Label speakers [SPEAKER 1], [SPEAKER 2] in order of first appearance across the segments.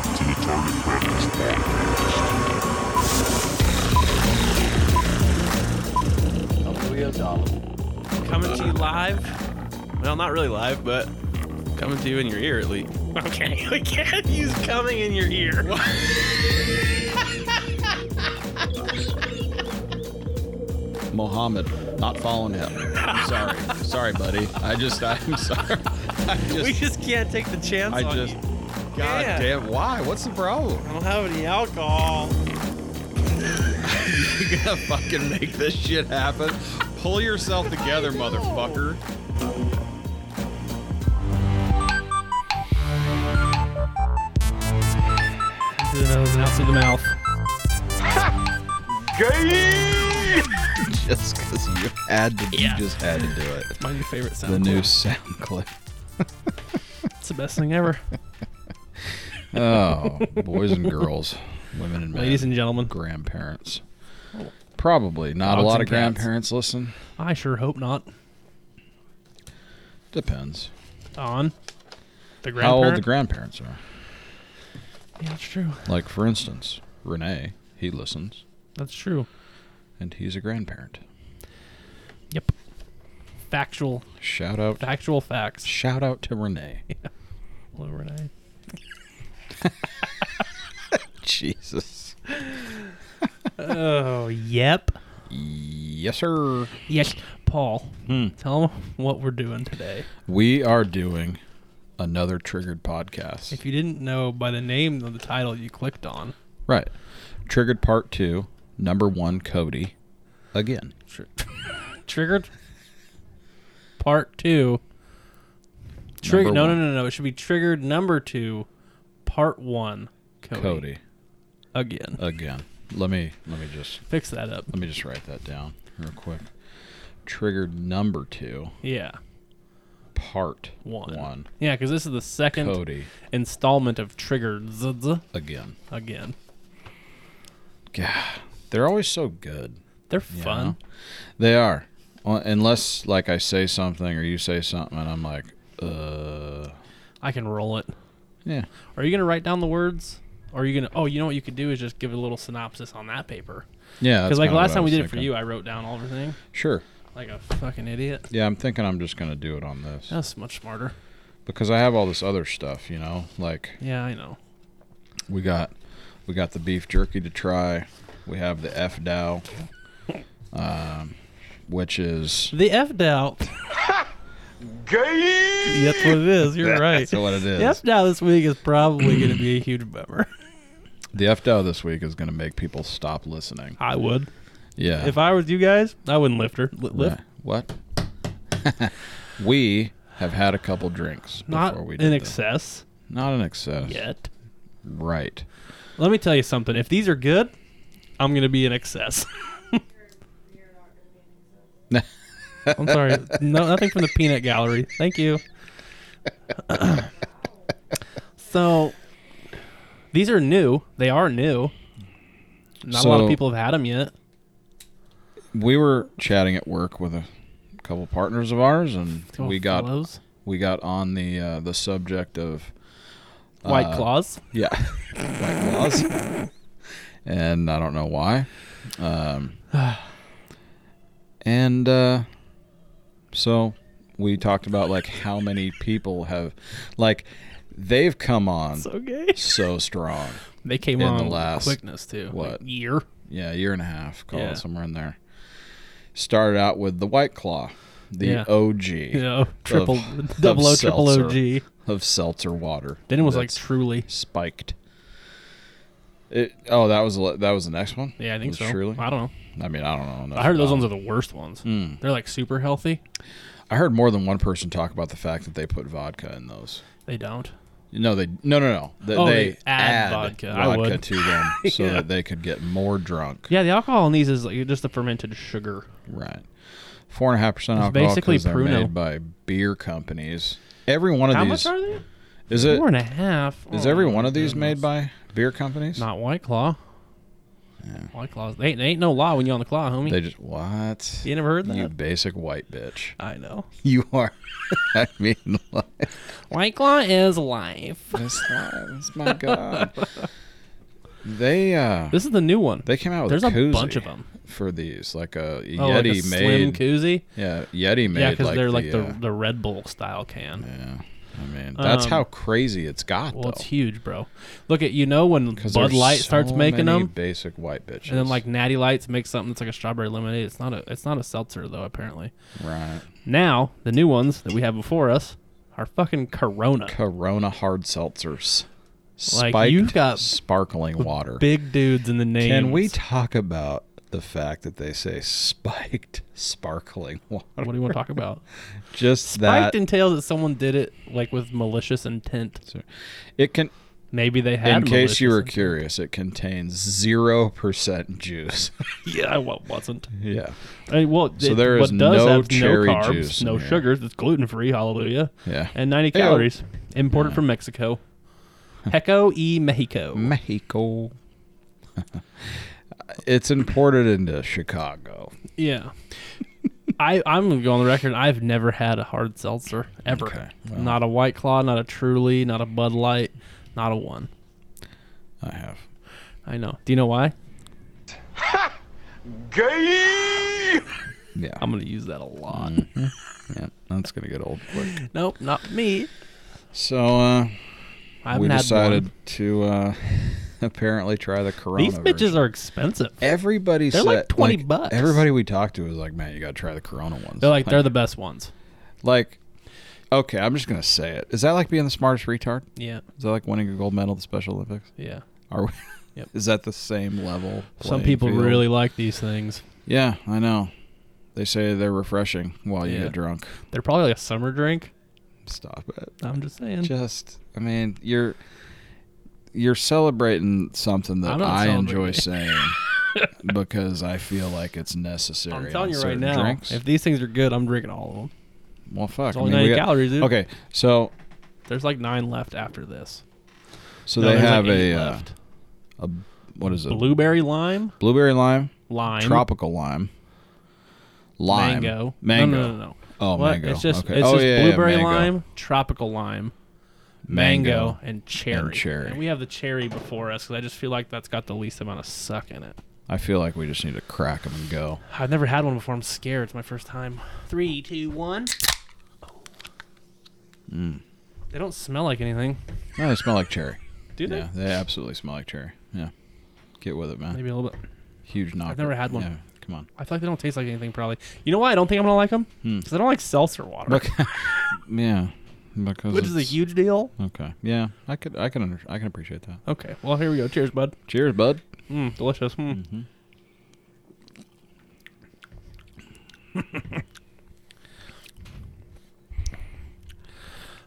[SPEAKER 1] Batalha Practice Podcast.
[SPEAKER 2] coming to you live. Well, not really live, but coming to you in your ear at least. Okay, we can't use coming in your ear.
[SPEAKER 3] Mohammed, not following him. I'm sorry, sorry, buddy. I just, I'm sorry. I
[SPEAKER 2] We
[SPEAKER 3] just,
[SPEAKER 2] just can't take the chance.
[SPEAKER 3] I
[SPEAKER 2] on
[SPEAKER 3] just.
[SPEAKER 2] you.
[SPEAKER 3] God
[SPEAKER 2] Yeah.
[SPEAKER 3] damn, why? What's the problem?
[SPEAKER 2] I don't have any alcohol.
[SPEAKER 3] You gotta fucking make this shit happen. Pull yourself together, motherfucker.
[SPEAKER 2] Through the nose and out through the mouth.
[SPEAKER 3] Just because you had to,
[SPEAKER 2] Yeah.
[SPEAKER 3] you just had to do it.
[SPEAKER 2] My new favorite sound.
[SPEAKER 3] The new sound clip.
[SPEAKER 2] It's the best thing ever.
[SPEAKER 3] Oh, boys and girls, women and men,
[SPEAKER 2] Ladies and gentlemen,
[SPEAKER 3] grandparents. Probably not a
[SPEAKER 2] Dogs
[SPEAKER 3] lot
[SPEAKER 2] and
[SPEAKER 3] of
[SPEAKER 2] cats.
[SPEAKER 3] grandparents listen.
[SPEAKER 2] I sure hope not.
[SPEAKER 3] Depends
[SPEAKER 2] On the
[SPEAKER 3] how old the
[SPEAKER 2] grandparent.
[SPEAKER 3] grandparents are.
[SPEAKER 2] yeah, that's true.
[SPEAKER 3] Like, for instance, Renee, he listens,
[SPEAKER 2] That's true.
[SPEAKER 3] and he's a grandparent.
[SPEAKER 2] Yep. Factual,
[SPEAKER 3] Shout out,
[SPEAKER 2] factual facts.
[SPEAKER 3] shout out to Renee.
[SPEAKER 2] Hello, Renee.
[SPEAKER 3] Jesus.
[SPEAKER 2] Oh, yep.
[SPEAKER 3] Yes, sir.
[SPEAKER 2] Yes, Paul.
[SPEAKER 3] Hmm.
[SPEAKER 2] Tell them what we're doing today.
[SPEAKER 3] We are doing another triggered podcast.
[SPEAKER 2] If you didn't know by the name of the title you clicked on,
[SPEAKER 3] Right. Triggered part two, number one, Cody, again.
[SPEAKER 2] tr- triggered part two. Trigger?
[SPEAKER 3] Number
[SPEAKER 2] No, no,
[SPEAKER 3] one.
[SPEAKER 2] no, no. It should be triggered number two, part one. Cody,
[SPEAKER 3] Cody
[SPEAKER 2] again.
[SPEAKER 3] again. Let me let me just
[SPEAKER 2] Fix that up.
[SPEAKER 3] let me just write that down real quick. Triggered number two,
[SPEAKER 2] Yeah,
[SPEAKER 3] part
[SPEAKER 2] one.
[SPEAKER 3] one
[SPEAKER 2] Yeah, because this is the second
[SPEAKER 3] Cody
[SPEAKER 2] installment of Triggered Zzz
[SPEAKER 3] again.
[SPEAKER 2] again.
[SPEAKER 3] God, they're always so good.
[SPEAKER 2] They're
[SPEAKER 3] you
[SPEAKER 2] fun.
[SPEAKER 3] know? They are. Well, unless like I say something or you say something and I'm like, uh,
[SPEAKER 2] I can roll it.
[SPEAKER 3] yeah.
[SPEAKER 2] Are you gonna write down the words? Or are you gonna? Oh, you know what you could do is just give a little synopsis on that paper.
[SPEAKER 3] Yeah.
[SPEAKER 2] Because
[SPEAKER 3] that's
[SPEAKER 2] like
[SPEAKER 3] kinda
[SPEAKER 2] last
[SPEAKER 3] what I
[SPEAKER 2] time we
[SPEAKER 3] was
[SPEAKER 2] did it for
[SPEAKER 3] thinking.
[SPEAKER 2] you, I wrote down all everything
[SPEAKER 3] Sure.
[SPEAKER 2] like a fucking idiot.
[SPEAKER 3] Yeah, I'm thinking I'm just going to do it on this
[SPEAKER 2] That's much smarter.
[SPEAKER 3] because I have all this other stuff, you know, like
[SPEAKER 2] Yeah, I know.
[SPEAKER 3] we got, we got the beef jerky to try. We have the F Dow, um, which is,
[SPEAKER 2] The F doubt. That's what it is. You're right.
[SPEAKER 3] that's what it is.
[SPEAKER 2] The F doubt this week is probably going to be a huge bummer.
[SPEAKER 3] The F Dow this week is going to make people stop listening.
[SPEAKER 2] I would.
[SPEAKER 3] Yeah.
[SPEAKER 2] If I was you guys, I wouldn't lift her. Li- lift.
[SPEAKER 3] Yeah. What? we have had a couple drinks
[SPEAKER 2] Not
[SPEAKER 3] before we did
[SPEAKER 2] in
[SPEAKER 3] this.
[SPEAKER 2] excess
[SPEAKER 3] Not in excess.
[SPEAKER 2] yet.
[SPEAKER 3] Right.
[SPEAKER 2] Let me tell you something. If these are good, I'm going to be in excess. I'm sorry. No, nothing from the peanut gallery. Thank you. so these are new. They are new. Not a lot
[SPEAKER 3] So-
[SPEAKER 2] of people have had them yet.
[SPEAKER 3] We were chatting at work with a couple partners of ours, and
[SPEAKER 2] Oh,
[SPEAKER 3] we got
[SPEAKER 2] fellows.
[SPEAKER 3] we got on the uh, the subject of
[SPEAKER 2] white
[SPEAKER 3] uh,
[SPEAKER 2] claws.
[SPEAKER 3] yeah, white claws, and I don't know why. Um, and uh, so we talked about like how many people have like they've come on
[SPEAKER 2] So gay.
[SPEAKER 3] so strong.
[SPEAKER 2] They came
[SPEAKER 3] in
[SPEAKER 2] on
[SPEAKER 3] the
[SPEAKER 2] with
[SPEAKER 3] last,
[SPEAKER 2] quickness too.
[SPEAKER 3] what?
[SPEAKER 2] Like, year?
[SPEAKER 3] Yeah, year and a half, call
[SPEAKER 2] Yeah.
[SPEAKER 3] it somewhere in there. Started out with the White Claw, the
[SPEAKER 2] Yeah.
[SPEAKER 3] OG
[SPEAKER 2] You know, triple, double O,
[SPEAKER 3] of
[SPEAKER 2] triple
[SPEAKER 3] seltzer.
[SPEAKER 2] OG.
[SPEAKER 3] of seltzer water.
[SPEAKER 2] Then it was like
[SPEAKER 3] that's
[SPEAKER 2] truly.
[SPEAKER 3] spiked. It, oh, that was the le- that was the next one.
[SPEAKER 2] Yeah, I think
[SPEAKER 3] Was
[SPEAKER 2] so.
[SPEAKER 3] Truly,
[SPEAKER 2] I don't know.
[SPEAKER 3] I mean, I don't know.
[SPEAKER 2] I heard those
[SPEAKER 3] enough
[SPEAKER 2] ones are the worst ones.
[SPEAKER 3] Hmm.
[SPEAKER 2] They're like super healthy.
[SPEAKER 3] about- I heard more than one person talk about the fact that they put vodka in those.
[SPEAKER 2] They don't.
[SPEAKER 3] No, they no no no. That
[SPEAKER 2] Oh,
[SPEAKER 3] they,
[SPEAKER 2] they add vodka. I would.
[SPEAKER 3] to them so that they could get more drunk.
[SPEAKER 2] Yeah, the alcohol in these is like just the fermented sugar.
[SPEAKER 3] Right. Four and a half percent
[SPEAKER 2] It's
[SPEAKER 3] alcohol.
[SPEAKER 2] basically
[SPEAKER 3] Basically, they're
[SPEAKER 2] Pruno.
[SPEAKER 3] made by beer companies. Every one of
[SPEAKER 2] How
[SPEAKER 3] these
[SPEAKER 2] much are they?
[SPEAKER 3] is it?
[SPEAKER 2] Four and a half.
[SPEAKER 3] Is
[SPEAKER 2] Oh,
[SPEAKER 3] every
[SPEAKER 2] my
[SPEAKER 3] one of these made
[SPEAKER 2] goodness.
[SPEAKER 3] by beer companies?
[SPEAKER 2] Not White Claw. White Claws. They, they ain't no law when you're on the claw, homie.
[SPEAKER 3] They just what?
[SPEAKER 2] you never heard that?
[SPEAKER 3] You basic white bitch.
[SPEAKER 2] I know.
[SPEAKER 3] You are. I mean, like,
[SPEAKER 2] White Claw is life.
[SPEAKER 3] this life is my god. They uh
[SPEAKER 2] This is the new one.
[SPEAKER 3] they came out with
[SPEAKER 2] There's
[SPEAKER 3] a,
[SPEAKER 2] a
[SPEAKER 3] koozie
[SPEAKER 2] bunch of them.
[SPEAKER 3] for these, like a Yeti
[SPEAKER 2] Oh, like a
[SPEAKER 3] made.
[SPEAKER 2] slim koozie.
[SPEAKER 3] Yeah, Yeti made.
[SPEAKER 2] Yeah, because
[SPEAKER 3] like
[SPEAKER 2] they're like the,
[SPEAKER 3] uh,
[SPEAKER 2] the Red Bull style can.
[SPEAKER 3] yeah, I mean that's
[SPEAKER 2] Um,
[SPEAKER 3] how crazy it's got
[SPEAKER 2] well,
[SPEAKER 3] though.
[SPEAKER 2] it's huge, bro. Look at you know when
[SPEAKER 3] 'Cause
[SPEAKER 2] Bud
[SPEAKER 3] there's
[SPEAKER 2] Light starts
[SPEAKER 3] so
[SPEAKER 2] making
[SPEAKER 3] many
[SPEAKER 2] them,
[SPEAKER 3] basic white bitches,
[SPEAKER 2] and then like Natty Lights makes something that's like a strawberry lemonade. It's not a it's not a seltzer though. Apparently,
[SPEAKER 3] right
[SPEAKER 2] now the new ones that we have before us are fucking Corona.
[SPEAKER 3] Corona hard seltzers,
[SPEAKER 2] Like,
[SPEAKER 3] spiked
[SPEAKER 2] you've got
[SPEAKER 3] sparkling water.
[SPEAKER 2] Big dudes in the name.
[SPEAKER 3] Can we talk about the fact that they say spiked sparkling water?
[SPEAKER 2] what do you want to talk about?
[SPEAKER 3] Just
[SPEAKER 2] Spiked
[SPEAKER 3] that
[SPEAKER 2] entails that someone did it like with malicious intent.
[SPEAKER 3] it can.
[SPEAKER 2] Maybe they
[SPEAKER 3] In
[SPEAKER 2] had.
[SPEAKER 3] case you were
[SPEAKER 2] malicious
[SPEAKER 3] curious, it contains zero percent juice.
[SPEAKER 2] intent. yeah, I wa- wasn't.
[SPEAKER 3] yeah,
[SPEAKER 2] I mean, well,
[SPEAKER 3] So
[SPEAKER 2] it-
[SPEAKER 3] there is
[SPEAKER 2] what does
[SPEAKER 3] no
[SPEAKER 2] have
[SPEAKER 3] cherry
[SPEAKER 2] no carbs,
[SPEAKER 3] juice in
[SPEAKER 2] no
[SPEAKER 3] here.
[SPEAKER 2] sugars. It's gluten free. Hallelujah.
[SPEAKER 3] yeah.
[SPEAKER 2] And 90
[SPEAKER 3] Heyo.
[SPEAKER 2] calories. Imported from Mexico. Heco e Mexico.
[SPEAKER 3] Mexico. it's imported into Chicago.
[SPEAKER 2] yeah. I, I'm going to go on the record. I've never had a hard seltzer ever.
[SPEAKER 3] Okay, well.
[SPEAKER 2] Not a White Claw, not a Truly, not a Bud Light, not a one.
[SPEAKER 3] I have.
[SPEAKER 2] I know. Do you know why?
[SPEAKER 3] Yeah.
[SPEAKER 2] I'm going to use that a lot.
[SPEAKER 3] Mm. yeah. That's going to get old quick.
[SPEAKER 2] Nope, not me.
[SPEAKER 3] So uh,
[SPEAKER 2] I haven't
[SPEAKER 3] we
[SPEAKER 2] had
[SPEAKER 3] decided
[SPEAKER 2] one.
[SPEAKER 3] to uh, apparently try the Corona.
[SPEAKER 2] These bitches
[SPEAKER 3] version.
[SPEAKER 2] are expensive.
[SPEAKER 3] Everybody
[SPEAKER 2] They're
[SPEAKER 3] said,
[SPEAKER 2] like 20 bucks.
[SPEAKER 3] Everybody we talked to was like, "Man, you got to try the Corona ones."
[SPEAKER 2] They're like, they're the best ones.
[SPEAKER 3] like, okay, I'm just gonna say it. Is that like being the smartest retard?
[SPEAKER 2] Yeah,
[SPEAKER 3] Is that like winning a gold medal at the Special Olympics?
[SPEAKER 2] yeah.
[SPEAKER 3] Are we?
[SPEAKER 2] Yep.
[SPEAKER 3] Is that the same level?
[SPEAKER 2] Some
[SPEAKER 3] playing
[SPEAKER 2] people
[SPEAKER 3] field?
[SPEAKER 2] really like these things.
[SPEAKER 3] Yeah, I know. They say they're refreshing while you
[SPEAKER 2] Yeah.
[SPEAKER 3] get drunk.
[SPEAKER 2] They're probably like a summer drink.
[SPEAKER 3] Stop it.
[SPEAKER 2] I'm just saying.
[SPEAKER 3] Just, I mean, you're you're celebrating something that
[SPEAKER 2] I'm not
[SPEAKER 3] I enjoy
[SPEAKER 2] celebrating.
[SPEAKER 3] saying because I feel like it's necessary.
[SPEAKER 2] I'm
[SPEAKER 3] on
[SPEAKER 2] telling you right
[SPEAKER 3] certain
[SPEAKER 2] now,
[SPEAKER 3] drinks.
[SPEAKER 2] if these things are good, I'm drinking all of them.
[SPEAKER 3] well, fuck.
[SPEAKER 2] It's
[SPEAKER 3] I
[SPEAKER 2] only
[SPEAKER 3] mean, we
[SPEAKER 2] 90
[SPEAKER 3] got-
[SPEAKER 2] calories, dude.
[SPEAKER 3] Okay, so
[SPEAKER 2] There's like nine left after this.
[SPEAKER 3] so
[SPEAKER 2] No,
[SPEAKER 3] they
[SPEAKER 2] there's like
[SPEAKER 3] have
[SPEAKER 2] eight
[SPEAKER 3] a uh,
[SPEAKER 2] left.
[SPEAKER 3] a what is it?
[SPEAKER 2] blueberry lime,
[SPEAKER 3] Blueberry lime,
[SPEAKER 2] lime,
[SPEAKER 3] tropical lime, lime,
[SPEAKER 2] mango,
[SPEAKER 3] mango.
[SPEAKER 2] No, no, no, no.
[SPEAKER 3] Oh,
[SPEAKER 2] What?
[SPEAKER 3] mango.
[SPEAKER 2] It's just
[SPEAKER 3] okay.
[SPEAKER 2] it's
[SPEAKER 3] oh,
[SPEAKER 2] just
[SPEAKER 3] yeah, yeah,
[SPEAKER 2] blueberry
[SPEAKER 3] mango.
[SPEAKER 2] lime, tropical lime, mango,
[SPEAKER 3] mango.
[SPEAKER 2] and cherry.
[SPEAKER 3] cherry.
[SPEAKER 2] we have the cherry before us because I just feel like that's got the least amount of suck in it.
[SPEAKER 3] I feel like we just need to crack them and go.
[SPEAKER 2] I've never had one before. I'm scared. It's my first time. Three, two, one. They don't smell like anything,
[SPEAKER 3] Mm. No, they smell like cherry.
[SPEAKER 2] do they?
[SPEAKER 3] Yeah, they absolutely smell like cherry. Yeah. Get with it, man.
[SPEAKER 2] Maybe a little bit.
[SPEAKER 3] Huge knock.
[SPEAKER 2] never had one.
[SPEAKER 3] Yeah, come on.
[SPEAKER 2] I feel like they don't taste like anything. Probably. You know why I don't think I'm gonna like them?
[SPEAKER 3] Hmm.
[SPEAKER 2] Because I don't like seltzer water,
[SPEAKER 3] yeah. Because
[SPEAKER 2] which is a
[SPEAKER 3] it's-
[SPEAKER 2] huge deal.
[SPEAKER 3] Okay. Yeah. I could I can under, I can appreciate that.
[SPEAKER 2] Okay. Well, here we go. Cheers, bud.
[SPEAKER 3] Cheers, bud. Mm-hmm.
[SPEAKER 2] Mm, delicious.
[SPEAKER 3] Hmm.
[SPEAKER 2] Mm.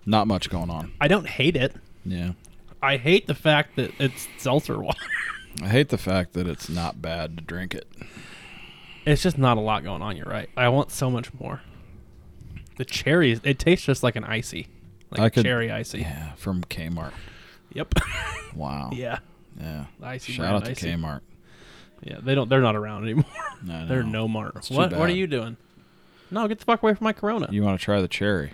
[SPEAKER 3] Not much going on.
[SPEAKER 2] I don't hate it.
[SPEAKER 3] Yeah.
[SPEAKER 2] I hate the fact that it's seltzer water.
[SPEAKER 3] I hate the fact that it's not bad to drink it.
[SPEAKER 2] It's just not a lot going on. You're right. I want so much more. The cherries. It tastes just like an icy, like
[SPEAKER 3] I
[SPEAKER 2] a
[SPEAKER 3] could-
[SPEAKER 2] cherry icy.
[SPEAKER 3] Yeah, from Kmart.
[SPEAKER 2] Yep.
[SPEAKER 3] Wow.
[SPEAKER 2] yeah.
[SPEAKER 3] Yeah.
[SPEAKER 2] Icy
[SPEAKER 3] Shout
[SPEAKER 2] brand,
[SPEAKER 3] out to
[SPEAKER 2] icy.
[SPEAKER 3] Kmart.
[SPEAKER 2] Yeah. They don't. They're not around anymore.
[SPEAKER 3] No,
[SPEAKER 2] They're no mark.
[SPEAKER 3] too
[SPEAKER 2] What? What are
[SPEAKER 3] bad.
[SPEAKER 2] you doing? No, get the fuck away from my Corona.
[SPEAKER 3] You want to try the cherry?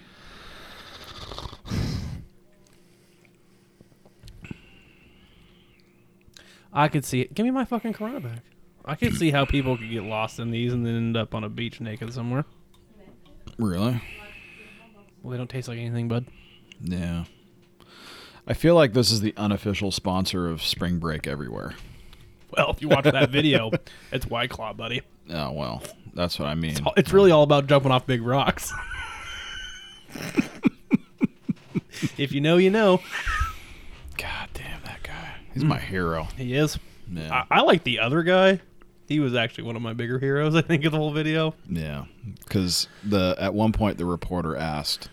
[SPEAKER 2] I could see it. Give me my fucking Corona back. I could see how people could get lost in these and then end up on a beach naked somewhere.
[SPEAKER 3] Really?
[SPEAKER 2] Well, they don't taste like anything, bud.
[SPEAKER 3] Yeah. I feel like this is the unofficial sponsor of Spring Break Everywhere.
[SPEAKER 2] Well, if you watch that video, it's White Claw, buddy.
[SPEAKER 3] Oh well, that's what I mean.
[SPEAKER 2] It's really all about jumping off big rocks. if you know, you know.
[SPEAKER 3] God damn that guy. He's my hero.
[SPEAKER 2] He is.
[SPEAKER 3] Yeah.
[SPEAKER 2] Hmm. I, I like the other guy. He was actually one of my bigger heroes, I think, of the whole video.
[SPEAKER 3] yeah. Cuz the at one point the reporter asked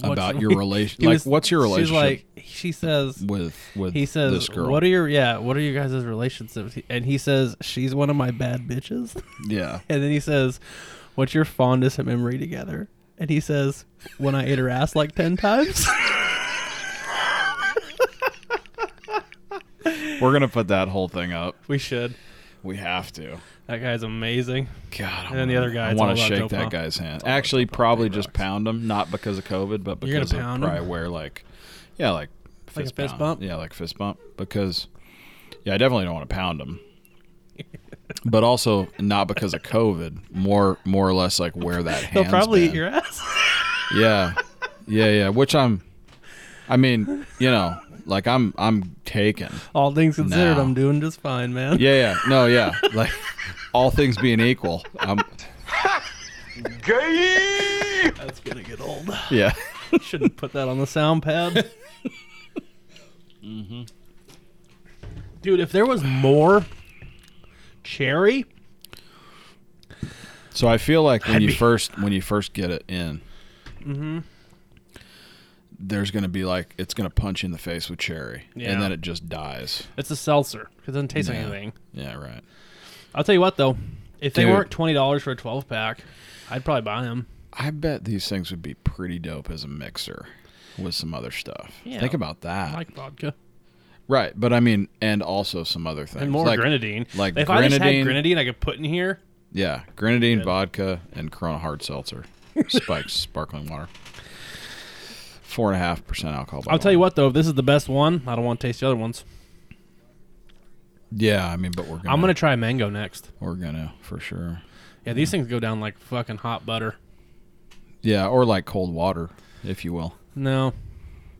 [SPEAKER 2] What's-
[SPEAKER 3] about your relation
[SPEAKER 2] He
[SPEAKER 3] like
[SPEAKER 2] was-
[SPEAKER 3] what's your
[SPEAKER 2] She's like,
[SPEAKER 3] relationship
[SPEAKER 2] she says,
[SPEAKER 3] with with
[SPEAKER 2] He says,
[SPEAKER 3] this girl?
[SPEAKER 2] "What are your yeah? What are you guys' relationships?" And he says, "She's one of my bad bitches."
[SPEAKER 3] yeah.
[SPEAKER 2] And then he says, "What's your fondest memory together?" And he says, "When I ate her ass like ten times."
[SPEAKER 3] We're going to put that whole thing up.
[SPEAKER 2] we should.
[SPEAKER 3] We have to.
[SPEAKER 2] That guy's amazing.
[SPEAKER 3] God.
[SPEAKER 2] And then the other guy,
[SPEAKER 3] I
[SPEAKER 2] it's
[SPEAKER 3] want
[SPEAKER 2] all
[SPEAKER 3] to
[SPEAKER 2] about
[SPEAKER 3] shake
[SPEAKER 2] Joe
[SPEAKER 3] that
[SPEAKER 2] Pom.
[SPEAKER 3] guy's hand. Actually, probably just pound him, not because of COVID, but
[SPEAKER 2] You're gonna
[SPEAKER 3] because of
[SPEAKER 2] pound him?
[SPEAKER 3] probably where like, yeah, like
[SPEAKER 2] Like a fist bump?
[SPEAKER 3] Yeah, like fist bump. Because, yeah, I definitely don't want to pound them. but also not because of COVID. More, more or less, like where that
[SPEAKER 2] They'll
[SPEAKER 3] hand.
[SPEAKER 2] probably eat your ass.
[SPEAKER 3] Yeah, yeah, yeah. Which I'm. I mean, you know, like I'm, I'm taken.
[SPEAKER 2] All things considered,
[SPEAKER 3] No.
[SPEAKER 2] I'm doing just fine, man.
[SPEAKER 3] Yeah, yeah, no, yeah. Like all things being equal, I'm.
[SPEAKER 2] That's gonna get old.
[SPEAKER 3] Yeah.
[SPEAKER 2] Shouldn't put that on the sound pad.
[SPEAKER 3] Mm-hmm.
[SPEAKER 2] Dude, if there was more cherry,
[SPEAKER 3] So I feel like when
[SPEAKER 2] I'd
[SPEAKER 3] you
[SPEAKER 2] be-
[SPEAKER 3] first when you first get it in, there's gonna be like it's gonna punch you in the face with cherry,
[SPEAKER 2] Yeah.
[SPEAKER 3] and then it just dies.
[SPEAKER 2] it's a seltzer because it doesn't taste
[SPEAKER 3] Yeah.
[SPEAKER 2] anything.
[SPEAKER 3] Yeah, right.
[SPEAKER 2] I'll tell you what, though, if they
[SPEAKER 3] Dude.
[SPEAKER 2] weren't twenty dollars for a twelve pack, I'd probably buy them.
[SPEAKER 3] I bet these things would be pretty dope as a mixer with some other stuff.
[SPEAKER 2] Yeah.
[SPEAKER 3] Think about that.
[SPEAKER 2] I like vodka
[SPEAKER 3] right, but I mean, and also some other things
[SPEAKER 2] and more
[SPEAKER 3] like,
[SPEAKER 2] grenadine.
[SPEAKER 3] like
[SPEAKER 2] if I just had
[SPEAKER 3] grenadine-
[SPEAKER 2] grenadine, I could put in here.
[SPEAKER 3] Yeah, grenadine, vodka, and Corona hard seltzer, spiked sparkling water. Four and a half percent alcohol. by
[SPEAKER 2] I'll
[SPEAKER 3] the
[SPEAKER 2] tell you
[SPEAKER 3] way.
[SPEAKER 2] what, though, if this is the best one, I don't want to taste the other ones.
[SPEAKER 3] Yeah, I mean, but we're gonna,
[SPEAKER 2] I'm gonna try mango next.
[SPEAKER 3] we're gonna for sure.
[SPEAKER 2] Yeah, these things go down like fucking hot butter.
[SPEAKER 3] Yeah, or like cold water, if you will.
[SPEAKER 2] No,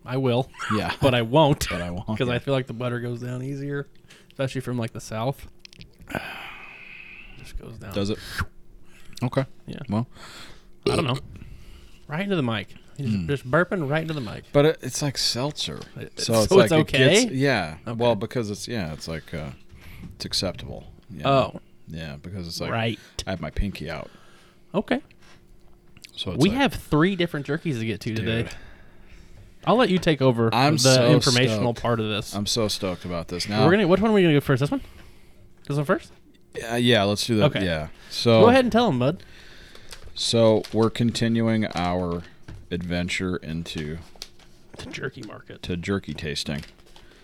[SPEAKER 2] I will.
[SPEAKER 3] Yeah,
[SPEAKER 2] but I won't.
[SPEAKER 3] But I won't,
[SPEAKER 2] because
[SPEAKER 3] yeah.
[SPEAKER 2] I feel like the butter goes down easier, especially from like the south. Just goes down.
[SPEAKER 3] does it? Okay.
[SPEAKER 2] Yeah.
[SPEAKER 3] Well,
[SPEAKER 2] I don't know. Right into the mic. He's
[SPEAKER 3] Hmm.
[SPEAKER 2] just burping right into the mic.
[SPEAKER 3] but it, it's like seltzer,
[SPEAKER 2] It-
[SPEAKER 3] so it's
[SPEAKER 2] so
[SPEAKER 3] like
[SPEAKER 2] it's
[SPEAKER 3] it
[SPEAKER 2] okay?
[SPEAKER 3] gets- yeah. Well, because it's yeah, it's like uh, it's acceptable. Yeah.
[SPEAKER 2] Oh,
[SPEAKER 3] Yeah, because it's like
[SPEAKER 2] right.
[SPEAKER 3] I have my pinky out,
[SPEAKER 2] Okay.
[SPEAKER 3] so it's
[SPEAKER 2] We
[SPEAKER 3] like-
[SPEAKER 2] have three different jerkies to get to today.
[SPEAKER 3] Dude.
[SPEAKER 2] I'll let you take over
[SPEAKER 3] I'm
[SPEAKER 2] the
[SPEAKER 3] so
[SPEAKER 2] informational
[SPEAKER 3] stoked.
[SPEAKER 2] part of this.
[SPEAKER 3] I'm so stoked about this. Now
[SPEAKER 2] We're gonna. Which one are we gonna go first? This one. This one first.
[SPEAKER 3] Uh, yeah, let's do that.
[SPEAKER 2] Okay.
[SPEAKER 3] Yeah. So
[SPEAKER 2] Go ahead and tell him, bud.
[SPEAKER 3] So we're continuing our adventure into
[SPEAKER 2] The jerky market.
[SPEAKER 3] to jerky tasting.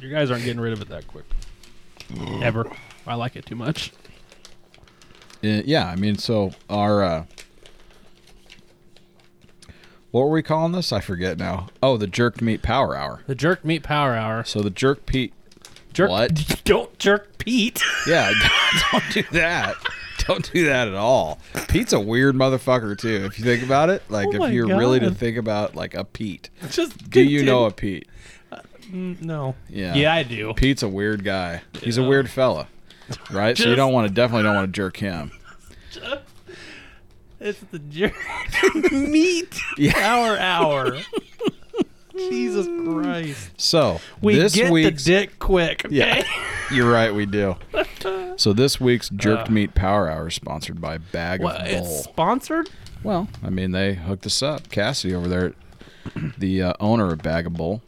[SPEAKER 2] You guys aren't getting rid of it that quick. Ever. I like it too much.
[SPEAKER 3] Uh, yeah, I mean, so our uh, what were we calling this? I forget now. Oh, the jerked meat power hour.
[SPEAKER 2] The jerk meat power hour.
[SPEAKER 3] So the jerk Pete.
[SPEAKER 2] Jerk.
[SPEAKER 3] What?
[SPEAKER 2] Don't jerk Pete.
[SPEAKER 3] Yeah, don't do that. Don't do that at all. Pete's a weird motherfucker too. If you think about it, like
[SPEAKER 2] Oh my
[SPEAKER 3] if you're really to
[SPEAKER 2] God.
[SPEAKER 3] think about like a Pete,
[SPEAKER 2] Just
[SPEAKER 3] do you know a Pete?
[SPEAKER 2] No.
[SPEAKER 3] Yeah.
[SPEAKER 2] Yeah, I do.
[SPEAKER 3] Pete's a weird guy. He's a weird fella, right? so you
[SPEAKER 2] Just-
[SPEAKER 3] don't want to definitely don't want to jerk him.
[SPEAKER 2] It's the jerk meat power hour. Jesus Christ.
[SPEAKER 3] So
[SPEAKER 2] We
[SPEAKER 3] this
[SPEAKER 2] get
[SPEAKER 3] week's
[SPEAKER 2] the dick quick. Okay?
[SPEAKER 3] yeah, you're right. We do. So this week's jerked meat power hour is sponsored by Bag
[SPEAKER 2] Uh. Well,
[SPEAKER 3] of
[SPEAKER 2] it's
[SPEAKER 3] Bowl.
[SPEAKER 2] sponsored.
[SPEAKER 3] Well, I mean they hooked us up. Cassidy over there, the uh, owner of Bag of Bowl,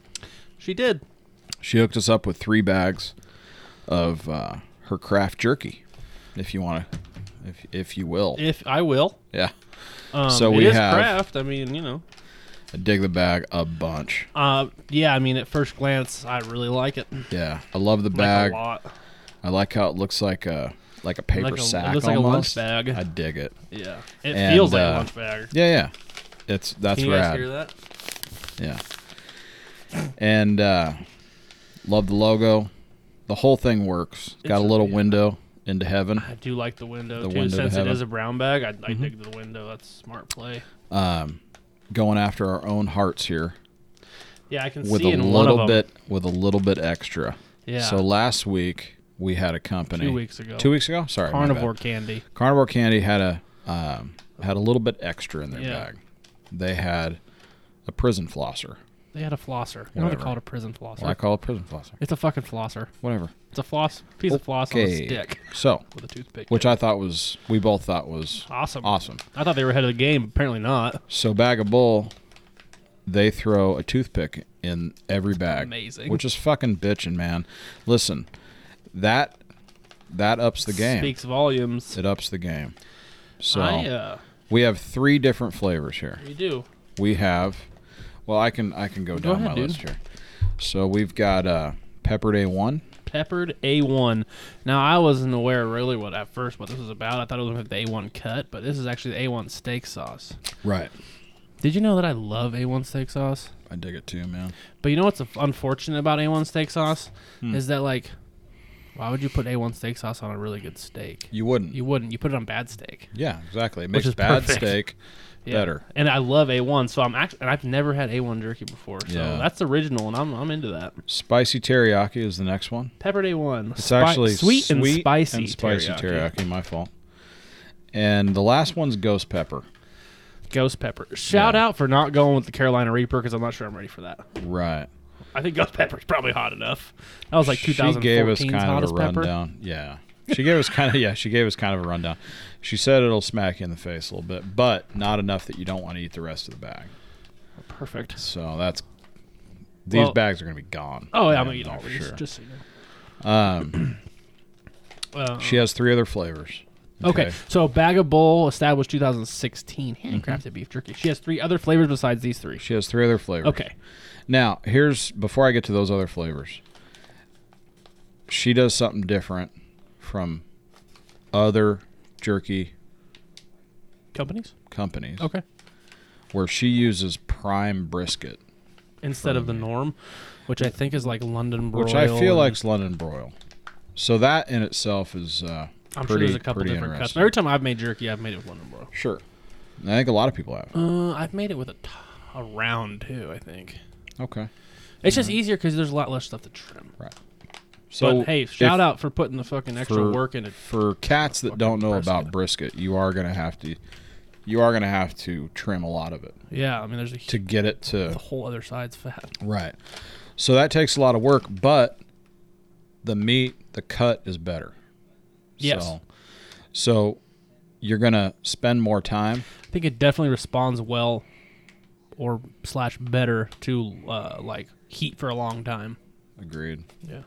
[SPEAKER 2] She did.
[SPEAKER 3] she hooked us up with three bags of uh, her craft jerky, if you want to, if if you will.
[SPEAKER 2] If I will.
[SPEAKER 3] Yeah,
[SPEAKER 2] Um,
[SPEAKER 3] So
[SPEAKER 2] it
[SPEAKER 3] we
[SPEAKER 2] is
[SPEAKER 3] have-
[SPEAKER 2] craft. I mean, you know.
[SPEAKER 3] I dig the bag a bunch.
[SPEAKER 2] Uh, yeah. I mean, at first glance, I really like it. Like
[SPEAKER 3] Yeah, I love the bag.
[SPEAKER 2] a lot.
[SPEAKER 3] I like how it looks like a like a paper
[SPEAKER 2] Like a- it
[SPEAKER 3] sack.
[SPEAKER 2] looks like a lunch
[SPEAKER 3] almost.
[SPEAKER 2] bag.
[SPEAKER 3] I dig it.
[SPEAKER 2] Yeah. It
[SPEAKER 3] And,
[SPEAKER 2] feels like a
[SPEAKER 3] uh,
[SPEAKER 2] lunch bag.
[SPEAKER 3] Yeah, yeah. It's that's
[SPEAKER 2] Can you guys
[SPEAKER 3] rad.
[SPEAKER 2] hear that?
[SPEAKER 3] Yeah. And uh love the logo. The whole thing works. Got
[SPEAKER 2] It's-
[SPEAKER 3] a little
[SPEAKER 2] yeah.
[SPEAKER 3] window into heaven.
[SPEAKER 2] I do like the window
[SPEAKER 3] The
[SPEAKER 2] too.
[SPEAKER 3] window to Mm-hmm.
[SPEAKER 2] Since it
[SPEAKER 3] heaven.
[SPEAKER 2] is a brown bag, I, I dig the window. That's a smart play.
[SPEAKER 3] Going after our own hearts here
[SPEAKER 2] Yeah, I can
[SPEAKER 3] with
[SPEAKER 2] see
[SPEAKER 3] a
[SPEAKER 2] in one of
[SPEAKER 3] little
[SPEAKER 2] 'em.
[SPEAKER 3] bit with a little bit extra.
[SPEAKER 2] Yeah.
[SPEAKER 3] So last week we had a company.
[SPEAKER 2] Two weeks ago.
[SPEAKER 3] Two weeks ago. Sorry. my bad.
[SPEAKER 2] carnivore candy.
[SPEAKER 3] Carnivore Candy had a um, had a little bit extra in their
[SPEAKER 2] Yeah.
[SPEAKER 3] bag. They had a prison flosser.
[SPEAKER 2] They had a flosser. I don't
[SPEAKER 3] Whatever.
[SPEAKER 2] call it a prison flosser.
[SPEAKER 3] Well, I call it prison flosser.
[SPEAKER 2] it's a fucking flosser.
[SPEAKER 3] Whatever.
[SPEAKER 2] It's a floss piece of floss on a
[SPEAKER 3] Okay.
[SPEAKER 2] stick
[SPEAKER 3] So,
[SPEAKER 2] with a toothpick.
[SPEAKER 3] which I thought was we both thought was
[SPEAKER 2] awesome.
[SPEAKER 3] awesome.
[SPEAKER 2] I thought they were ahead of the game. Apparently not.
[SPEAKER 3] So bag of bull, they throw a toothpick in every bag.
[SPEAKER 2] Amazing.
[SPEAKER 3] Which is fucking bitching, man. Listen, that that ups the game.
[SPEAKER 2] Speaks volumes.
[SPEAKER 3] It ups the game. So
[SPEAKER 2] I uh,
[SPEAKER 3] we have three different flavors here.
[SPEAKER 2] you do.
[SPEAKER 3] We have well I can I can go, down
[SPEAKER 2] ahead,
[SPEAKER 3] my
[SPEAKER 2] dude.
[SPEAKER 3] list here. So we've got uh pepper day one.
[SPEAKER 2] Peppered A1. Now I wasn't aware really what at first what this was about. I thought it was the A1 cut, but this is actually the A1 steak sauce.
[SPEAKER 3] Right.
[SPEAKER 2] Did you know that I love A1 steak sauce?
[SPEAKER 3] I dig it too, man.
[SPEAKER 2] But you know what's unfortunate about A1 steak sauce
[SPEAKER 3] Hmm.
[SPEAKER 2] is that like, why would you put A1 steak sauce on a really good steak?
[SPEAKER 3] You wouldn't.
[SPEAKER 2] You wouldn't. You put it on bad steak.
[SPEAKER 3] yeah, exactly. It
[SPEAKER 2] Which
[SPEAKER 3] makes
[SPEAKER 2] is
[SPEAKER 3] bad
[SPEAKER 2] perfect.
[SPEAKER 3] steak
[SPEAKER 2] Yeah.
[SPEAKER 3] better.
[SPEAKER 2] And I love A1, so I'm actually and I've never had A1 jerky before. So
[SPEAKER 3] Yeah.
[SPEAKER 2] that's original, and I'm I'm into that.
[SPEAKER 3] Spicy teriyaki is the next one.
[SPEAKER 2] Peppered A1.
[SPEAKER 3] It's actually
[SPEAKER 2] sweet, and spicy.
[SPEAKER 3] and spicy
[SPEAKER 2] teriyaki.
[SPEAKER 3] teriyaki. My fault. And the last one's ghost pepper.
[SPEAKER 2] Ghost pepper. Shout
[SPEAKER 3] Yeah.
[SPEAKER 2] out for not going with the Carolina Reaper because I'm not sure I'm ready for that.
[SPEAKER 3] Right.
[SPEAKER 2] I think ghost pepper's probably hot enough. That was like
[SPEAKER 3] She
[SPEAKER 2] 2014's
[SPEAKER 3] gave us kind of
[SPEAKER 2] hottest
[SPEAKER 3] a
[SPEAKER 2] pepper.
[SPEAKER 3] rundown. Yeah. She gave us kind of yeah. She gave us kind of a rundown. She said it'll smack you in the face a little bit, but not enough that you don't want to eat the rest of the bag.
[SPEAKER 2] Perfect.
[SPEAKER 3] So that's these
[SPEAKER 2] Well-
[SPEAKER 3] bags are gonna be gone.
[SPEAKER 2] Oh yeah, I'm
[SPEAKER 3] Yeah,
[SPEAKER 2] gonna eat
[SPEAKER 3] no,
[SPEAKER 2] all
[SPEAKER 3] for
[SPEAKER 2] these.
[SPEAKER 3] sure.
[SPEAKER 2] Just so you know.
[SPEAKER 3] Um,
[SPEAKER 2] Uh,
[SPEAKER 3] she has three other flavors.
[SPEAKER 2] okay. so Bag of Bowl established 2016 handcrafted
[SPEAKER 3] Mm-hmm.
[SPEAKER 2] beef jerky. She has three other flavors besides these three.
[SPEAKER 3] She has three other flavors.
[SPEAKER 2] Okay.
[SPEAKER 3] Now, here's before I get to those other flavors. She does something different from other jerky
[SPEAKER 2] Companies.
[SPEAKER 3] companies
[SPEAKER 2] Okay.
[SPEAKER 3] where she uses prime brisket,
[SPEAKER 2] Instead of the norm, which I think is like London broil.
[SPEAKER 3] which I feel
[SPEAKER 2] and-
[SPEAKER 3] like's London broil. So that in itself is uh,
[SPEAKER 2] I'm
[SPEAKER 3] pretty,
[SPEAKER 2] sure there's a couple
[SPEAKER 3] pretty
[SPEAKER 2] different cuts.
[SPEAKER 3] interesting.
[SPEAKER 2] Every time I've made jerky, I've made it with London broil.
[SPEAKER 3] Sure. I think a lot of people have.
[SPEAKER 2] Uh, I've made it with a, t- a round too. I think
[SPEAKER 3] Okay.
[SPEAKER 2] it's just easier because there's a lot less stuff to trim.
[SPEAKER 3] Mm-hmm. So
[SPEAKER 2] but hey,
[SPEAKER 3] if-
[SPEAKER 2] shout out for putting the fucking extra
[SPEAKER 3] for-
[SPEAKER 2] work into
[SPEAKER 3] for cats that don't know about
[SPEAKER 2] brisket.
[SPEAKER 3] brisket, you are gonna have to you are gonna have to trim a lot of it
[SPEAKER 2] Yeah, I mean, there's a
[SPEAKER 3] to
[SPEAKER 2] huge,
[SPEAKER 3] get it to
[SPEAKER 2] the whole other side's fat.
[SPEAKER 3] Right. So that takes a lot of work, but the meat, the cut is better.
[SPEAKER 2] Yes.
[SPEAKER 3] So, so you're gonna spend more time.
[SPEAKER 2] I think it definitely responds well, or slash better to uh, like heat for a long time.
[SPEAKER 3] Agreed.
[SPEAKER 2] Yeah.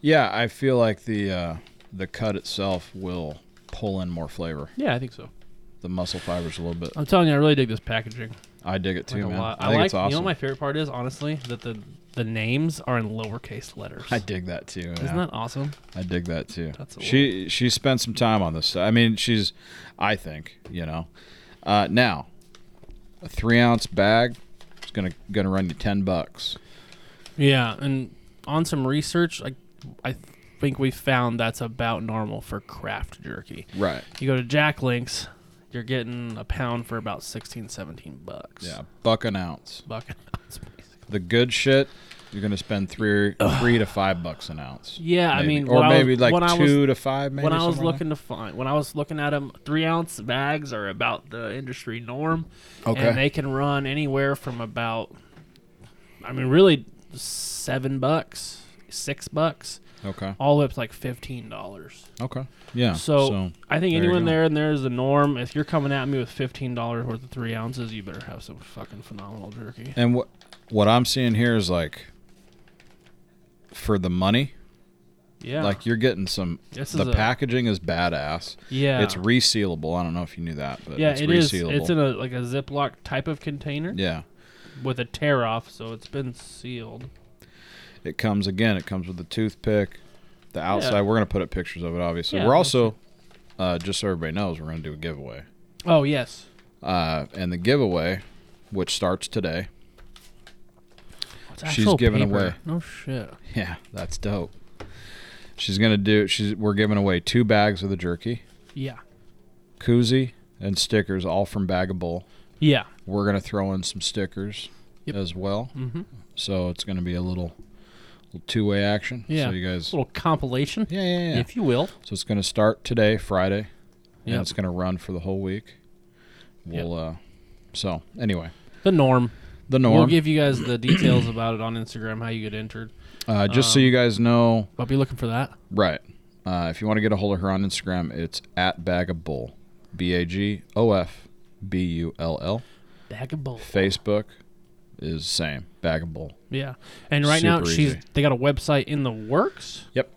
[SPEAKER 3] Yeah, I feel like the uh, the cut itself will pull in more flavor.
[SPEAKER 2] Yeah, I think so.
[SPEAKER 3] The muscle fibers a little bit.
[SPEAKER 2] I'm telling you, I really dig this packaging
[SPEAKER 3] I dig it
[SPEAKER 2] like
[SPEAKER 3] too,
[SPEAKER 2] a
[SPEAKER 3] man.
[SPEAKER 2] lot.
[SPEAKER 3] I
[SPEAKER 2] I,
[SPEAKER 3] think
[SPEAKER 2] like.
[SPEAKER 3] it's awesome.
[SPEAKER 2] You know, what my favorite part is honestly that the the names are in lowercase letters.
[SPEAKER 3] I dig that too.
[SPEAKER 2] Isn't
[SPEAKER 3] yeah.
[SPEAKER 2] that awesome?
[SPEAKER 3] I dig that too.
[SPEAKER 2] That's a
[SPEAKER 3] she she spent some time on this. stuff. I mean, she's, I think you know. Uh, now, a three ounce bag is gonna gonna run you ten bucks.
[SPEAKER 2] Yeah, and on some research, I I think we found that's about normal for craft jerky.
[SPEAKER 3] Right.
[SPEAKER 2] You go to Jack Links, you're getting a pound for about 16, 17 bucks.
[SPEAKER 3] Yeah, buck an ounce.
[SPEAKER 2] Buck an ounce, basically.
[SPEAKER 3] The good shit, you're gonna spend three three to five bucks an ounce.
[SPEAKER 2] Yeah, I
[SPEAKER 3] Maybe.
[SPEAKER 2] mean,
[SPEAKER 3] or
[SPEAKER 2] when
[SPEAKER 3] maybe
[SPEAKER 2] I was,
[SPEAKER 3] like
[SPEAKER 2] when I was-
[SPEAKER 3] two to five. Maybe
[SPEAKER 2] when I
[SPEAKER 3] somewhere
[SPEAKER 2] was
[SPEAKER 3] like
[SPEAKER 2] looking to find, when I was looking at them, three ounce bags are about the industry norm,
[SPEAKER 3] Okay.
[SPEAKER 2] and they can run anywhere from about, I mean, really seven bucks, six bucks,
[SPEAKER 3] that. Okay.
[SPEAKER 2] all the way up to like fifteen dollars.
[SPEAKER 3] Okay. Yeah.
[SPEAKER 2] So, I think
[SPEAKER 3] there you
[SPEAKER 2] anyone
[SPEAKER 3] go.
[SPEAKER 2] there and there is the norm. If you're coming at me with fifteen dollars worth of three ounces, you better have some fucking phenomenal jerky.
[SPEAKER 3] And what what I'm seeing here is like for the money,
[SPEAKER 2] Yeah,
[SPEAKER 3] like you're getting some
[SPEAKER 2] This
[SPEAKER 3] the
[SPEAKER 2] is a-
[SPEAKER 3] packaging is badass.
[SPEAKER 2] yeah,
[SPEAKER 3] It's resealable. I don't know if you knew that, but
[SPEAKER 2] yeah,
[SPEAKER 3] it's
[SPEAKER 2] it is.
[SPEAKER 3] resealable.
[SPEAKER 2] It's in a like a Ziploc type of container
[SPEAKER 3] yeah.
[SPEAKER 2] with a tear off, so it's been sealed.
[SPEAKER 3] It comes again, it comes with a toothpick. The outside, we're going to put up pictures of it obviously.
[SPEAKER 2] Yeah,
[SPEAKER 3] we're
[SPEAKER 2] that's
[SPEAKER 3] also uh, just so everybody knows, we're going to do a giveaway.
[SPEAKER 2] Oh yes,
[SPEAKER 3] Uh, and the giveaway which starts today.
[SPEAKER 2] It's
[SPEAKER 3] She's
[SPEAKER 2] actual
[SPEAKER 3] giving
[SPEAKER 2] paper.
[SPEAKER 3] away-
[SPEAKER 2] No shit.
[SPEAKER 3] Yeah, that's dope. She's going to do she's we're giving away two bags of the jerky,
[SPEAKER 2] Yeah.
[SPEAKER 3] koozie and stickers all from Bag of Bowl.
[SPEAKER 2] Yeah.
[SPEAKER 3] We're going to throw in some stickers
[SPEAKER 2] Yep.
[SPEAKER 3] as well.
[SPEAKER 2] Mm-hmm.
[SPEAKER 3] So it's going to be a little, little two-way action.
[SPEAKER 2] Yeah.
[SPEAKER 3] So you guys
[SPEAKER 2] little compilation,
[SPEAKER 3] Yeah, yeah, yeah.
[SPEAKER 2] if you will.
[SPEAKER 3] So it's going to start today, Friday, and
[SPEAKER 2] Yep.
[SPEAKER 3] it's going to run for the whole week. We'll uh so anyway,
[SPEAKER 2] The norm.
[SPEAKER 3] the norm.
[SPEAKER 2] We'll give you guys the details about it on Instagram, how you get entered.
[SPEAKER 3] uh, just
[SPEAKER 2] um,
[SPEAKER 3] so you guys know,
[SPEAKER 2] I'll be looking for that.
[SPEAKER 3] right. Uh, if you want to get a hold of her on Instagram, it's at bag of bull. B A G O F B U L L.
[SPEAKER 2] Bag of bull.
[SPEAKER 3] Facebook is the same, bag of bull.
[SPEAKER 2] Yeah. And right now
[SPEAKER 3] Super
[SPEAKER 2] she's
[SPEAKER 3] easy.
[SPEAKER 2] they got a website in the works,
[SPEAKER 3] Yep.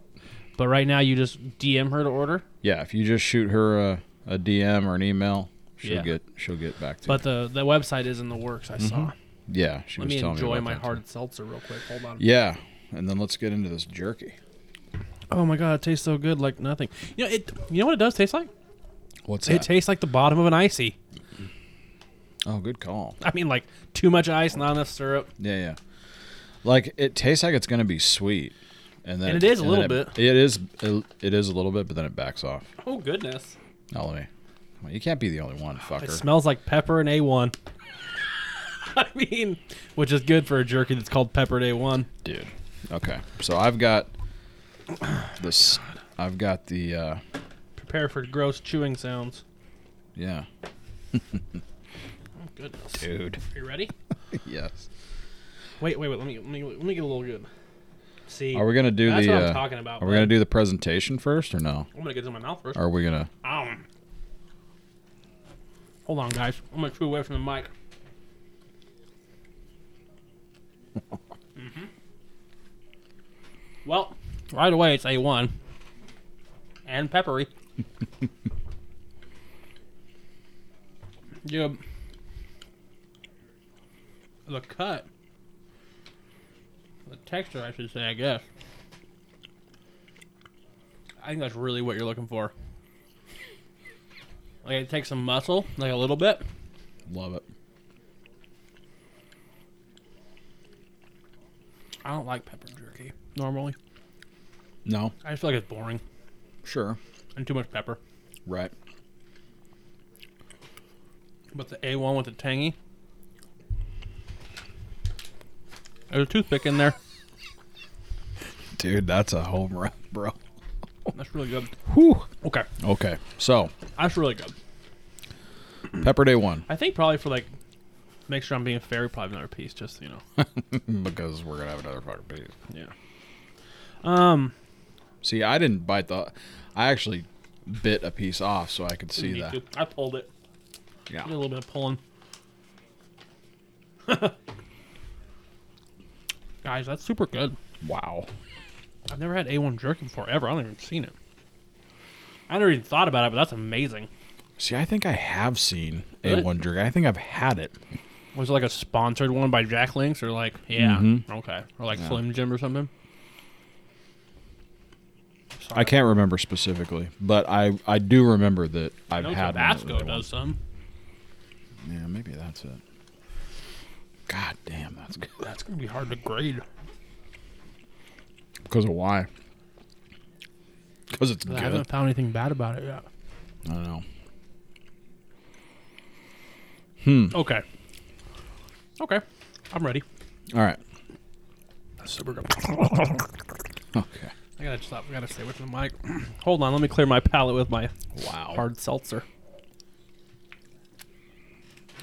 [SPEAKER 2] but right now you just DM her to order.
[SPEAKER 3] Yeah, if you just shoot her a, a DM or an email, she'll
[SPEAKER 2] Yeah.
[SPEAKER 3] get she'll get back to
[SPEAKER 2] But the the website is in the works, I saw.
[SPEAKER 3] you. Yeah, she Mm-hmm. was
[SPEAKER 2] Let me
[SPEAKER 3] telling me
[SPEAKER 2] enjoy
[SPEAKER 3] about
[SPEAKER 2] my
[SPEAKER 3] that, too.
[SPEAKER 2] hard seltzer real quick. Hold on.
[SPEAKER 3] Yeah, and then let's get into this jerky.
[SPEAKER 2] Oh my god, it tastes so good like nothing. You know it you know what it does taste like?
[SPEAKER 3] What's
[SPEAKER 2] It tastes like the bottom of an icy.
[SPEAKER 3] Oh, good call.
[SPEAKER 2] I mean, like too much ice, not enough syrup.
[SPEAKER 3] Yeah, yeah. Like it tastes like it's gonna be sweet, and then
[SPEAKER 2] And it is a
[SPEAKER 3] then
[SPEAKER 2] little
[SPEAKER 3] it- It is. It, it is a little bit, but then it backs off.
[SPEAKER 2] Oh goodness!
[SPEAKER 3] Now let me. come on, You can't be the only one, fucker.
[SPEAKER 2] It smells like pepper and A1. I mean, which is good for a jerky that's called peppered A1.
[SPEAKER 3] dude. Okay, so I've got this. I've got the. uh
[SPEAKER 2] Prepare for gross chewing sounds.
[SPEAKER 3] Yeah,
[SPEAKER 2] Oh goodness!
[SPEAKER 3] dude.
[SPEAKER 2] Are you ready?
[SPEAKER 3] yes.
[SPEAKER 2] Wait, wait, wait. Let me let me let me get a little good. See,
[SPEAKER 3] Are we gonna do
[SPEAKER 2] that's
[SPEAKER 3] the?
[SPEAKER 2] what I'm
[SPEAKER 3] uh,
[SPEAKER 2] talking about.
[SPEAKER 3] Are we
[SPEAKER 2] bud.
[SPEAKER 3] gonna do the presentation first or no?
[SPEAKER 2] I'm gonna get this in my mouth first.
[SPEAKER 3] Are we gonna?
[SPEAKER 2] Um. Hold on, guys. I'm gonna chew away from the mic. Mhm. Well, right away it's A1. And peppery. Dude. The cut. The texture, I should say, I guess. I think that's really what you're looking for. Like it takes some muscle, like a little bit.
[SPEAKER 3] Love it.
[SPEAKER 2] I don't like pepper jerky normally.
[SPEAKER 3] No.
[SPEAKER 2] I just feel like it's boring
[SPEAKER 3] Sure.
[SPEAKER 2] and too much pepper.
[SPEAKER 3] Right.
[SPEAKER 2] But the A1 with the tangy. There's a toothpick in there.
[SPEAKER 3] Dude, that's a home run, bro.
[SPEAKER 2] That's really good.
[SPEAKER 3] Whew.
[SPEAKER 2] Okay,
[SPEAKER 3] Okay, so
[SPEAKER 2] that's really good.
[SPEAKER 3] Pepper Day one
[SPEAKER 2] I think probably for like, make sure I'm being fair. Probably another piece, just you know.
[SPEAKER 3] because we're gonna have another fucking piece.
[SPEAKER 2] yeah. Um.
[SPEAKER 3] See, I didn't bite the. I actually bit a piece off so I could see
[SPEAKER 2] need
[SPEAKER 3] that.
[SPEAKER 2] to. I pulled it.
[SPEAKER 3] Yeah.
[SPEAKER 2] Did a little bit of pulling. Guys, that's super good.
[SPEAKER 3] Wow.
[SPEAKER 2] I've never had A1 jerky before ever. I don't even seen it. I never even thought about it, but that's amazing.
[SPEAKER 3] See, I think I have seen
[SPEAKER 2] Really?
[SPEAKER 3] a one jerk. I think I've had it.
[SPEAKER 2] Was it like a sponsored one by Jack Links or like yeah okay or like Slim Jim or something?
[SPEAKER 3] I can't remember specifically, but I I do remember that
[SPEAKER 2] I
[SPEAKER 3] I've
[SPEAKER 2] know
[SPEAKER 3] had one that
[SPEAKER 2] Tabasco
[SPEAKER 3] was
[SPEAKER 2] does some.
[SPEAKER 3] one. Yeah, maybe that's it. God damn, that's good.
[SPEAKER 2] That's gonna be hard to grade.
[SPEAKER 3] Because of why? Because it's
[SPEAKER 2] but I
[SPEAKER 3] good.
[SPEAKER 2] haven't found anything bad about it yet.
[SPEAKER 3] I don't know.
[SPEAKER 2] Hmm. Okay. Okay, I'm ready.
[SPEAKER 3] All right.
[SPEAKER 2] That's super good.
[SPEAKER 3] Okay.
[SPEAKER 2] I gotta stop. I gotta stay away from the mic. Hold on, let me clear my palate with my
[SPEAKER 3] Wow.
[SPEAKER 2] hard seltzer.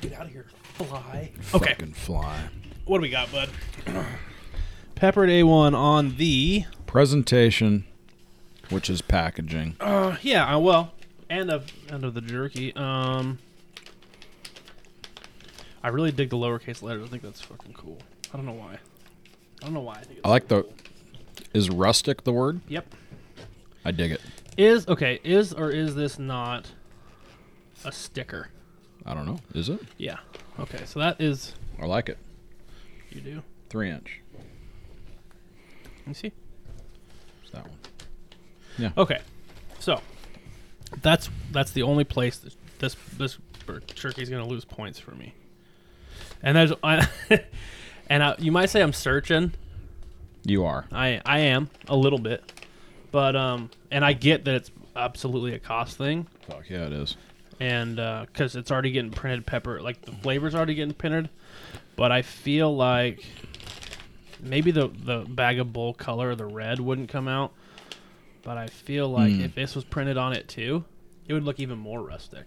[SPEAKER 2] Get out of here, fly. Okay,
[SPEAKER 3] Fucking fly.
[SPEAKER 2] what do we got, bud? Peppered A1 on the.
[SPEAKER 3] presentation, which is packaging.
[SPEAKER 2] Uh, yeah, uh, well, and of and of the jerky. Um, I really dig the lowercase letters. I think that's fucking cool. I don't know why. I don't know why. I, think it's
[SPEAKER 3] I like
[SPEAKER 2] so
[SPEAKER 3] the. Is rustic the word?
[SPEAKER 2] Yep.
[SPEAKER 3] I dig it.
[SPEAKER 2] Is okay. Is or is this not a sticker?
[SPEAKER 3] I don't know. Is it?
[SPEAKER 2] Yeah. Okay. So that is
[SPEAKER 3] I like it.
[SPEAKER 2] you do.
[SPEAKER 3] Three inch.
[SPEAKER 2] Let me see.
[SPEAKER 3] It's that one.
[SPEAKER 2] Okay, so that's that's the only place that this this bur- turkey's gonna lose points for me. And there's, I, and I, you might say I'm searching.
[SPEAKER 3] You are.
[SPEAKER 2] I I am a little bit, but um, and I get that it's absolutely a cost thing,
[SPEAKER 3] Fuck yeah, it is.
[SPEAKER 2] and because it's already getting printed pepper, like the flavor's already getting printed. But I feel like maybe the the bag of bowl color, the red, wouldn't come out. But I feel like
[SPEAKER 3] Hmm.
[SPEAKER 2] if this was printed on it too, it would look even more rustic,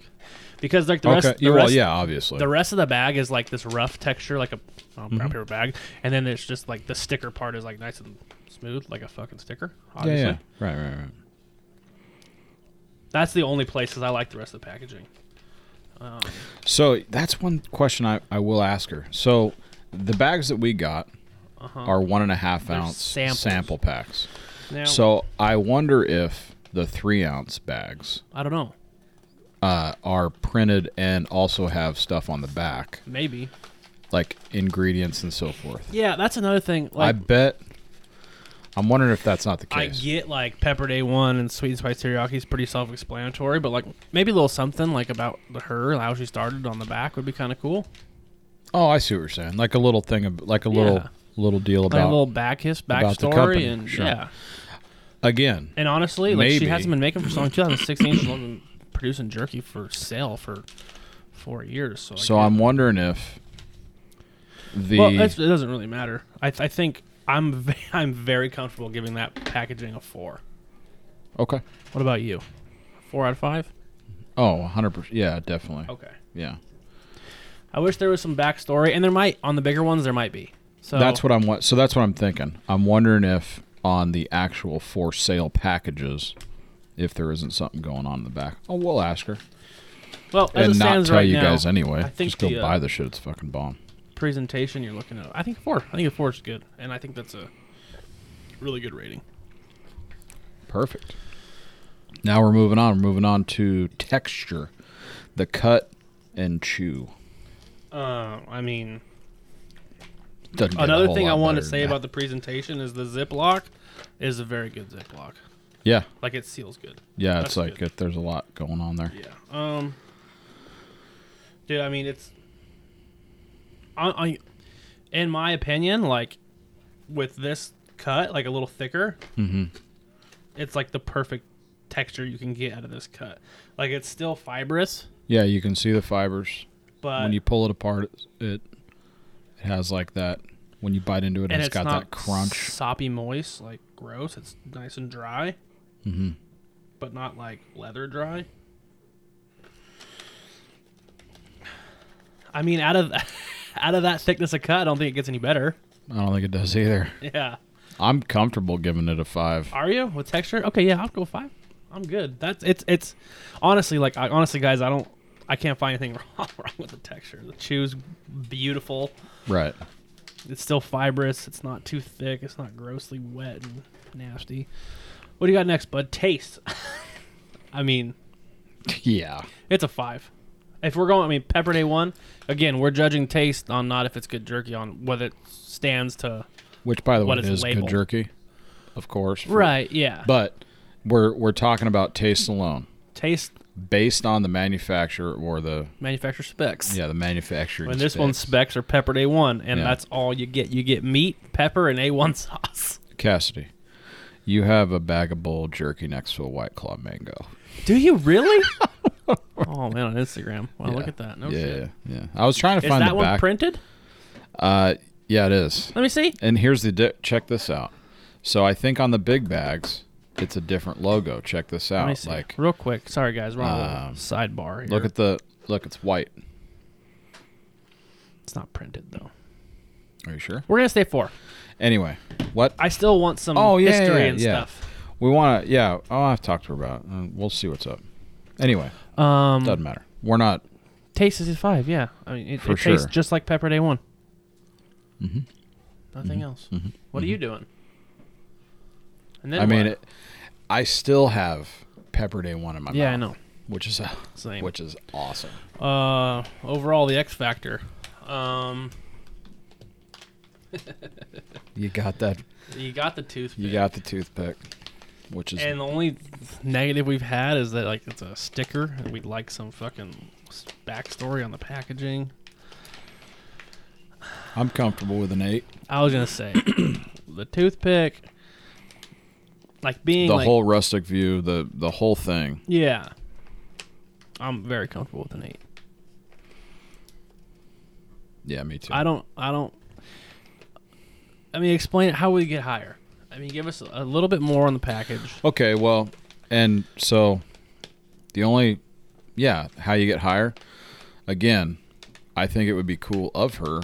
[SPEAKER 2] because like the rest,
[SPEAKER 3] okay.
[SPEAKER 2] the
[SPEAKER 3] Yeah, well,
[SPEAKER 2] rest-
[SPEAKER 3] yeah, obviously.
[SPEAKER 2] the rest of the bag is like this rough texture, like a um,
[SPEAKER 3] Mm-hmm.
[SPEAKER 2] brown paper bag, and then it's just like the sticker part is like nice and smooth, like a fucking sticker.
[SPEAKER 3] yeah,
[SPEAKER 2] Obviously,
[SPEAKER 3] yeah. Right, right, right.
[SPEAKER 2] that's the only places I like the rest of the packaging.
[SPEAKER 3] So that's one question I, I will ask her. So the bags that we got are one and a half ounce
[SPEAKER 2] Uh-huh. samples.
[SPEAKER 3] sample packs.
[SPEAKER 2] Now,
[SPEAKER 3] So I wonder if the three ounce bags
[SPEAKER 2] I don't know,
[SPEAKER 3] uh, are printed and also have stuff on the back.
[SPEAKER 2] maybe.
[SPEAKER 3] like ingredients and so forth.
[SPEAKER 2] Yeah, that's another thing.
[SPEAKER 3] I
[SPEAKER 2] Like
[SPEAKER 3] bet I'm wondering if that's not the
[SPEAKER 2] I
[SPEAKER 3] case.
[SPEAKER 2] get like pepper day one and sweet and spice teriyaki is pretty self-explanatory, but like maybe a little something like about the her how she started on the back would be kind of cool.
[SPEAKER 3] oh, I see what you're saying. Like a little thing, ab- like a little
[SPEAKER 2] Yeah.
[SPEAKER 3] little deal
[SPEAKER 2] Like
[SPEAKER 3] about
[SPEAKER 2] a little back his
[SPEAKER 3] about the
[SPEAKER 2] backstory
[SPEAKER 3] company,
[SPEAKER 2] and
[SPEAKER 3] sure.
[SPEAKER 2] yeah.
[SPEAKER 3] again.
[SPEAKER 2] And honestly, like
[SPEAKER 3] Maybe.
[SPEAKER 2] she hasn't been making for so long. 2016, she's only been producing jerky for sale for four years. So,
[SPEAKER 3] So I'm wondering if the
[SPEAKER 2] well, that's, it doesn't really matter. I, I think I'm ve- I'm very comfortable giving that packaging a four.
[SPEAKER 3] okay.
[SPEAKER 2] What about you? Four out of five.
[SPEAKER 3] Oh, 100 percent. Yeah, definitely.
[SPEAKER 2] Okay.
[SPEAKER 3] Yeah,
[SPEAKER 2] I wish there was some backstory, and there might on the bigger ones there might be. So
[SPEAKER 3] that's what I'm. wa- So that's what I'm thinking. I'm wondering if on the actual for sale packages, if there isn't something going on in the back. Oh, we'll ask her
[SPEAKER 2] Well, as it
[SPEAKER 3] and not
[SPEAKER 2] stands
[SPEAKER 3] tell
[SPEAKER 2] right
[SPEAKER 3] you
[SPEAKER 2] now,
[SPEAKER 3] guys anyway.
[SPEAKER 2] I think
[SPEAKER 3] Just go
[SPEAKER 2] the, uh,
[SPEAKER 3] buy the shit. It's fucking bomb.
[SPEAKER 2] presentation you're looking at. I think four. I think a four is good, and I think that's a really good rating.
[SPEAKER 3] Perfect. Now we're moving on. We're moving on to texture, the cut and chew.
[SPEAKER 2] Uh, I mean,
[SPEAKER 3] Doesn't get a
[SPEAKER 2] Another
[SPEAKER 3] whole
[SPEAKER 2] thing I
[SPEAKER 3] lot
[SPEAKER 2] want to
[SPEAKER 3] better than
[SPEAKER 2] say
[SPEAKER 3] that.
[SPEAKER 2] about the presentation is the Ziploc is a very good Ziploc.
[SPEAKER 3] yeah,
[SPEAKER 2] Like it seals good.
[SPEAKER 3] yeah, it's
[SPEAKER 2] That's
[SPEAKER 3] like
[SPEAKER 2] good.
[SPEAKER 3] it, there's a lot going on there.
[SPEAKER 2] Yeah. Um. Dude, I mean, it's. I, I, in my opinion, like, with this cut, like a little thicker,
[SPEAKER 3] Mm-hmm.
[SPEAKER 2] it's like the perfect texture you can get out of this cut. Like it's still fibrous,
[SPEAKER 3] Yeah, you can see the fibers
[SPEAKER 2] but
[SPEAKER 3] when you pull it apart. It it has like that when you bite into it.
[SPEAKER 2] and
[SPEAKER 3] it's
[SPEAKER 2] it's
[SPEAKER 3] got
[SPEAKER 2] not
[SPEAKER 3] that crunch.
[SPEAKER 2] soppy moist, like gross. It's nice and dry, mm-hmm. but not like leather dry. I mean, out of out of that thickness of cut, I don't think it gets any better.
[SPEAKER 3] I don't think it does either.
[SPEAKER 2] Yeah,
[SPEAKER 3] I'm comfortable giving it a five.
[SPEAKER 2] are you with texture? Okay, yeah, I'll go five. I'm good. That's it's it's honestly like I, honestly, guys, I don't I can't find anything wrong, wrong with the texture. The chew's beautiful.
[SPEAKER 3] Right.
[SPEAKER 2] It's still fibrous. It's not too thick. It's not grossly wet and nasty. What do you got next, bud? Taste. I mean,
[SPEAKER 3] Yeah.
[SPEAKER 2] it's a five. If we're going, I mean, pepper day one. Again, we're judging taste on not if it's good jerky, on whether it stands to.
[SPEAKER 3] Which, by the
[SPEAKER 2] What
[SPEAKER 3] way,
[SPEAKER 2] is
[SPEAKER 3] is
[SPEAKER 2] labeled.
[SPEAKER 3] good jerky, of course. for-
[SPEAKER 2] Right. Yeah.
[SPEAKER 3] But we're we're talking about taste alone,
[SPEAKER 2] taste
[SPEAKER 3] based on the manufacturer or the
[SPEAKER 2] manufacturer specs.
[SPEAKER 3] yeah the manufacturer.
[SPEAKER 2] And this one's specs are pepper day one, and
[SPEAKER 3] Yeah.
[SPEAKER 2] that's all you get. You get meat, pepper, and a one sauce.
[SPEAKER 3] Cassidy. You have a bag of bull jerky next to a White Claw mango.
[SPEAKER 2] Do you really? oh man, on Instagram. Wow,
[SPEAKER 3] yeah.
[SPEAKER 2] look at that. No
[SPEAKER 3] yeah,
[SPEAKER 2] shit.
[SPEAKER 3] yeah, yeah. I was trying to
[SPEAKER 2] Is
[SPEAKER 3] find
[SPEAKER 2] that
[SPEAKER 3] the
[SPEAKER 2] one
[SPEAKER 3] back.
[SPEAKER 2] printed?
[SPEAKER 3] Uh, yeah, it is.
[SPEAKER 2] Let me see.
[SPEAKER 3] And here's the di- check this out. So I think on the big bags, it's a different logo. Check this
[SPEAKER 2] Let me
[SPEAKER 3] out.
[SPEAKER 2] see.
[SPEAKER 3] Like,
[SPEAKER 2] real quick. Sorry guys, we're on a little
[SPEAKER 3] Um,
[SPEAKER 2] sidebar here.
[SPEAKER 3] look at the look. It's white.
[SPEAKER 2] it's not printed though.
[SPEAKER 3] Are you sure?
[SPEAKER 2] We're gonna stay four.
[SPEAKER 3] Anyway, what
[SPEAKER 2] I still want some
[SPEAKER 3] Oh, yeah,
[SPEAKER 2] history
[SPEAKER 3] yeah,
[SPEAKER 2] and
[SPEAKER 3] yeah.
[SPEAKER 2] stuff.
[SPEAKER 3] we want to? Yeah, I'll have to talk to her about. It. Uh, We'll see what's up. Anyway,
[SPEAKER 2] Um,
[SPEAKER 3] doesn't matter. We're not.
[SPEAKER 2] tastes is five. Yeah, I mean it,
[SPEAKER 3] For
[SPEAKER 2] it tastes
[SPEAKER 3] sure. Mm-hmm.
[SPEAKER 2] just like Pepper Day One. Nothing else. What are you doing? And then
[SPEAKER 3] I mean,
[SPEAKER 2] what?
[SPEAKER 3] it, I still have Pepper Day one in my
[SPEAKER 2] yeah, I
[SPEAKER 3] mouth,
[SPEAKER 2] know.
[SPEAKER 3] which is a,
[SPEAKER 2] Same.
[SPEAKER 3] which is awesome.
[SPEAKER 2] Uh, overall, the X Factor. Um,
[SPEAKER 3] You got that.
[SPEAKER 2] you got the toothpick.
[SPEAKER 3] You got the toothpick, which is
[SPEAKER 2] And the only negative we've had is that like it's a sticker, and we'd like some fucking s- backstory on the packaging.
[SPEAKER 3] I'm comfortable with an eight.
[SPEAKER 2] I was gonna say the toothpick, like being
[SPEAKER 3] The
[SPEAKER 2] like-
[SPEAKER 3] whole rustic view, the the whole thing.
[SPEAKER 2] yeah. I'm very comfortable with an eight.
[SPEAKER 3] Yeah, me too.
[SPEAKER 2] I don't. I don't. I mean, explain it. How would we get higher? I mean, give us a little bit more on the package.
[SPEAKER 3] Okay, well, and so the only, yeah, how you get higher. Again, I think it would be cool of her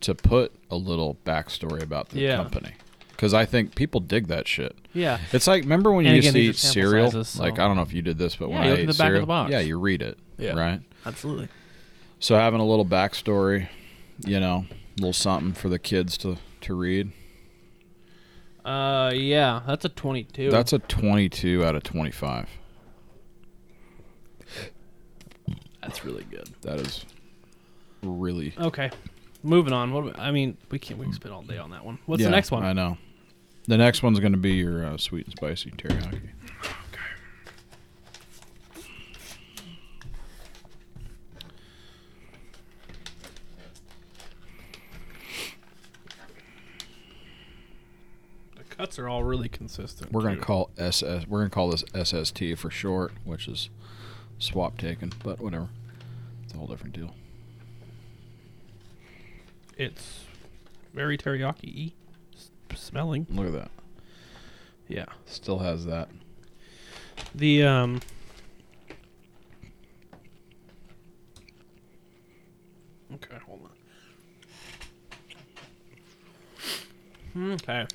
[SPEAKER 3] to put a little backstory about the
[SPEAKER 2] Yeah.
[SPEAKER 3] company because I think people dig that shit.
[SPEAKER 2] Yeah.
[SPEAKER 3] It's like remember when you
[SPEAKER 2] And
[SPEAKER 3] used to
[SPEAKER 2] again,
[SPEAKER 3] eat
[SPEAKER 2] these are sample
[SPEAKER 3] cereal?
[SPEAKER 2] sizes, so-
[SPEAKER 3] Like I don't know if you did this, but when
[SPEAKER 2] you
[SPEAKER 3] I
[SPEAKER 2] look
[SPEAKER 3] ate
[SPEAKER 2] at the back of
[SPEAKER 3] cereal,
[SPEAKER 2] the box.
[SPEAKER 3] yeah, you read it,
[SPEAKER 2] Yeah.
[SPEAKER 3] right?
[SPEAKER 2] Absolutely.
[SPEAKER 3] So having a little backstory, you know, a little something for the kids to to read.
[SPEAKER 2] Uh, yeah. That's a twenty-two.
[SPEAKER 3] That's a twenty-two out of twenty-five.
[SPEAKER 2] that's really good.
[SPEAKER 3] That is really
[SPEAKER 2] Okay. Moving on. What? do we- I mean, we can't. We can spend all day on that one. What's
[SPEAKER 3] Yeah,
[SPEAKER 2] the next
[SPEAKER 3] I
[SPEAKER 2] one?
[SPEAKER 3] know. The next one's going to be your uh, sweet and spicy teriyaki.
[SPEAKER 2] The cuts are all really consistent.
[SPEAKER 3] We're going
[SPEAKER 2] too.
[SPEAKER 3] to call SS. We're going to call this SST for short, which is swap taken, but whatever. It's a whole different deal.
[SPEAKER 2] It's very teriyaki smelling.
[SPEAKER 3] Look at that.
[SPEAKER 2] Yeah.
[SPEAKER 3] Still has that.
[SPEAKER 2] The um Okay, hold on. Okay.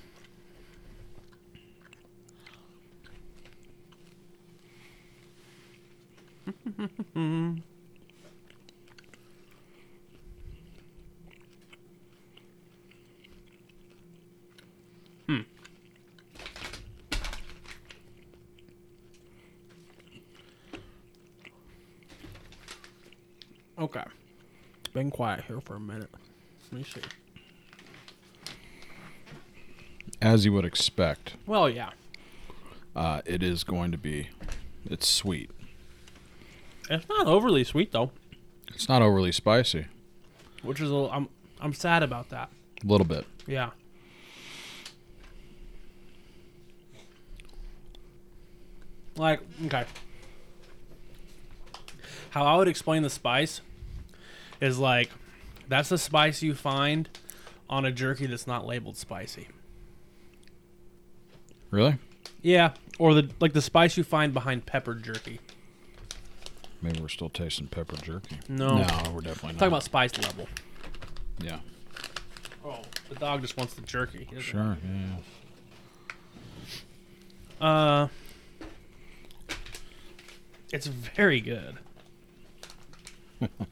[SPEAKER 2] Okay. It's been quiet here for a minute. Let me see.
[SPEAKER 3] As you would expect,
[SPEAKER 2] Well, yeah.
[SPEAKER 3] uh, it is going to be. It's sweet.
[SPEAKER 2] It's not overly sweet though,
[SPEAKER 3] It's not overly spicy.
[SPEAKER 2] which is a little, I'm I'm sad about that.
[SPEAKER 3] A little bit.
[SPEAKER 2] Yeah. Like, okay. How I would explain the spice is like that's the spice you find on a jerky that's not labeled spicy.
[SPEAKER 3] Really?
[SPEAKER 2] Yeah, or the like the spice you find behind peppered jerky.
[SPEAKER 3] Maybe we're still tasting pepper jerky.
[SPEAKER 2] No.
[SPEAKER 3] No, we're definitely not.
[SPEAKER 2] Talk about spice level.
[SPEAKER 3] Yeah.
[SPEAKER 2] Oh, the dog just wants the jerky. He doesn't-
[SPEAKER 3] Sure. Yeah.
[SPEAKER 2] Uh, it's very good.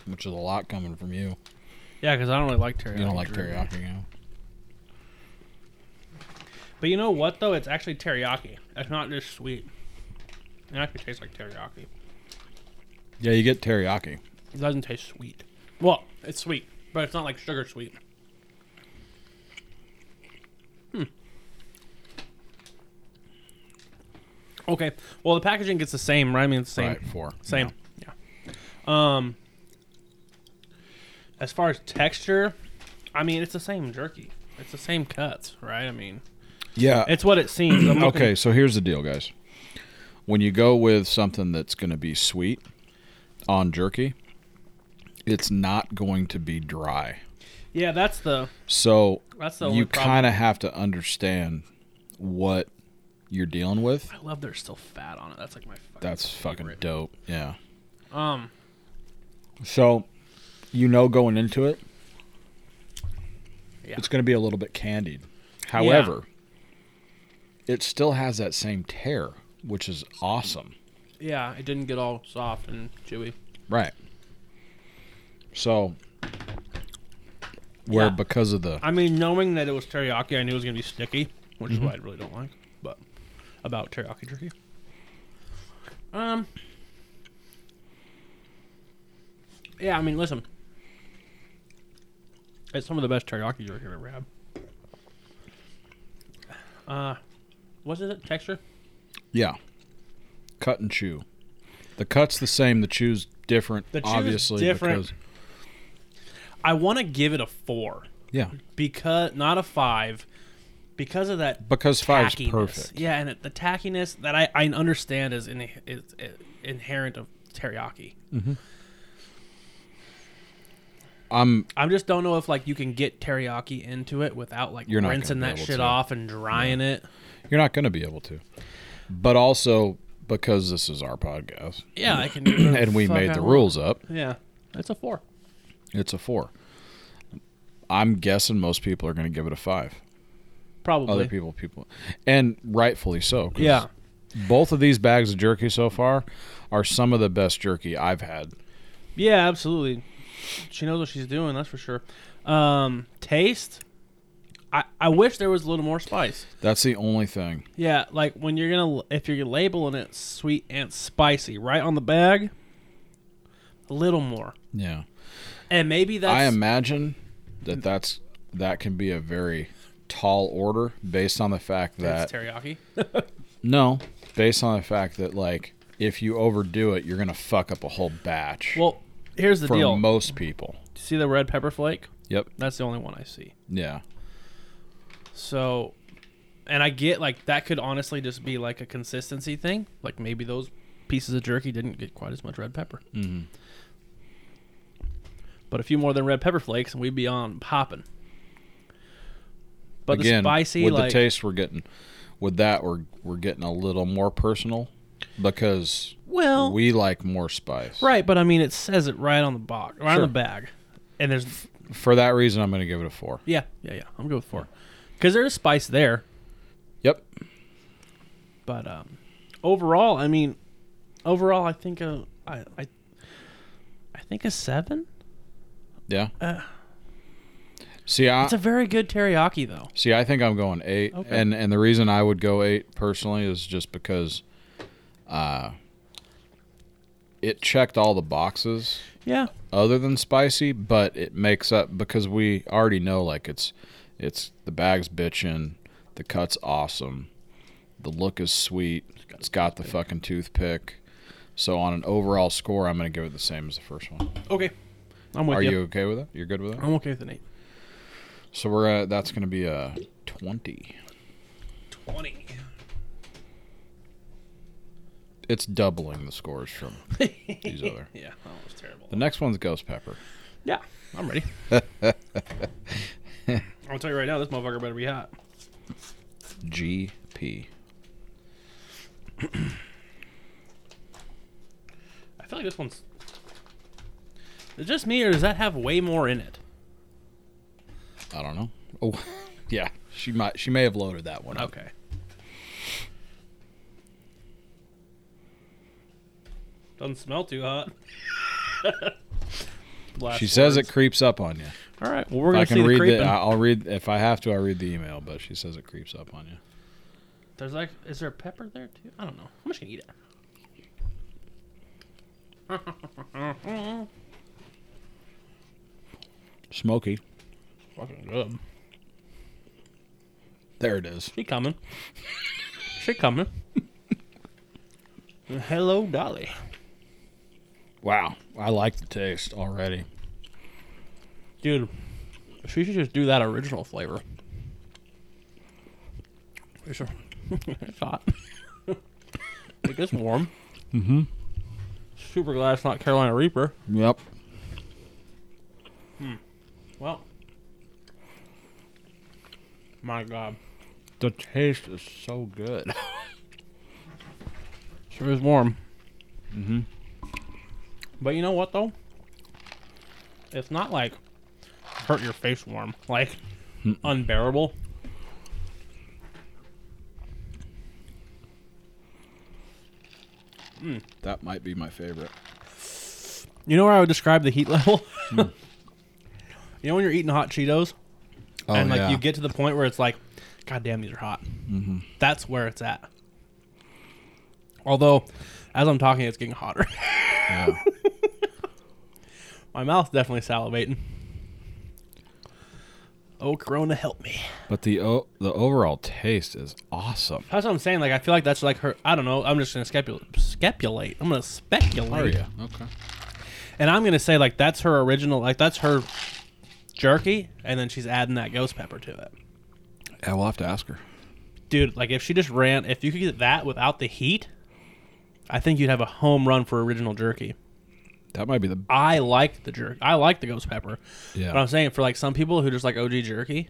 [SPEAKER 3] Which is a lot coming from you.
[SPEAKER 2] Yeah, because I don't really like teriyaki.
[SPEAKER 3] You don't like
[SPEAKER 2] jerky.
[SPEAKER 3] teriyaki, yeah?
[SPEAKER 2] But you know what though? It's actually teriyaki. It's not just sweet. It actually tastes like teriyaki.
[SPEAKER 3] Yeah, you get teriyaki.
[SPEAKER 2] It doesn't taste sweet. Well, it's sweet, but it's not like sugar sweet. Hmm. Okay. Well, the packaging gets the same, right? I mean, it's the same.
[SPEAKER 3] Right, four.
[SPEAKER 2] Same.
[SPEAKER 3] Yeah.
[SPEAKER 2] Yeah. Um. As far as texture, I mean, it's the same jerky. It's the same cuts, right? I mean,
[SPEAKER 3] Yeah.
[SPEAKER 2] it's what it seems. I'm looking-
[SPEAKER 3] okay, so here's the deal, guys. When you go with something that's going to be sweet on jerky, it's not going to be dry.
[SPEAKER 2] Yeah, that's the
[SPEAKER 3] So
[SPEAKER 2] that's the only
[SPEAKER 3] you
[SPEAKER 2] problem.
[SPEAKER 3] kind of have to understand what you're dealing with.
[SPEAKER 2] I love there's still fat on it. That's like my fucking
[SPEAKER 3] That's fucking dope. Yeah.
[SPEAKER 2] um.
[SPEAKER 3] So you know going into it,
[SPEAKER 2] Yeah.
[SPEAKER 3] it's going to be a little bit candied. However, it still has that same tear, which is awesome.
[SPEAKER 2] Yeah, it didn't get all soft and chewy.
[SPEAKER 3] Right. So, where
[SPEAKER 2] Yeah.
[SPEAKER 3] because of the
[SPEAKER 2] I mean, knowing that it was teriyaki, I knew it was gonna be sticky, which
[SPEAKER 3] Mm-hmm.
[SPEAKER 2] is what I really don't like. But about teriyaki jerky. Um. Yeah, I mean, listen. It's some of the best teriyaki jerky I've ever had. Uh, what is it? Texture?
[SPEAKER 3] yeah, cut and chew, the cut's the same. The chew's different,
[SPEAKER 2] The chew's
[SPEAKER 3] obviously.
[SPEAKER 2] different.
[SPEAKER 3] Because,
[SPEAKER 2] I want to give it a four.
[SPEAKER 3] yeah,
[SPEAKER 2] because not a five because of that
[SPEAKER 3] because five's
[SPEAKER 2] tackiness.
[SPEAKER 3] perfect.
[SPEAKER 2] yeah and it, the tackiness that i, I understand is, in, is, is inherent of teriyaki
[SPEAKER 3] Mm-hmm. I'm
[SPEAKER 2] i just don't know if like you can get teriyaki into it without like
[SPEAKER 3] You're not
[SPEAKER 2] rinsing
[SPEAKER 3] gonna be
[SPEAKER 2] that
[SPEAKER 3] able
[SPEAKER 2] shit
[SPEAKER 3] to.
[SPEAKER 2] off and drying it
[SPEAKER 3] you're not going to be able to, but also because this is our podcast
[SPEAKER 2] yeah i can do whatever
[SPEAKER 3] and we
[SPEAKER 2] fuck
[SPEAKER 3] made
[SPEAKER 2] I
[SPEAKER 3] the
[SPEAKER 2] want.
[SPEAKER 3] rules up,
[SPEAKER 2] yeah that's a four
[SPEAKER 3] it's a four. I'm guessing most people are going to give it a five.
[SPEAKER 2] probably
[SPEAKER 3] Other people, people, and rightfully so. 'cause
[SPEAKER 2] yeah
[SPEAKER 3] Both of these bags of jerky so far are some of the best jerky I've had.
[SPEAKER 2] yeah absolutely she knows what she's doing that's for sure um taste i i wish there was a little more spice
[SPEAKER 3] That's the only thing.
[SPEAKER 2] Yeah, like when you're gonna if you're labeling it sweet and spicy right on the bag, a little more,
[SPEAKER 3] Yeah.
[SPEAKER 2] and maybe that's Mm.
[SPEAKER 3] I imagine that that's that can be a very tall order based on the fact
[SPEAKER 2] That's
[SPEAKER 3] that
[SPEAKER 2] teriyaki.
[SPEAKER 3] no, based on the fact that like if you overdo it, you're gonna fuck up a whole batch
[SPEAKER 2] Well, here's the
[SPEAKER 3] for
[SPEAKER 2] deal.
[SPEAKER 3] most people.
[SPEAKER 2] see the red pepper flake?
[SPEAKER 3] Yep.
[SPEAKER 2] That's the only one I see.
[SPEAKER 3] Yeah.
[SPEAKER 2] So, and I get like that could honestly just be like a consistency thing. Like maybe those pieces of jerky didn't get quite as much red pepper. Mm-hmm. But a few more than red pepper flakes, and we'd be on popping. But
[SPEAKER 3] Again,
[SPEAKER 2] the spicy,
[SPEAKER 3] with
[SPEAKER 2] like
[SPEAKER 3] the taste we're getting, with that we're we're getting a little more personal because
[SPEAKER 2] well,
[SPEAKER 3] we like more spice.
[SPEAKER 2] right? But I mean, it says it right on the box, right on
[SPEAKER 3] Sure.
[SPEAKER 2] the bag. And there's
[SPEAKER 3] For that reason, I'm gonna give it a four.
[SPEAKER 2] yeah, yeah, yeah. I'm good with four because there is spice there.
[SPEAKER 3] Yep.
[SPEAKER 2] But um, overall, I mean, overall, I think a, I, I, I think a seven.
[SPEAKER 3] Yeah.
[SPEAKER 2] Uh.
[SPEAKER 3] see, I
[SPEAKER 2] It's a very good teriyaki, though.
[SPEAKER 3] see. I think I'm going eight,
[SPEAKER 2] Okay.
[SPEAKER 3] and and the reason I would go eight personally is just because, uh, it checked all the boxes
[SPEAKER 2] Yeah,
[SPEAKER 3] other than spicy, but it makes up because we already know like it's it's the bag's bitching, the cut's awesome, the look is sweet, it's got the fucking toothpick. So on an overall score, I'm gonna give it the same as the first one.
[SPEAKER 2] okay. I'm with
[SPEAKER 3] Are
[SPEAKER 2] you.
[SPEAKER 3] you okay with it? You're good with it?
[SPEAKER 2] I'm okay with an eight.
[SPEAKER 3] So we're at, that's going to be a 20.
[SPEAKER 2] Twenty.
[SPEAKER 3] It's doubling the scores from these other.
[SPEAKER 2] Yeah, that one was terrible.
[SPEAKER 3] The next one's Ghost Pepper.
[SPEAKER 2] Yeah, I'm ready. I'll tell you right now, this motherfucker better be hot.
[SPEAKER 3] GP.
[SPEAKER 2] I feel like this one's. Is it just me, or does that have way more in it?
[SPEAKER 3] I don't know. Oh, yeah. She might she may have loaded that one. up.
[SPEAKER 2] Okay. Doesn't smell too hot. Last
[SPEAKER 3] She says it
[SPEAKER 2] words.
[SPEAKER 3] creeps up on you.
[SPEAKER 2] All right. Well, we're
[SPEAKER 3] If
[SPEAKER 2] gonna
[SPEAKER 3] I
[SPEAKER 2] see
[SPEAKER 3] can
[SPEAKER 2] the
[SPEAKER 3] read
[SPEAKER 2] creeping.
[SPEAKER 3] the, I- I'll read if I have to I'll read the email, but she says it creeps up on you.
[SPEAKER 2] There's like, is there pepper there too? I don't know. I'm just gonna eat it.
[SPEAKER 3] Smoky.
[SPEAKER 2] Fucking good.
[SPEAKER 3] There it is.
[SPEAKER 2] She coming. She coming. Hello, Dolly.
[SPEAKER 3] Wow. I like the taste already.
[SPEAKER 2] Dude, she should just do that original flavor. It's, a- it's hot. it gets warm. Mm-hmm. Super glad it's not Carolina Reaper.
[SPEAKER 3] Yep.
[SPEAKER 2] Well. My God.
[SPEAKER 3] The taste is so good.
[SPEAKER 2] Sure is warm. Mm-hmm. But you know what though? It's not like hurt your face warm, like unbearable.
[SPEAKER 3] that might be my favorite.
[SPEAKER 2] You know where I would describe the heat level?
[SPEAKER 3] Hmm.
[SPEAKER 2] you know when you're eating hot Cheetos
[SPEAKER 3] Oh,
[SPEAKER 2] and like
[SPEAKER 3] yeah.
[SPEAKER 2] you get to the point where it's like, God damn, these are hot. Mm-hmm. That's where it's at. Although, as I'm talking, it's getting hotter.
[SPEAKER 3] Yeah.
[SPEAKER 2] My mouth's definitely salivating. Oh, Corona, help me.
[SPEAKER 3] But the o- the overall taste is awesome.
[SPEAKER 2] That's what I'm saying. Like, I feel like that's like her. I don't know. I'm just gonna speculate. Speculate. I'm gonna
[SPEAKER 3] Are
[SPEAKER 2] speculate.
[SPEAKER 3] you okay?
[SPEAKER 2] And I'm gonna say like that's her original. Like that's her jerky, and then she's adding that ghost pepper to it.
[SPEAKER 3] Yeah, we'll have to ask her.
[SPEAKER 2] Dude, like if she just ran, if you could get that without the heat, I think you'd have a home run for original jerky.
[SPEAKER 3] That might be the
[SPEAKER 2] I like the jerk. I like the ghost pepper.
[SPEAKER 3] yeah. Mm-hmm.
[SPEAKER 2] But I'm saying for like some people who just like OG jerky,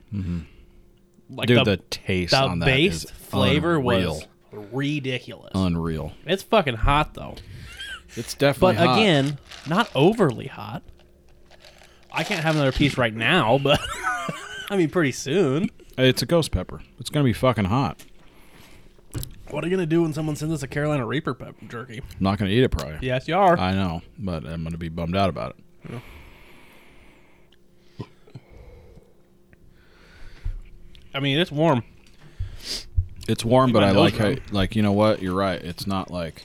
[SPEAKER 2] like
[SPEAKER 3] Dude, the,
[SPEAKER 2] the,
[SPEAKER 3] taste
[SPEAKER 2] the
[SPEAKER 3] on that
[SPEAKER 2] base
[SPEAKER 3] is
[SPEAKER 2] flavor
[SPEAKER 3] unreal.
[SPEAKER 2] was ridiculous.
[SPEAKER 3] unreal.
[SPEAKER 2] it's fucking hot though.
[SPEAKER 3] It's definitely.
[SPEAKER 2] But
[SPEAKER 3] hot.
[SPEAKER 2] again, not overly hot. I can't have another piece right now, but I mean, pretty soon.
[SPEAKER 3] it's a ghost pepper. It's gonna be fucking hot.
[SPEAKER 2] What are you gonna do when someone sends us a Carolina Reaper pep jerky?
[SPEAKER 3] I'm not gonna eat it probably.
[SPEAKER 2] Yes, you are.
[SPEAKER 3] I know, but I'm gonna be bummed out about it.
[SPEAKER 2] I mean, it's warm.
[SPEAKER 3] It's warm,
[SPEAKER 2] Keep
[SPEAKER 3] but
[SPEAKER 2] my
[SPEAKER 3] I
[SPEAKER 2] nose
[SPEAKER 3] like how,
[SPEAKER 2] running.
[SPEAKER 3] like you know what? You're right. It's not like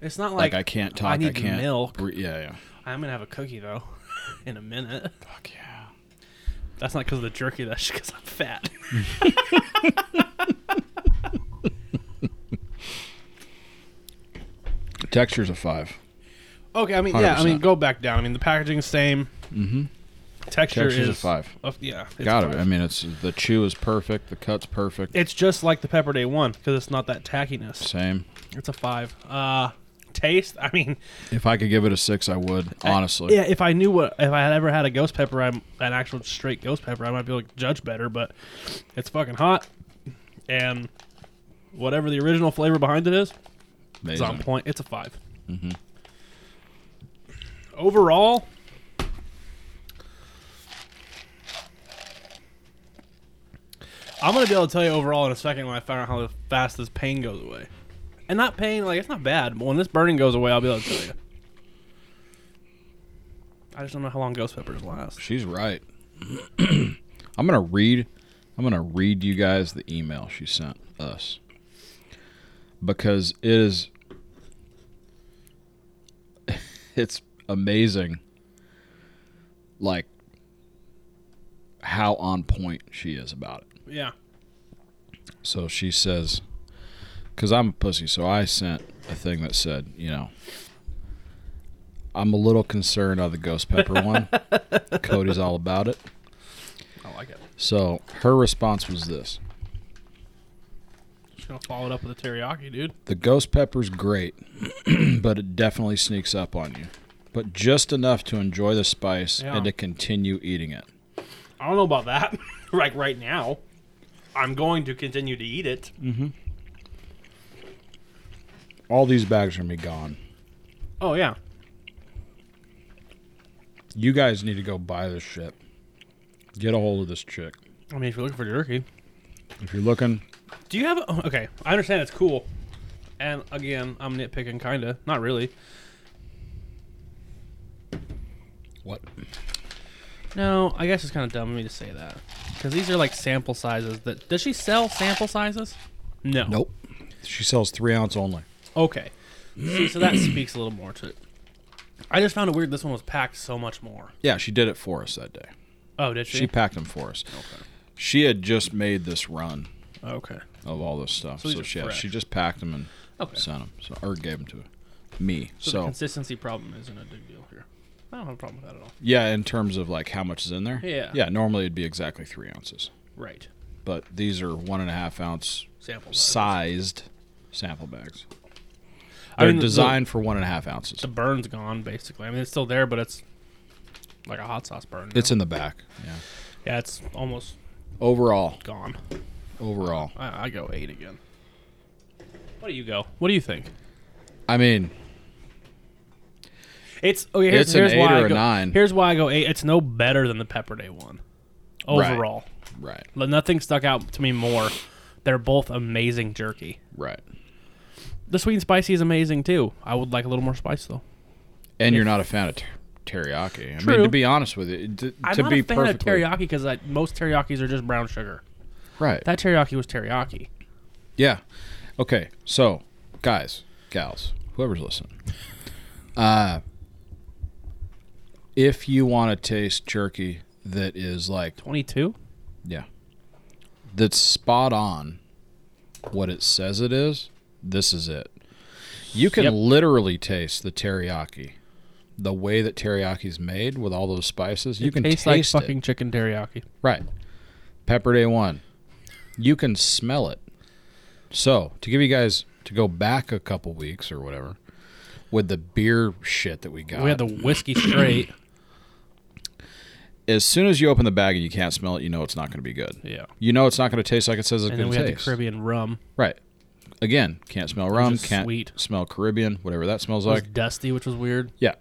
[SPEAKER 2] It's not
[SPEAKER 3] like,
[SPEAKER 2] like,
[SPEAKER 3] I can't talk.
[SPEAKER 2] I need
[SPEAKER 3] can't.
[SPEAKER 2] milk.
[SPEAKER 3] bre- yeah, yeah.
[SPEAKER 2] I'm gonna have a cookie though, in a minute.
[SPEAKER 3] Fuck yeah.
[SPEAKER 2] That's not because of the jerky. That's just because I'm fat.
[SPEAKER 3] Texture's a five.
[SPEAKER 2] okay, I mean, yeah, I mean,
[SPEAKER 3] 100%.
[SPEAKER 2] go back down. I mean, the packaging's same. Mm-hmm. Texture
[SPEAKER 3] Texture's
[SPEAKER 2] is
[SPEAKER 3] a five.
[SPEAKER 2] of- yeah, it's
[SPEAKER 3] Got
[SPEAKER 2] five.
[SPEAKER 3] it. I mean, it's the chew is perfect. The cut's perfect.
[SPEAKER 2] It's just like the Pepper Day one because it's not that tackiness.
[SPEAKER 3] Same.
[SPEAKER 2] It's a five. Uh, taste. I mean,
[SPEAKER 3] If I could give it a six, I would honestly.
[SPEAKER 2] yeah. If I knew what, if I had ever had a ghost pepper, I'm an actual straight ghost pepper, I might be able to judge better. But it's fucking hot, and whatever the original flavor behind it is, it's
[SPEAKER 3] Amazing.
[SPEAKER 2] on point. It's a 5 Mm-hmm. Overall, I'm gonna be able to tell you overall in a second when I find out how fast this pain goes away. And not pain, like it's not bad, but when this burning goes away, I'll be able to tell you. I just don't know how long ghost peppers last.
[SPEAKER 3] She's right. I'm gonna read. I'm gonna read you guys the email she sent us because it is. It's amazing. Like how on point she is about it.
[SPEAKER 2] Yeah.
[SPEAKER 3] So she says, because I'm a pussy, so I sent a thing that said, you know, I'm a little concerned on the ghost pepper one. Cody's all about it.
[SPEAKER 2] I like it.
[SPEAKER 3] So her response was this
[SPEAKER 2] Just gonna follow it up with a teriyaki, dude.
[SPEAKER 3] The ghost pepper's great, but it definitely sneaks up on you. But just enough to enjoy the spice
[SPEAKER 2] Yeah.
[SPEAKER 3] and to continue eating it.
[SPEAKER 2] I don't know about that. like right now, I'm going to continue to eat it.
[SPEAKER 3] All these bags are gonna be gone.
[SPEAKER 2] Oh yeah.
[SPEAKER 3] You guys need to go buy this shit. Get a hold of this chick.
[SPEAKER 2] I mean, if you're looking for jerky,
[SPEAKER 3] If you're looking,
[SPEAKER 2] do you have? A, oh, okay, I understand it's cool, and again, I'm nitpicking, kinda, not really.
[SPEAKER 3] what?
[SPEAKER 2] No, I guess it's kind of dumb of me to say that because these are like sample sizes. That does she sell sample sizes? No.
[SPEAKER 3] Nope. She sells three ounce only.
[SPEAKER 2] Okay. See, so that speaks a little more to it. I just found it weird. This one was packed so much more.
[SPEAKER 3] Yeah, she did it for us that day.
[SPEAKER 2] Oh, did she?
[SPEAKER 3] She packed them for us. Okay. She had just made this run
[SPEAKER 2] Oh, okay.
[SPEAKER 3] of all this stuff,
[SPEAKER 2] So
[SPEAKER 3] so,
[SPEAKER 2] these are
[SPEAKER 3] she had,
[SPEAKER 2] fresh.
[SPEAKER 3] she just packed them and
[SPEAKER 2] Okay. So,
[SPEAKER 3] sent them, so, or gave them to me. So,
[SPEAKER 2] the consistency problem isn't a big deal here. I don't have a problem with that at all.
[SPEAKER 3] yeah, in terms of like how much is in there,
[SPEAKER 2] Yeah.
[SPEAKER 3] yeah, normally it'd be exactly three ounces,
[SPEAKER 2] Right.
[SPEAKER 3] but these are one and a half ounce
[SPEAKER 2] Sample size.
[SPEAKER 3] sized sample bags.
[SPEAKER 2] I
[SPEAKER 3] They're
[SPEAKER 2] mean, the-
[SPEAKER 3] designed for one and a half ounces.
[SPEAKER 2] the burn's gone basically. I mean, it's still there, but it's like a hot sauce burn.
[SPEAKER 3] It's in the back. Yeah.
[SPEAKER 2] yeah, it's almost
[SPEAKER 3] Overall,
[SPEAKER 2] gone.
[SPEAKER 3] overall,
[SPEAKER 2] I, I go eight again. What do you go? What do you think?
[SPEAKER 3] I mean,
[SPEAKER 2] It's okay. Here's,
[SPEAKER 3] It's an
[SPEAKER 2] here's
[SPEAKER 3] eight
[SPEAKER 2] why
[SPEAKER 3] or
[SPEAKER 2] I
[SPEAKER 3] a
[SPEAKER 2] go,
[SPEAKER 3] nine.
[SPEAKER 2] Here's why I go eight. It's no better than the Pepper Day one.
[SPEAKER 3] Right.
[SPEAKER 2] Overall,
[SPEAKER 3] right,
[SPEAKER 2] Like, nothing stuck out to me more. They're both amazing jerky.
[SPEAKER 3] right,
[SPEAKER 2] The sweet and spicy is amazing too. I would like a little more spice though.
[SPEAKER 3] and you're not a fan of ter- teriyaki. I mean,
[SPEAKER 2] True.
[SPEAKER 3] to be honest with you, to,
[SPEAKER 2] I'm
[SPEAKER 3] to
[SPEAKER 2] not
[SPEAKER 3] be
[SPEAKER 2] a fan
[SPEAKER 3] perfectly
[SPEAKER 2] of teriyaki because most teriyakis are just brown sugar.
[SPEAKER 3] right,
[SPEAKER 2] That teriyaki was teriyaki.
[SPEAKER 3] Yeah. Okay. So, guys, gals, whoever's listening, uh, if you want to taste jerky that is like,
[SPEAKER 2] Twenty two.
[SPEAKER 3] yeah, that's spot on what it says it is, this is it. You can
[SPEAKER 2] Yep.
[SPEAKER 3] literally taste the teriyaki. The way that teriyaki's made with all those spices, you can
[SPEAKER 2] tastes
[SPEAKER 3] taste
[SPEAKER 2] like
[SPEAKER 3] it.
[SPEAKER 2] fucking chicken teriyaki.
[SPEAKER 3] Right. Pepper Day One. You can smell it. So, to give you guys to go back a couple weeks or whatever, with the beer shit that we got,
[SPEAKER 2] We had the whiskey straight.
[SPEAKER 3] as soon as you open the bag and you can't smell it, you know it's not going to be good.
[SPEAKER 2] yeah.
[SPEAKER 3] You know it's not going to taste like it says it's
[SPEAKER 2] And
[SPEAKER 3] going
[SPEAKER 2] then
[SPEAKER 3] to
[SPEAKER 2] we had the
[SPEAKER 3] taste.
[SPEAKER 2] Caribbean rum.
[SPEAKER 3] right. Again, can't smell rum,
[SPEAKER 2] just
[SPEAKER 3] can't
[SPEAKER 2] sweet.
[SPEAKER 3] smell Caribbean, whatever that smells
[SPEAKER 2] It was
[SPEAKER 3] like.
[SPEAKER 2] dusty, which was weird.
[SPEAKER 3] Yeah.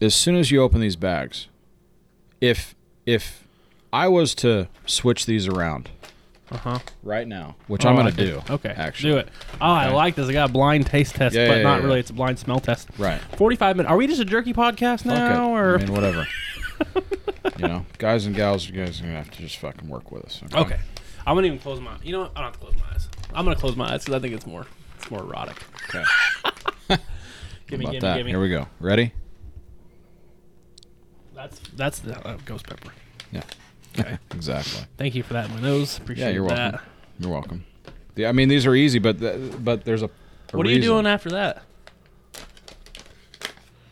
[SPEAKER 3] As soon as you open these bags, if if I was to switch these around
[SPEAKER 2] Uh huh.
[SPEAKER 3] right now, which Uh-huh. I'm
[SPEAKER 2] Oh, I
[SPEAKER 3] going to
[SPEAKER 2] could-
[SPEAKER 3] do.
[SPEAKER 2] Okay.
[SPEAKER 3] Actually.
[SPEAKER 2] do it. Oh, I
[SPEAKER 3] Okay.
[SPEAKER 2] like this. I got a blind taste test,
[SPEAKER 3] Yeah,
[SPEAKER 2] but
[SPEAKER 3] yeah,
[SPEAKER 2] not
[SPEAKER 3] yeah,
[SPEAKER 2] really.
[SPEAKER 3] yeah.
[SPEAKER 2] It's a blind smell test.
[SPEAKER 3] Right.
[SPEAKER 2] Forty-five minutes. Are we just a jerky podcast
[SPEAKER 3] Fuck
[SPEAKER 2] now,
[SPEAKER 3] it.
[SPEAKER 2] or
[SPEAKER 3] I mean, whatever. you know, guys and gals, you guys are gonna have to just fucking work with us.
[SPEAKER 2] okay? I'm gonna even close my. You know, what? I don't have to close my eyes. I'm gonna close my eyes because I think it's more. It's more erotic.
[SPEAKER 3] Okay.
[SPEAKER 2] Give me,
[SPEAKER 3] About
[SPEAKER 2] give me,
[SPEAKER 3] that.
[SPEAKER 2] give me.
[SPEAKER 3] Here we go. Ready?
[SPEAKER 2] That's that's the uh, ghost pepper.
[SPEAKER 3] Yeah.
[SPEAKER 2] Okay.
[SPEAKER 3] Exactly.
[SPEAKER 2] Thank you for that, Minos. Appreciate
[SPEAKER 3] Yeah, you're
[SPEAKER 2] that.
[SPEAKER 3] welcome. You're welcome. The, I mean, these are easy, but th- but there's a. a
[SPEAKER 2] What are you
[SPEAKER 3] reason.
[SPEAKER 2] doing after that?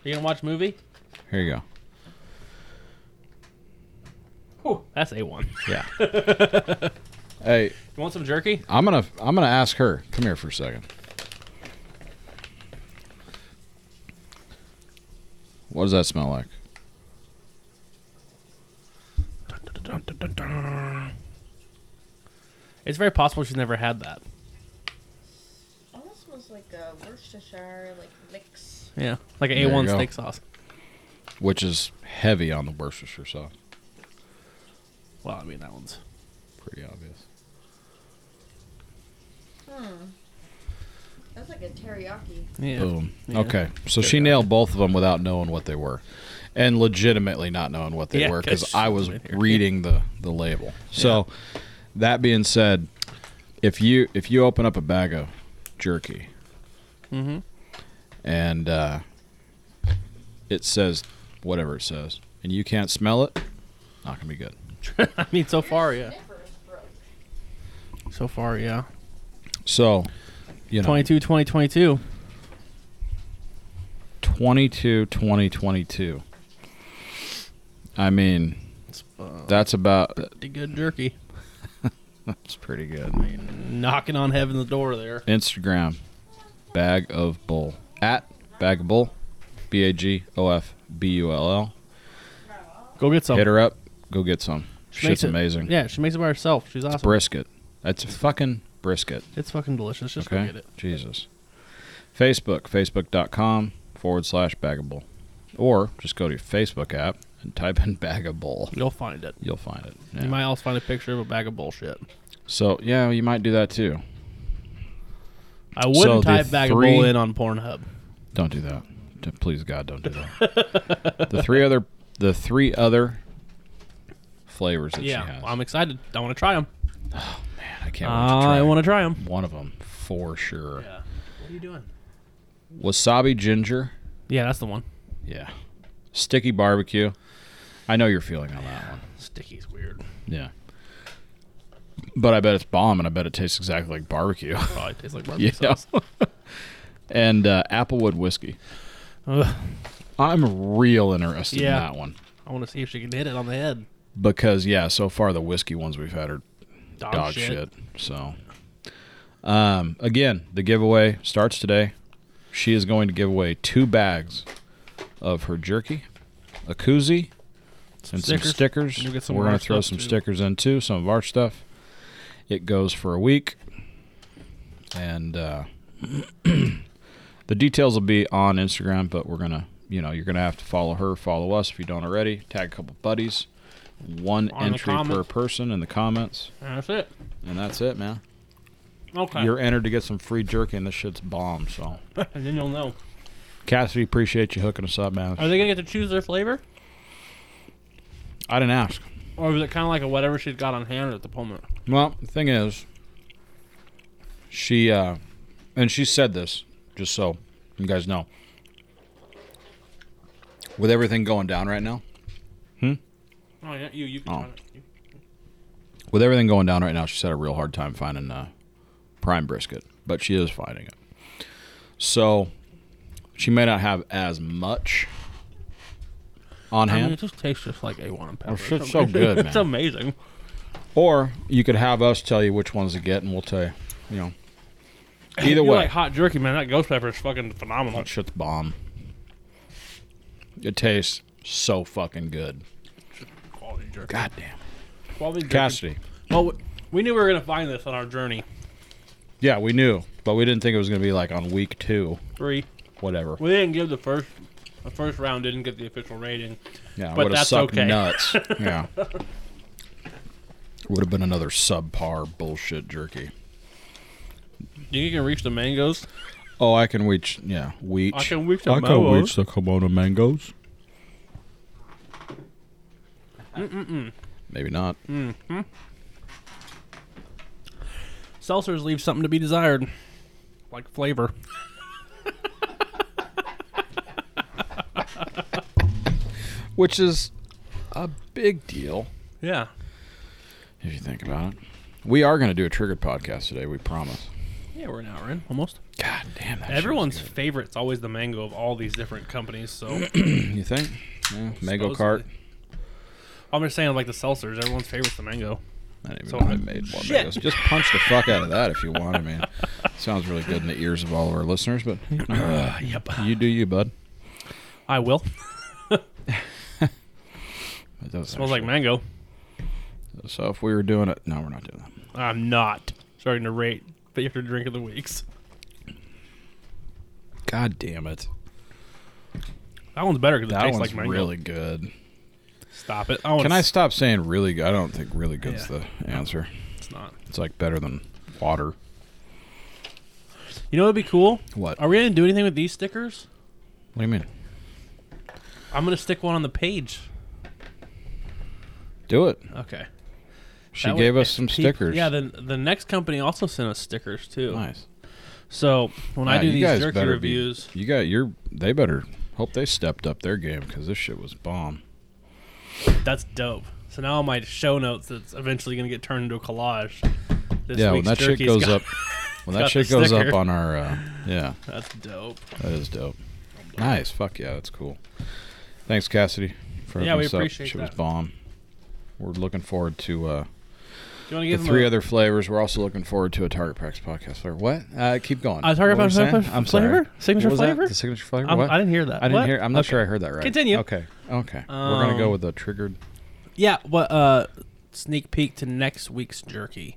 [SPEAKER 2] You gonna watch a movie?
[SPEAKER 3] Here you go.
[SPEAKER 2] Whew, that's a one. You
[SPEAKER 3] Yeah. hey,
[SPEAKER 2] want some jerky?
[SPEAKER 3] I'm gonna I'm gonna ask her. Come here for a second. What does that smell like?
[SPEAKER 2] It's very possible she's never had that.
[SPEAKER 4] Almost smells like a Worcestershire like mix.
[SPEAKER 2] Yeah, like an
[SPEAKER 3] There you
[SPEAKER 2] A1
[SPEAKER 3] go.
[SPEAKER 2] steak sauce.
[SPEAKER 3] Which is heavy on the Worcestershire sauce.
[SPEAKER 2] Well, I mean that one's.
[SPEAKER 3] Pretty obvious.
[SPEAKER 4] Hmm. That's like a teriyaki.
[SPEAKER 2] Yeah.
[SPEAKER 3] Boom.
[SPEAKER 2] Yeah.
[SPEAKER 3] Okay. So
[SPEAKER 2] Good
[SPEAKER 3] she
[SPEAKER 2] guy.
[SPEAKER 3] nailed both of them without knowing what they were, and legitimately not knowing what they
[SPEAKER 2] Yeah,
[SPEAKER 3] were because
[SPEAKER 2] 'cause
[SPEAKER 3] I was
[SPEAKER 2] right here.
[SPEAKER 3] reading the the label. So, that being said, if you if you open up a bag of jerky,
[SPEAKER 2] Mm-hmm.
[SPEAKER 3] and uh, it says whatever it says, and you can't smell it, not gonna be good.
[SPEAKER 2] I mean, so far, yeah.
[SPEAKER 4] Never is broke.
[SPEAKER 2] So far, yeah.
[SPEAKER 3] So, you know,
[SPEAKER 2] 22, 20, 22.
[SPEAKER 3] 22 20 22. I mean,
[SPEAKER 2] It's uh,
[SPEAKER 3] that's about
[SPEAKER 2] pretty good jerky.
[SPEAKER 3] that's pretty good.
[SPEAKER 2] Knocking on heaven's door there.
[SPEAKER 3] Instagram, Bag of Bull. At Bag of Bull, B A G O F B U L L.
[SPEAKER 2] Go get some.
[SPEAKER 3] Hit her up. Go get some.
[SPEAKER 2] She makes
[SPEAKER 3] Shit's
[SPEAKER 2] it-
[SPEAKER 3] amazing.
[SPEAKER 2] Yeah, she makes it by herself. She's awesome.
[SPEAKER 3] Brisket. That's fucking brisket.
[SPEAKER 2] It's fucking delicious. Just go
[SPEAKER 3] Okay.
[SPEAKER 2] get it.
[SPEAKER 3] Jesus. Facebook, facebook.com forward slash Bag of Bull. Or just go to your Facebook app and type in Bag of Bull.
[SPEAKER 2] You'll find it.
[SPEAKER 3] You'll find it. Yeah.
[SPEAKER 2] You might also find a picture of a bag of bullshit.
[SPEAKER 3] so, yeah, you might do that too.
[SPEAKER 2] I wouldn't
[SPEAKER 3] the
[SPEAKER 2] type bag of bull
[SPEAKER 3] three-
[SPEAKER 2] in on Pornhub.
[SPEAKER 3] Don't do that. D- Please God, don't do that. the three other the three other flavors that she
[SPEAKER 2] Yeah,
[SPEAKER 3] has.
[SPEAKER 2] I'm excited. I want to try them.
[SPEAKER 3] I can't wait to try
[SPEAKER 2] I want to try them.
[SPEAKER 3] one of them for sure.
[SPEAKER 2] Yeah. What are you doing?
[SPEAKER 3] Wasabi ginger.
[SPEAKER 2] Yeah, that's the one.
[SPEAKER 3] Yeah. Sticky barbecue. I know you're feeling on that one.
[SPEAKER 2] Sticky's weird.
[SPEAKER 3] Yeah. But I bet it's bomb and I bet it tastes exactly like barbecue.
[SPEAKER 2] Probably tastes like barbecue
[SPEAKER 3] you know?
[SPEAKER 2] sauce.
[SPEAKER 3] and uh, applewood whiskey.
[SPEAKER 2] Ugh.
[SPEAKER 3] I'm real interested
[SPEAKER 2] Yeah.
[SPEAKER 3] in that one
[SPEAKER 2] I want to see if she can hit it on the head.
[SPEAKER 3] because yeah, so far the whiskey ones we've had are
[SPEAKER 2] Dog,
[SPEAKER 3] dog shit. So, um, again, the giveaway starts today. She is going to give away two bags of her jerky, a koozie, and some stickers.
[SPEAKER 2] You'll get some
[SPEAKER 3] We're
[SPEAKER 2] of
[SPEAKER 3] going
[SPEAKER 2] our
[SPEAKER 3] to throw
[SPEAKER 2] stuff,
[SPEAKER 3] some
[SPEAKER 2] too.
[SPEAKER 3] stickers in too, some of our stuff. It goes for a week, and uh, the details will be on Instagram. But we're gonna, you know, you're gonna have to follow her, follow us if you don't already. Tag a couple buddies, one
[SPEAKER 2] On the
[SPEAKER 3] entry per
[SPEAKER 2] comments.
[SPEAKER 3] person in the comments,
[SPEAKER 2] That's it.
[SPEAKER 3] and that's it, man.
[SPEAKER 2] Okay.
[SPEAKER 3] You're entered to get some free jerky, and this shit's bomb. So,
[SPEAKER 2] and then you'll know.
[SPEAKER 3] Cassidy, appreciate you hooking us up, man.
[SPEAKER 2] Are they gonna get to choose their flavor,
[SPEAKER 3] I didn't ask.
[SPEAKER 2] or is it kind of like a whatever she's got on hand at the moment?
[SPEAKER 3] Well, the thing is, she uh, and she said this just so you guys know. With everything going down right now,
[SPEAKER 2] Oh yeah, you you can
[SPEAKER 3] Oh.
[SPEAKER 2] try it. You-
[SPEAKER 3] with everything going down right now, she's had a real hard time finding uh, prime brisket, but she is finding it. So she may not have as much on
[SPEAKER 2] I
[SPEAKER 3] hand.
[SPEAKER 2] mean, it just tastes just like A1 and pepper.
[SPEAKER 3] shit's so good,
[SPEAKER 2] It's
[SPEAKER 3] man.
[SPEAKER 2] amazing.
[SPEAKER 3] Or you could have us tell you which ones to get, and we'll tell you. You know, either
[SPEAKER 2] You
[SPEAKER 3] way,
[SPEAKER 2] like hot jerky, man. That ghost pepper is fucking phenomenal.
[SPEAKER 3] that shit's bomb. It tastes so fucking good.
[SPEAKER 2] Quality jerky.
[SPEAKER 3] Goddamn,
[SPEAKER 2] Quality jerky.
[SPEAKER 3] Cassidy.
[SPEAKER 2] Well, we- we knew we were gonna find this on our journey.
[SPEAKER 3] Yeah, we knew, but we didn't think it was gonna be like on week two,
[SPEAKER 2] Three.
[SPEAKER 3] whatever.
[SPEAKER 2] We didn't give the first. The first round didn't get the official rating.
[SPEAKER 3] Yeah,
[SPEAKER 2] But
[SPEAKER 3] would have
[SPEAKER 2] that's
[SPEAKER 3] sucked
[SPEAKER 2] okay.
[SPEAKER 3] nuts. Yeah, would have been another subpar bullshit jerky.
[SPEAKER 2] Do you think you can reach the mangoes?
[SPEAKER 3] Oh, I can reach. Yeah, weech.
[SPEAKER 2] I can reach the
[SPEAKER 3] I can
[SPEAKER 2] mangoes.
[SPEAKER 3] reach the Kelowna mangoes. Maybe not.
[SPEAKER 2] Seltzers leave something to be desired, like flavor.
[SPEAKER 3] which is a big deal
[SPEAKER 2] Yeah.
[SPEAKER 3] If you think about it, we are going to do a triggered podcast today. We promise.
[SPEAKER 2] Yeah, we're an hour in almost.
[SPEAKER 3] God damn that. shit was
[SPEAKER 2] Everyone's
[SPEAKER 3] good.
[SPEAKER 2] favorite's always the mango of all these different companies. So
[SPEAKER 3] You think? Yeah. Mango
[SPEAKER 2] Supposedly.
[SPEAKER 3] cart.
[SPEAKER 2] I'm just saying, like the seltzers, everyone's favorite's the mango.
[SPEAKER 3] I didn't even
[SPEAKER 2] So
[SPEAKER 3] know I
[SPEAKER 2] I'm-
[SPEAKER 3] made one.
[SPEAKER 2] Shit.
[SPEAKER 3] Of those. Just punch the fuck out of that if you want. I mean, sounds really good in the ears of all of our listeners, but
[SPEAKER 2] Uh, yep.
[SPEAKER 3] you do you, bud.
[SPEAKER 2] I will.
[SPEAKER 3] It does
[SPEAKER 2] Smells like mango.
[SPEAKER 3] So if we were doing it, no, we're not doing that.
[SPEAKER 2] I'm not starting to rate favorite drink of the weeks.
[SPEAKER 3] God damn it!
[SPEAKER 2] That one's better because it
[SPEAKER 3] That
[SPEAKER 2] tastes
[SPEAKER 3] one's
[SPEAKER 2] like mango.
[SPEAKER 3] really good.
[SPEAKER 2] Stop it. Oh,
[SPEAKER 3] Can I stop saying really good? I don't think really good's
[SPEAKER 2] Yeah.
[SPEAKER 3] the answer.
[SPEAKER 2] It's not.
[SPEAKER 3] It's like better than water.
[SPEAKER 2] You know what'd be cool?
[SPEAKER 3] What?
[SPEAKER 2] Are we gonna do anything with these stickers?
[SPEAKER 3] What do you mean?
[SPEAKER 2] I'm gonna stick one on the page.
[SPEAKER 3] Do it.
[SPEAKER 2] Okay.
[SPEAKER 3] She
[SPEAKER 2] That way-
[SPEAKER 3] gave us some
[SPEAKER 2] pe-
[SPEAKER 3] stickers.
[SPEAKER 2] Yeah, the the next company also sent us stickers too.
[SPEAKER 3] nice.
[SPEAKER 2] So when I
[SPEAKER 3] Yeah,
[SPEAKER 2] do
[SPEAKER 3] you
[SPEAKER 2] these
[SPEAKER 3] guys
[SPEAKER 2] jerky
[SPEAKER 3] better be-
[SPEAKER 2] reviews,
[SPEAKER 3] You got your. They better hope they stepped up their game because this shit was bomb.
[SPEAKER 2] that's dope. So now on my show notes, that's eventually gonna get turned into a collage. This
[SPEAKER 3] yeah, when
[SPEAKER 2] week's
[SPEAKER 3] that shit
[SPEAKER 2] jerky's
[SPEAKER 3] goes
[SPEAKER 2] got-
[SPEAKER 3] up, when that
[SPEAKER 2] got the
[SPEAKER 3] shit goes up
[SPEAKER 2] sticker.
[SPEAKER 3] on our. Uh, yeah,
[SPEAKER 2] that's dope.
[SPEAKER 3] that is dope. Nice. Fuck yeah, that's cool. Thanks, Cassidy. For
[SPEAKER 2] Yeah,
[SPEAKER 3] hooking
[SPEAKER 2] we
[SPEAKER 3] us up.
[SPEAKER 2] appreciate
[SPEAKER 3] Shit
[SPEAKER 2] that.
[SPEAKER 3] was bomb. We're looking forward to. Uh,
[SPEAKER 2] Do you want to
[SPEAKER 3] the
[SPEAKER 2] give them
[SPEAKER 3] three
[SPEAKER 2] a-
[SPEAKER 3] other flavors. We're also looking forward to a Target Practice podcast flavor. What? Uh, keep going.
[SPEAKER 2] A
[SPEAKER 3] What
[SPEAKER 2] Target
[SPEAKER 3] were you
[SPEAKER 2] Practice
[SPEAKER 3] saying?
[SPEAKER 2] flavor-
[SPEAKER 3] I'm sorry.
[SPEAKER 2] flavor? Signature
[SPEAKER 3] What was that?
[SPEAKER 2] flavor?
[SPEAKER 3] The signature flavor.
[SPEAKER 2] I'm-
[SPEAKER 3] what?
[SPEAKER 2] I didn't hear that.
[SPEAKER 3] I didn't
[SPEAKER 2] What?
[SPEAKER 3] hear. I'm not sure I heard that right.
[SPEAKER 2] Continue.
[SPEAKER 3] Okay. Okay. We're gonna go
[SPEAKER 2] Um,
[SPEAKER 3] with the triggered.
[SPEAKER 2] Yeah, what? Uh, sneak peek to next week's jerky.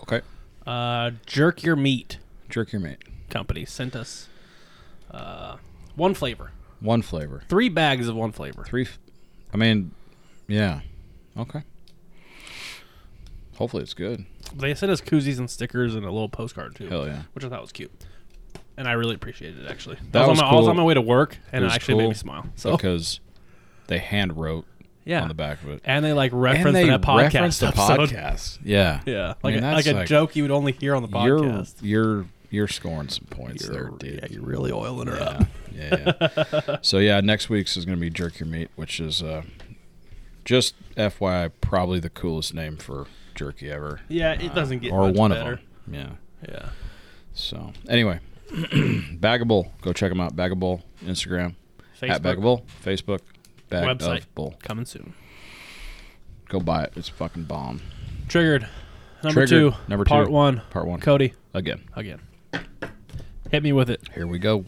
[SPEAKER 3] Okay.
[SPEAKER 2] Uh, Jerk Your Meat
[SPEAKER 3] Jerk your mate.
[SPEAKER 2] Company sent us uh, one flavor,
[SPEAKER 3] One flavor.
[SPEAKER 2] three bags of one flavor.
[SPEAKER 3] Three. F- I mean, yeah. Okay. Hopefully it's good.
[SPEAKER 2] They sent us koozies and stickers and a little postcard too.
[SPEAKER 3] Hell yeah.
[SPEAKER 2] which I thought was cute, and I really appreciated it actually. That,
[SPEAKER 3] That
[SPEAKER 2] was,
[SPEAKER 3] was
[SPEAKER 2] on my, I was
[SPEAKER 3] cool.
[SPEAKER 2] on my way to work, and
[SPEAKER 3] It
[SPEAKER 2] it,
[SPEAKER 3] was
[SPEAKER 2] actually made
[SPEAKER 3] cool
[SPEAKER 2] me smile. So
[SPEAKER 3] Because they hand wrote
[SPEAKER 2] Oh. yeah,
[SPEAKER 3] on the back of it.
[SPEAKER 2] and they like
[SPEAKER 3] And
[SPEAKER 2] referenced
[SPEAKER 3] they
[SPEAKER 2] that podcast
[SPEAKER 3] referenced the
[SPEAKER 2] episode.
[SPEAKER 3] podcast. Yeah. I
[SPEAKER 2] Yeah, like
[SPEAKER 3] mean,
[SPEAKER 2] a,
[SPEAKER 3] that's
[SPEAKER 2] like a
[SPEAKER 3] like-
[SPEAKER 2] joke you would only hear on the
[SPEAKER 3] You're
[SPEAKER 2] podcast.
[SPEAKER 3] you're you're scoring some points there, dude.
[SPEAKER 2] yeah, you're really oiling her up.
[SPEAKER 3] Yeah, yeah. yeah. so yeah, next week's is going to be jerk your meat, which is uh, just FYI, probably the coolest name for jerky ever,
[SPEAKER 2] Yeah, it doesn't get
[SPEAKER 3] or
[SPEAKER 2] much
[SPEAKER 3] one
[SPEAKER 2] better.
[SPEAKER 3] of them. Yeah.
[SPEAKER 2] Yeah.
[SPEAKER 3] So anyway, Bagable, go check them out. Bagable Instagram at
[SPEAKER 2] Facebook.
[SPEAKER 3] Bagable Facebook Bag
[SPEAKER 2] Website.
[SPEAKER 3] of Bull.
[SPEAKER 2] coming soon.
[SPEAKER 3] Go buy it. It's fucking bomb.
[SPEAKER 2] Triggered. Number
[SPEAKER 3] Triggered.
[SPEAKER 2] two.
[SPEAKER 3] Number
[SPEAKER 2] part
[SPEAKER 3] two.
[SPEAKER 2] one.
[SPEAKER 3] Part one
[SPEAKER 2] Cody
[SPEAKER 3] again.
[SPEAKER 2] again. Hit me with it.
[SPEAKER 3] Here we go.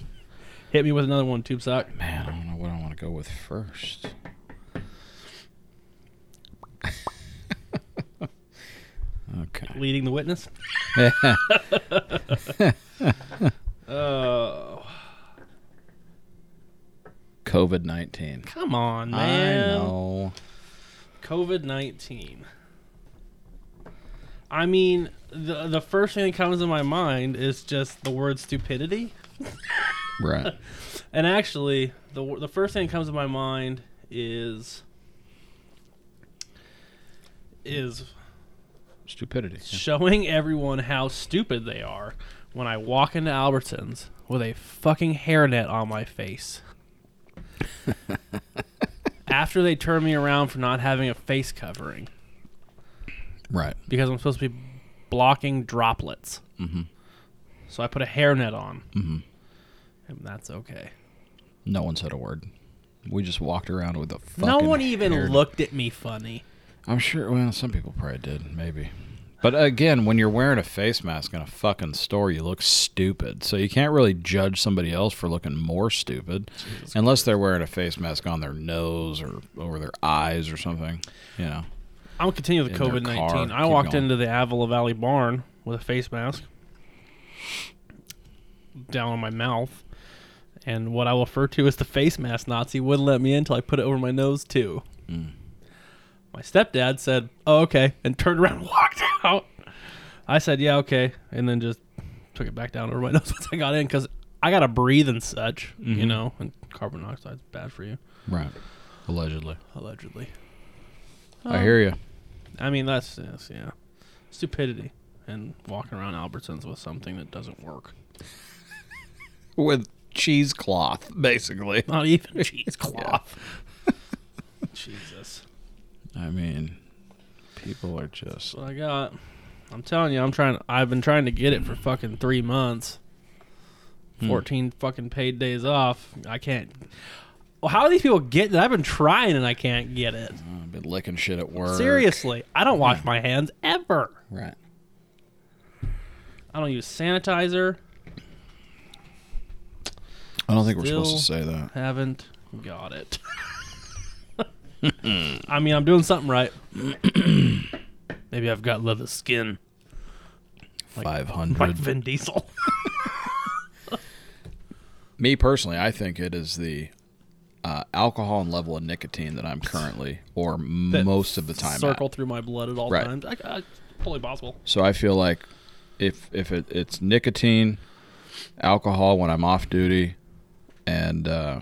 [SPEAKER 2] Hit me with another one. Tube sock.
[SPEAKER 3] Man, I don't know what I want to go with first. okay.
[SPEAKER 2] Leading the witness. Oh,
[SPEAKER 3] COVID 19.
[SPEAKER 2] come on,
[SPEAKER 3] I
[SPEAKER 2] man.
[SPEAKER 3] know.
[SPEAKER 2] COVID nineteen. I mean, the the first thing that comes to my mind is just the word stupidity.
[SPEAKER 3] Right.
[SPEAKER 2] And actually, the w- the first thing that comes to my mind is is
[SPEAKER 3] Stupidity.
[SPEAKER 2] showing everyone how stupid they are when I walk into Albertsons with a fucking hairnet on my face. After they turn me around for not having a face covering
[SPEAKER 3] Right.
[SPEAKER 2] because I'm supposed to be blocking droplets. Mm-hmm. So I put a hairnet on. Mm-hmm. And that's okay.
[SPEAKER 3] No one said a word. We just walked around with a fucking.
[SPEAKER 2] no one even
[SPEAKER 3] hair-
[SPEAKER 2] looked at me funny.
[SPEAKER 3] I'm sure. Well, some people probably did. Maybe. But again, when you're wearing a face mask in a fucking store, you look stupid. So you can't really judge somebody else for looking more stupid, unless they're wearing a face mask on their nose or over their eyes or something. You know.
[SPEAKER 2] I'm gonna continue with
[SPEAKER 3] In their
[SPEAKER 2] COVID nineteen.
[SPEAKER 3] car.
[SPEAKER 2] I
[SPEAKER 3] Keep
[SPEAKER 2] walked
[SPEAKER 3] going.
[SPEAKER 2] into the Avila Valley Barn with a face mask down on my mouth, and what I will refer to as the face mask Nazi wouldn't let me in until I put it over my nose too.
[SPEAKER 3] Mm.
[SPEAKER 2] My stepdad said, "Oh, okay," and turned around and walked out. I said, "Yeah, okay," and then just took it back down over my nose once I got in because I gotta breathe and such,
[SPEAKER 3] Mm-hmm.
[SPEAKER 2] you know, and carbon monoxide's bad for you,
[SPEAKER 3] Right. Allegedly.
[SPEAKER 2] allegedly.
[SPEAKER 3] I hear you.
[SPEAKER 2] I mean, that's, that's yeah, stupidity and walking around Albertsons with something that doesn't work.
[SPEAKER 3] With cheesecloth, basically.
[SPEAKER 2] Not even cheesecloth. Jesus.
[SPEAKER 3] I mean, People are just.
[SPEAKER 2] So I got. I'm telling you, I'm trying. I've been trying to get it for fucking three months.
[SPEAKER 3] Hmm.
[SPEAKER 2] Fourteen fucking paid days off. I can't. Well, how do these people get that? I've been trying and I can't get it.
[SPEAKER 3] I've been licking shit at work.
[SPEAKER 2] Seriously, I don't wash my hands ever.
[SPEAKER 3] Right.
[SPEAKER 2] I don't use sanitizer.
[SPEAKER 3] I don't think we're
[SPEAKER 2] Still-
[SPEAKER 3] supposed to say that.
[SPEAKER 2] Haven't got it. I mean, I'm doing something right. Maybe I've got leather skin,
[SPEAKER 3] Five
[SPEAKER 2] like
[SPEAKER 3] hundred.
[SPEAKER 2] Vin Diesel.
[SPEAKER 3] Me personally, I think it is the uh, alcohol and level of nicotine that I'm currently, or
[SPEAKER 2] that
[SPEAKER 3] most of the time, at.
[SPEAKER 2] circle through my blood at all
[SPEAKER 3] Right.
[SPEAKER 2] times. I, I, totally possible.
[SPEAKER 3] So I feel like if if it, it's nicotine, alcohol when I'm off duty, and uh,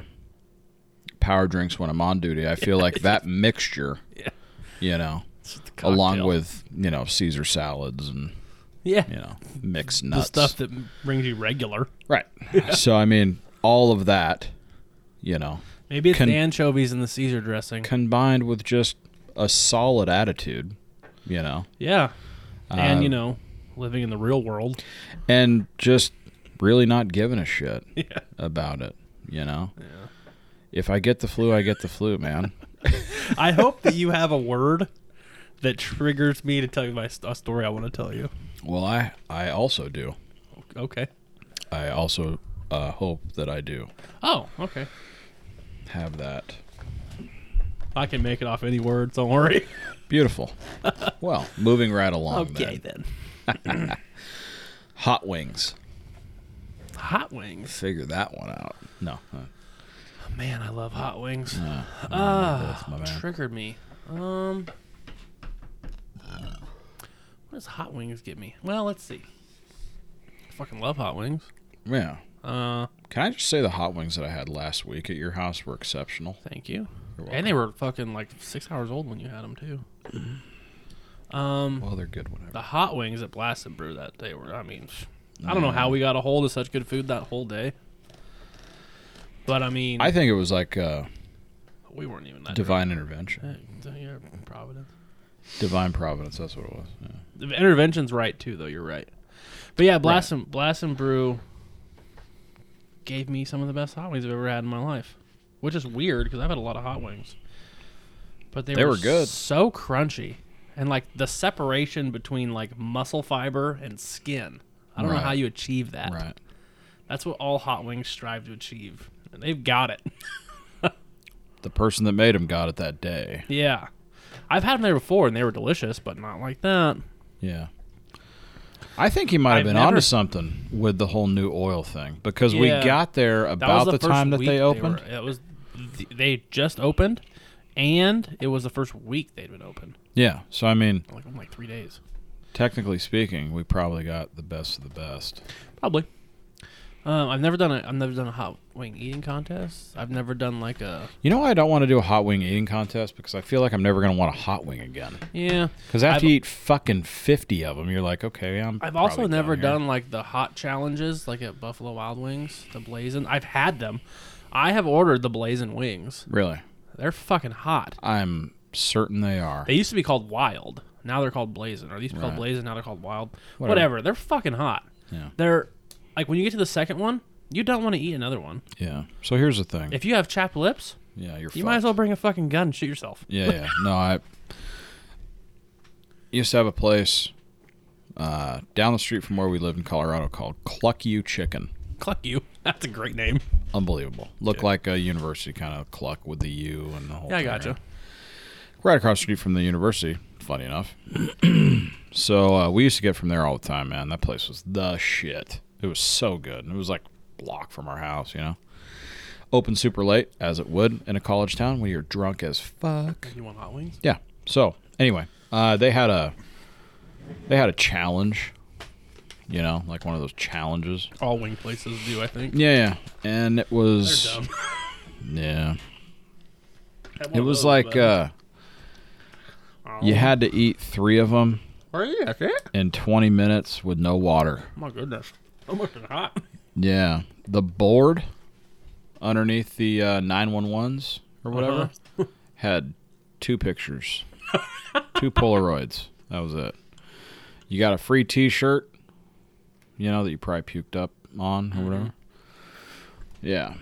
[SPEAKER 3] power drinks when I'm on duty, I feel like that mixture,
[SPEAKER 2] Yeah.
[SPEAKER 3] you know,
[SPEAKER 2] It's the
[SPEAKER 3] along
[SPEAKER 2] cocktail.
[SPEAKER 3] with you know Caesar salads and
[SPEAKER 2] yeah,
[SPEAKER 3] you know mixed
[SPEAKER 2] the
[SPEAKER 3] nuts,
[SPEAKER 2] stuff that m- brings you regular.
[SPEAKER 3] right? So I mean, all of that, you know,
[SPEAKER 2] Maybe it's
[SPEAKER 3] Con-
[SPEAKER 2] the anchovies and the Caesar dressing.
[SPEAKER 3] combined with just a solid attitude, you know,
[SPEAKER 2] yeah, and
[SPEAKER 3] Uh,
[SPEAKER 2] you know, living in the real world.
[SPEAKER 3] and just really not giving a shit
[SPEAKER 2] Yeah,
[SPEAKER 3] about it, you know. If I get the flu, I get the flu, man.
[SPEAKER 2] I hope that you have a word that triggers me to tell you my st- a story I want to tell you.
[SPEAKER 3] well, I I also do.
[SPEAKER 2] Okay.
[SPEAKER 3] I also uh, hope that I do
[SPEAKER 2] Oh, okay.
[SPEAKER 3] have that.
[SPEAKER 2] I can make it off any words. Don't worry.
[SPEAKER 3] Beautiful. well, moving right along.
[SPEAKER 2] okay
[SPEAKER 3] then.
[SPEAKER 2] then.
[SPEAKER 3] Hot wings.
[SPEAKER 2] Hot wings.
[SPEAKER 3] Figure that one out. No, uh,
[SPEAKER 2] Man, I love hot wings. Uh,
[SPEAKER 3] that's my Oh, man.
[SPEAKER 2] triggered me. Um, what does hot wings get me? Well, let's see. I fucking love hot wings.
[SPEAKER 3] yeah.
[SPEAKER 2] Uh,
[SPEAKER 3] Can I just say the hot wings that I had last week at your house were exceptional?
[SPEAKER 2] thank you.
[SPEAKER 3] You're
[SPEAKER 2] And they were fucking like six hours old when you had them too. Um,
[SPEAKER 3] Well, they're good. Whatever.
[SPEAKER 2] the hot wings at Blasted Brew that day were. I mean, psh, I don't know how we got a hold of such good food that whole day. But I mean,
[SPEAKER 3] I think it was like uh,
[SPEAKER 2] we weren't even that.
[SPEAKER 3] divine intervention,
[SPEAKER 2] drunk. Hey, yeah, Providence.
[SPEAKER 3] divine providence. That's what it was. Yeah.
[SPEAKER 2] The intervention's right too, though. You're right. But yeah, Blast and Blast and Brew gave me some of the best hot wings I've ever had in my life, which is weird because I've had a lot of hot wings, but they,
[SPEAKER 3] They were good.
[SPEAKER 2] so crunchy, and like the separation between like muscle fiber and skin. I don't know
[SPEAKER 3] Right.
[SPEAKER 2] how you achieve that.
[SPEAKER 3] Right.
[SPEAKER 2] That's what all hot wings strive to achieve, and they've got it.
[SPEAKER 3] The person that made them got it that day.
[SPEAKER 2] yeah, I've had them there before, and they were delicious, but not like that.
[SPEAKER 3] Yeah. I think he might have
[SPEAKER 2] I've
[SPEAKER 3] been
[SPEAKER 2] never-
[SPEAKER 3] onto something with the whole new oil thing because we
[SPEAKER 2] Yeah.
[SPEAKER 3] got there
[SPEAKER 2] That
[SPEAKER 3] about
[SPEAKER 2] was
[SPEAKER 3] the,
[SPEAKER 2] the, first
[SPEAKER 3] time that
[SPEAKER 2] week
[SPEAKER 3] they
[SPEAKER 2] were-
[SPEAKER 3] opened.
[SPEAKER 2] it was th- they just opened, and it was the first week they'd been open.
[SPEAKER 3] yeah. So I mean,
[SPEAKER 2] Like only like three days,
[SPEAKER 3] technically speaking, we probably got the best of the best.
[SPEAKER 2] probably. Um, I've never done a I've never done a hot wing eating contest. I've never done like a
[SPEAKER 3] You know why I don't want to do a hot wing eating contest because I feel like I'm never going to want a hot wing again.
[SPEAKER 2] yeah.
[SPEAKER 3] Because after
[SPEAKER 2] I've-
[SPEAKER 3] you eat fucking fifty of them, you're like, okay, I'm.
[SPEAKER 2] I've also
[SPEAKER 3] probably
[SPEAKER 2] never
[SPEAKER 3] done. here.
[SPEAKER 2] done like the hot challenges, like at Buffalo Wild Wings, the blazing. I've had them. I have ordered the blazing wings.
[SPEAKER 3] Really,
[SPEAKER 2] They're fucking hot.
[SPEAKER 3] I'm certain they are.
[SPEAKER 2] They used to be called Wild. Now they're called Blazing. Or they used to be
[SPEAKER 3] Right.
[SPEAKER 2] called Blazing. Now they're called Wild.
[SPEAKER 3] Whatever.
[SPEAKER 2] Whatever. They're fucking hot.
[SPEAKER 3] Yeah.
[SPEAKER 2] They're like when you get to the second one, you don't want to eat another one.
[SPEAKER 3] Yeah. So here's the thing.
[SPEAKER 2] If you have chapped lips,
[SPEAKER 3] yeah, you're.
[SPEAKER 2] you might as
[SPEAKER 3] fucked.
[SPEAKER 2] well bring a fucking gun and shoot yourself.
[SPEAKER 3] Yeah, yeah. No, I used to have a place uh, down the street from where we lived in Colorado called Cluck You Chicken.
[SPEAKER 2] Cluck you. That's a great name.
[SPEAKER 3] Unbelievable. Looked like a university kind of cluck with the U and the whole
[SPEAKER 2] Yeah, I
[SPEAKER 3] thing,
[SPEAKER 2] gotcha.
[SPEAKER 3] right? Right across the street from the university, funny enough. so uh, we used to get from there all the time, man. That place was the shit. It was so good. And it was like a block from our house, you know? Open super late, as it would in a college town when you're drunk as fuck.
[SPEAKER 2] You want hot wings?
[SPEAKER 3] Yeah. So anyway, uh, they had a they had a challenge, you know, like one of those challenges.
[SPEAKER 2] All wing places do, I think.
[SPEAKER 3] Yeah, yeah. And it was
[SPEAKER 2] They're dumb.
[SPEAKER 3] yeah,
[SPEAKER 2] Had one
[SPEAKER 3] it
[SPEAKER 2] of
[SPEAKER 3] was
[SPEAKER 2] those,
[SPEAKER 3] like
[SPEAKER 2] but-
[SPEAKER 3] uh, you had to eat three of them
[SPEAKER 2] Oh, yeah, that's it.
[SPEAKER 3] in 20 minutes with no water.
[SPEAKER 2] Oh, my goodness. I'm looking hot.
[SPEAKER 3] Yeah, the board underneath the
[SPEAKER 2] Uh-huh.
[SPEAKER 3] uh, 911s or whatever had two pictures. two Polaroids. That was it. You got a free T-shirt, you know that you probably puked up on
[SPEAKER 2] Mm-hmm.
[SPEAKER 3] or whatever. Yeah.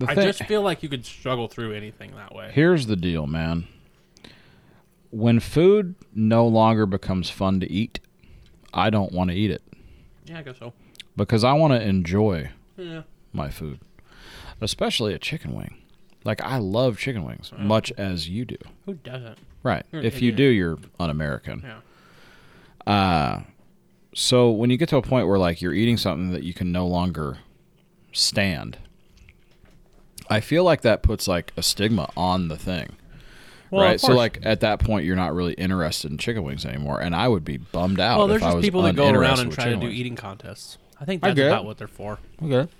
[SPEAKER 3] The
[SPEAKER 2] I
[SPEAKER 3] thing-
[SPEAKER 2] just feel like you could struggle through anything that way.
[SPEAKER 3] Here's the deal, man. When food no longer becomes fun to eat, I don't want to eat it
[SPEAKER 2] Yeah, I guess so.
[SPEAKER 3] because I want to enjoy
[SPEAKER 2] Yeah.
[SPEAKER 3] my food, especially a chicken wing. Like I love chicken wings,
[SPEAKER 2] Oh.
[SPEAKER 3] much as you do.
[SPEAKER 2] Who doesn't?
[SPEAKER 3] Right.
[SPEAKER 2] You're an
[SPEAKER 3] if you
[SPEAKER 2] idiot.
[SPEAKER 3] do, you're un-American.
[SPEAKER 2] Yeah.
[SPEAKER 3] Uh, so when you get to a point where like you're eating something that you can no longer stand, I feel like that puts like a stigma on the thing.
[SPEAKER 2] Well,
[SPEAKER 3] right.
[SPEAKER 2] of
[SPEAKER 3] So
[SPEAKER 2] course.
[SPEAKER 3] like at that point, you're not really interested in chicken wings anymore, and I would be bummed out.
[SPEAKER 2] well, there's
[SPEAKER 3] Oh, if I
[SPEAKER 2] just
[SPEAKER 3] was
[SPEAKER 2] people that go around
[SPEAKER 3] uninterested
[SPEAKER 2] and
[SPEAKER 3] with
[SPEAKER 2] try to
[SPEAKER 3] chicken
[SPEAKER 2] do
[SPEAKER 3] wings.
[SPEAKER 2] eating contests. I think
[SPEAKER 3] I
[SPEAKER 2] that's
[SPEAKER 3] get it.
[SPEAKER 2] about what they're for.
[SPEAKER 3] Okay.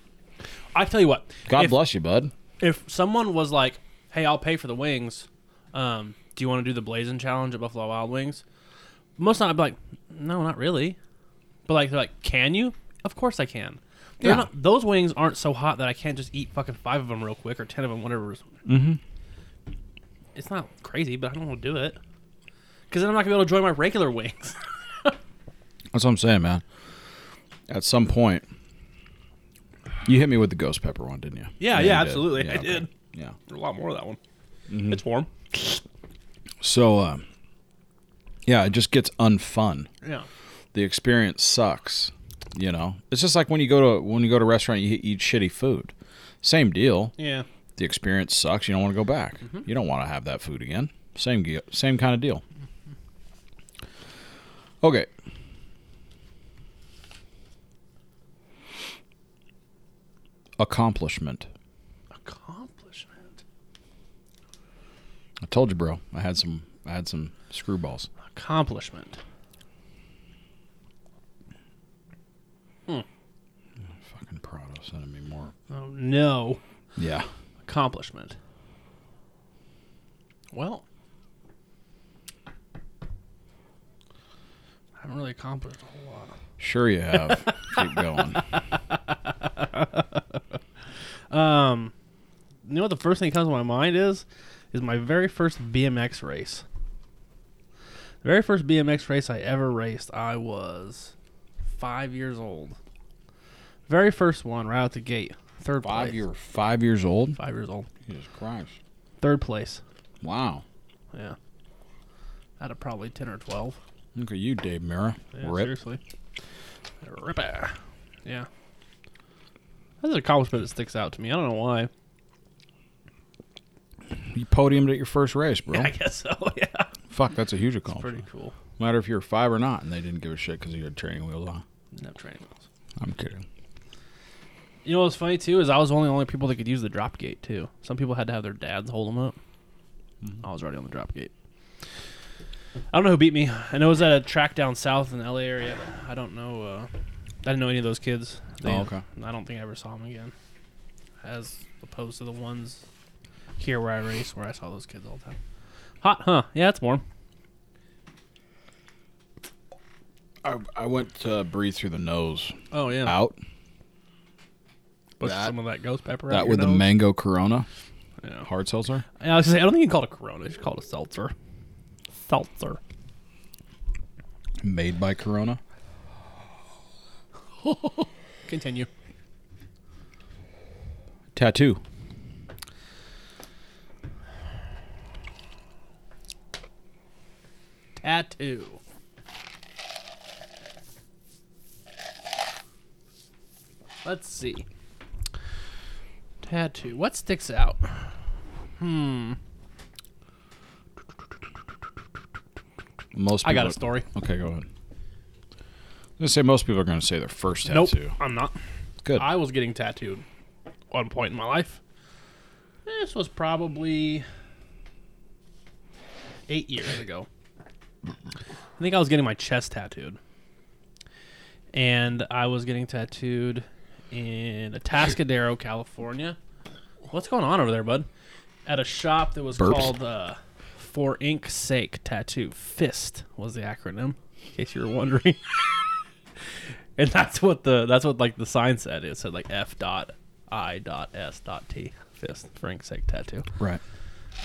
[SPEAKER 2] I tell you what,
[SPEAKER 3] God
[SPEAKER 2] if,
[SPEAKER 3] bless you, bud.
[SPEAKER 2] If someone was like, "Hey, I'll pay for the wings. Um, do you want to do the blazing challenge at Buffalo Wild Wings?" Most time I'd be like, "No, not really." But like, they're like, "Can you?" Of course I can. They're
[SPEAKER 3] Yeah.
[SPEAKER 2] not, those wings aren't so hot that I can't just eat fucking five of them real quick or ten of them, whatever. Mm-hmm. It's not crazy, but I don't want to do it because then I'm not gonna be able to enjoy my regular wings.
[SPEAKER 3] That's what I'm saying, man. At some point, you hit me with the ghost pepper one, didn't you?
[SPEAKER 2] Yeah,
[SPEAKER 3] you
[SPEAKER 2] yeah,
[SPEAKER 3] did.
[SPEAKER 2] absolutely. I
[SPEAKER 3] okay.
[SPEAKER 2] did.
[SPEAKER 3] Yeah.
[SPEAKER 2] a lot more of that one.
[SPEAKER 3] Mm-hmm.
[SPEAKER 2] It's warm.
[SPEAKER 3] So, um, yeah, it just gets unfun.
[SPEAKER 2] Yeah.
[SPEAKER 3] The experience sucks. You know, it's just like when you go to when you go to a restaurant, you eat shitty food. Same deal.
[SPEAKER 2] Yeah.
[SPEAKER 3] The experience sucks. You don't want to go back.
[SPEAKER 2] Mm-hmm.
[SPEAKER 3] You don't want to have that food again. Same ge- same kind of deal.
[SPEAKER 2] Mm-hmm.
[SPEAKER 3] Okay. Accomplishment.
[SPEAKER 2] Accomplishment.
[SPEAKER 3] I told you, bro. I had some. I had some screwballs.
[SPEAKER 2] Accomplishment.
[SPEAKER 3] Fucking Prado sending me more.
[SPEAKER 2] Oh no.
[SPEAKER 3] Yeah.
[SPEAKER 2] Accomplishment. Well. I haven't really accomplished a whole lot.
[SPEAKER 3] Sure you have. Keep going.
[SPEAKER 2] Um you know what the first thing that comes to my mind is? Is my very first BMX race. The very first BMX race I ever raced, I was five years old. Very first one, right out the gate. Third
[SPEAKER 3] Five
[SPEAKER 2] place.
[SPEAKER 3] year five years old?
[SPEAKER 2] Five years old.
[SPEAKER 3] Jesus Christ.
[SPEAKER 2] Third place.
[SPEAKER 3] Wow.
[SPEAKER 2] Yeah. Out of probably 10 or 12.
[SPEAKER 3] Look at you, Dave Mira.
[SPEAKER 2] Yeah,
[SPEAKER 3] Rip.
[SPEAKER 2] Seriously. Rip it. Yeah. That's an accomplishment that sticks out to me. I don't know why.
[SPEAKER 3] You podiumed at your first race, bro.
[SPEAKER 2] I guess so, yeah.
[SPEAKER 3] Fuck, that's a huge
[SPEAKER 2] Pretty
[SPEAKER 3] accomplishment.
[SPEAKER 2] cool.
[SPEAKER 3] No matter if you're five or not, and they didn't give a shit because you had training wheels on.
[SPEAKER 2] No training wheels.
[SPEAKER 3] I'm kidding.
[SPEAKER 2] You know what's funny, too, is I was one of the only people that could use the drop gate, too. Some people had to have their dads hold them up.
[SPEAKER 3] Mm-hmm.
[SPEAKER 2] I was already on the drop gate. I don't know who beat me. I know it was at a track down south in the LA area. But I don't know. Uh, I didn't know any of those kids. They-
[SPEAKER 3] Oh, okay.
[SPEAKER 2] I don't think I ever saw them again. As opposed to the ones here where I race, where I saw those kids all the time. Hot, huh? Yeah, it's warm.
[SPEAKER 3] I, I went to breathe through the nose
[SPEAKER 2] Oh yeah.
[SPEAKER 3] out.
[SPEAKER 2] Push
[SPEAKER 3] that-
[SPEAKER 2] some of that ghost pepper. out
[SPEAKER 3] That
[SPEAKER 2] your
[SPEAKER 3] with the
[SPEAKER 2] nose.
[SPEAKER 3] mango Corona
[SPEAKER 2] Yeah.
[SPEAKER 3] hard seltzer.
[SPEAKER 2] Yeah, I was gonna say, I don't think you can call it a Corona. You should call it a seltzer. Seltzer.
[SPEAKER 3] Made by Corona.
[SPEAKER 2] Continue.
[SPEAKER 3] Tattoo.
[SPEAKER 2] Tattoo. Let's see. Tattoo. What sticks out? Hmm.
[SPEAKER 3] Most
[SPEAKER 2] I
[SPEAKER 3] people
[SPEAKER 2] got a story.
[SPEAKER 3] Okay, go ahead. I'm gonna say most people are gonna say their first tattoo.
[SPEAKER 2] Nope, I'm not.
[SPEAKER 3] Good.
[SPEAKER 2] I was getting tattooed at one point in my life. This was probably eight years ago. I think I was getting my chest tattooed. And I was getting tattooed in Atascadero, California. What's going on over there, bud? At a shop that was
[SPEAKER 3] Burps.
[SPEAKER 2] called uh, For Ink's Sake Tattoo. FIST was the acronym, in case you were wondering. and that's what the that's what like the sign said. It said like F dot I dot S dot T. Fist. For Ink's Sake Tattoo.
[SPEAKER 3] right.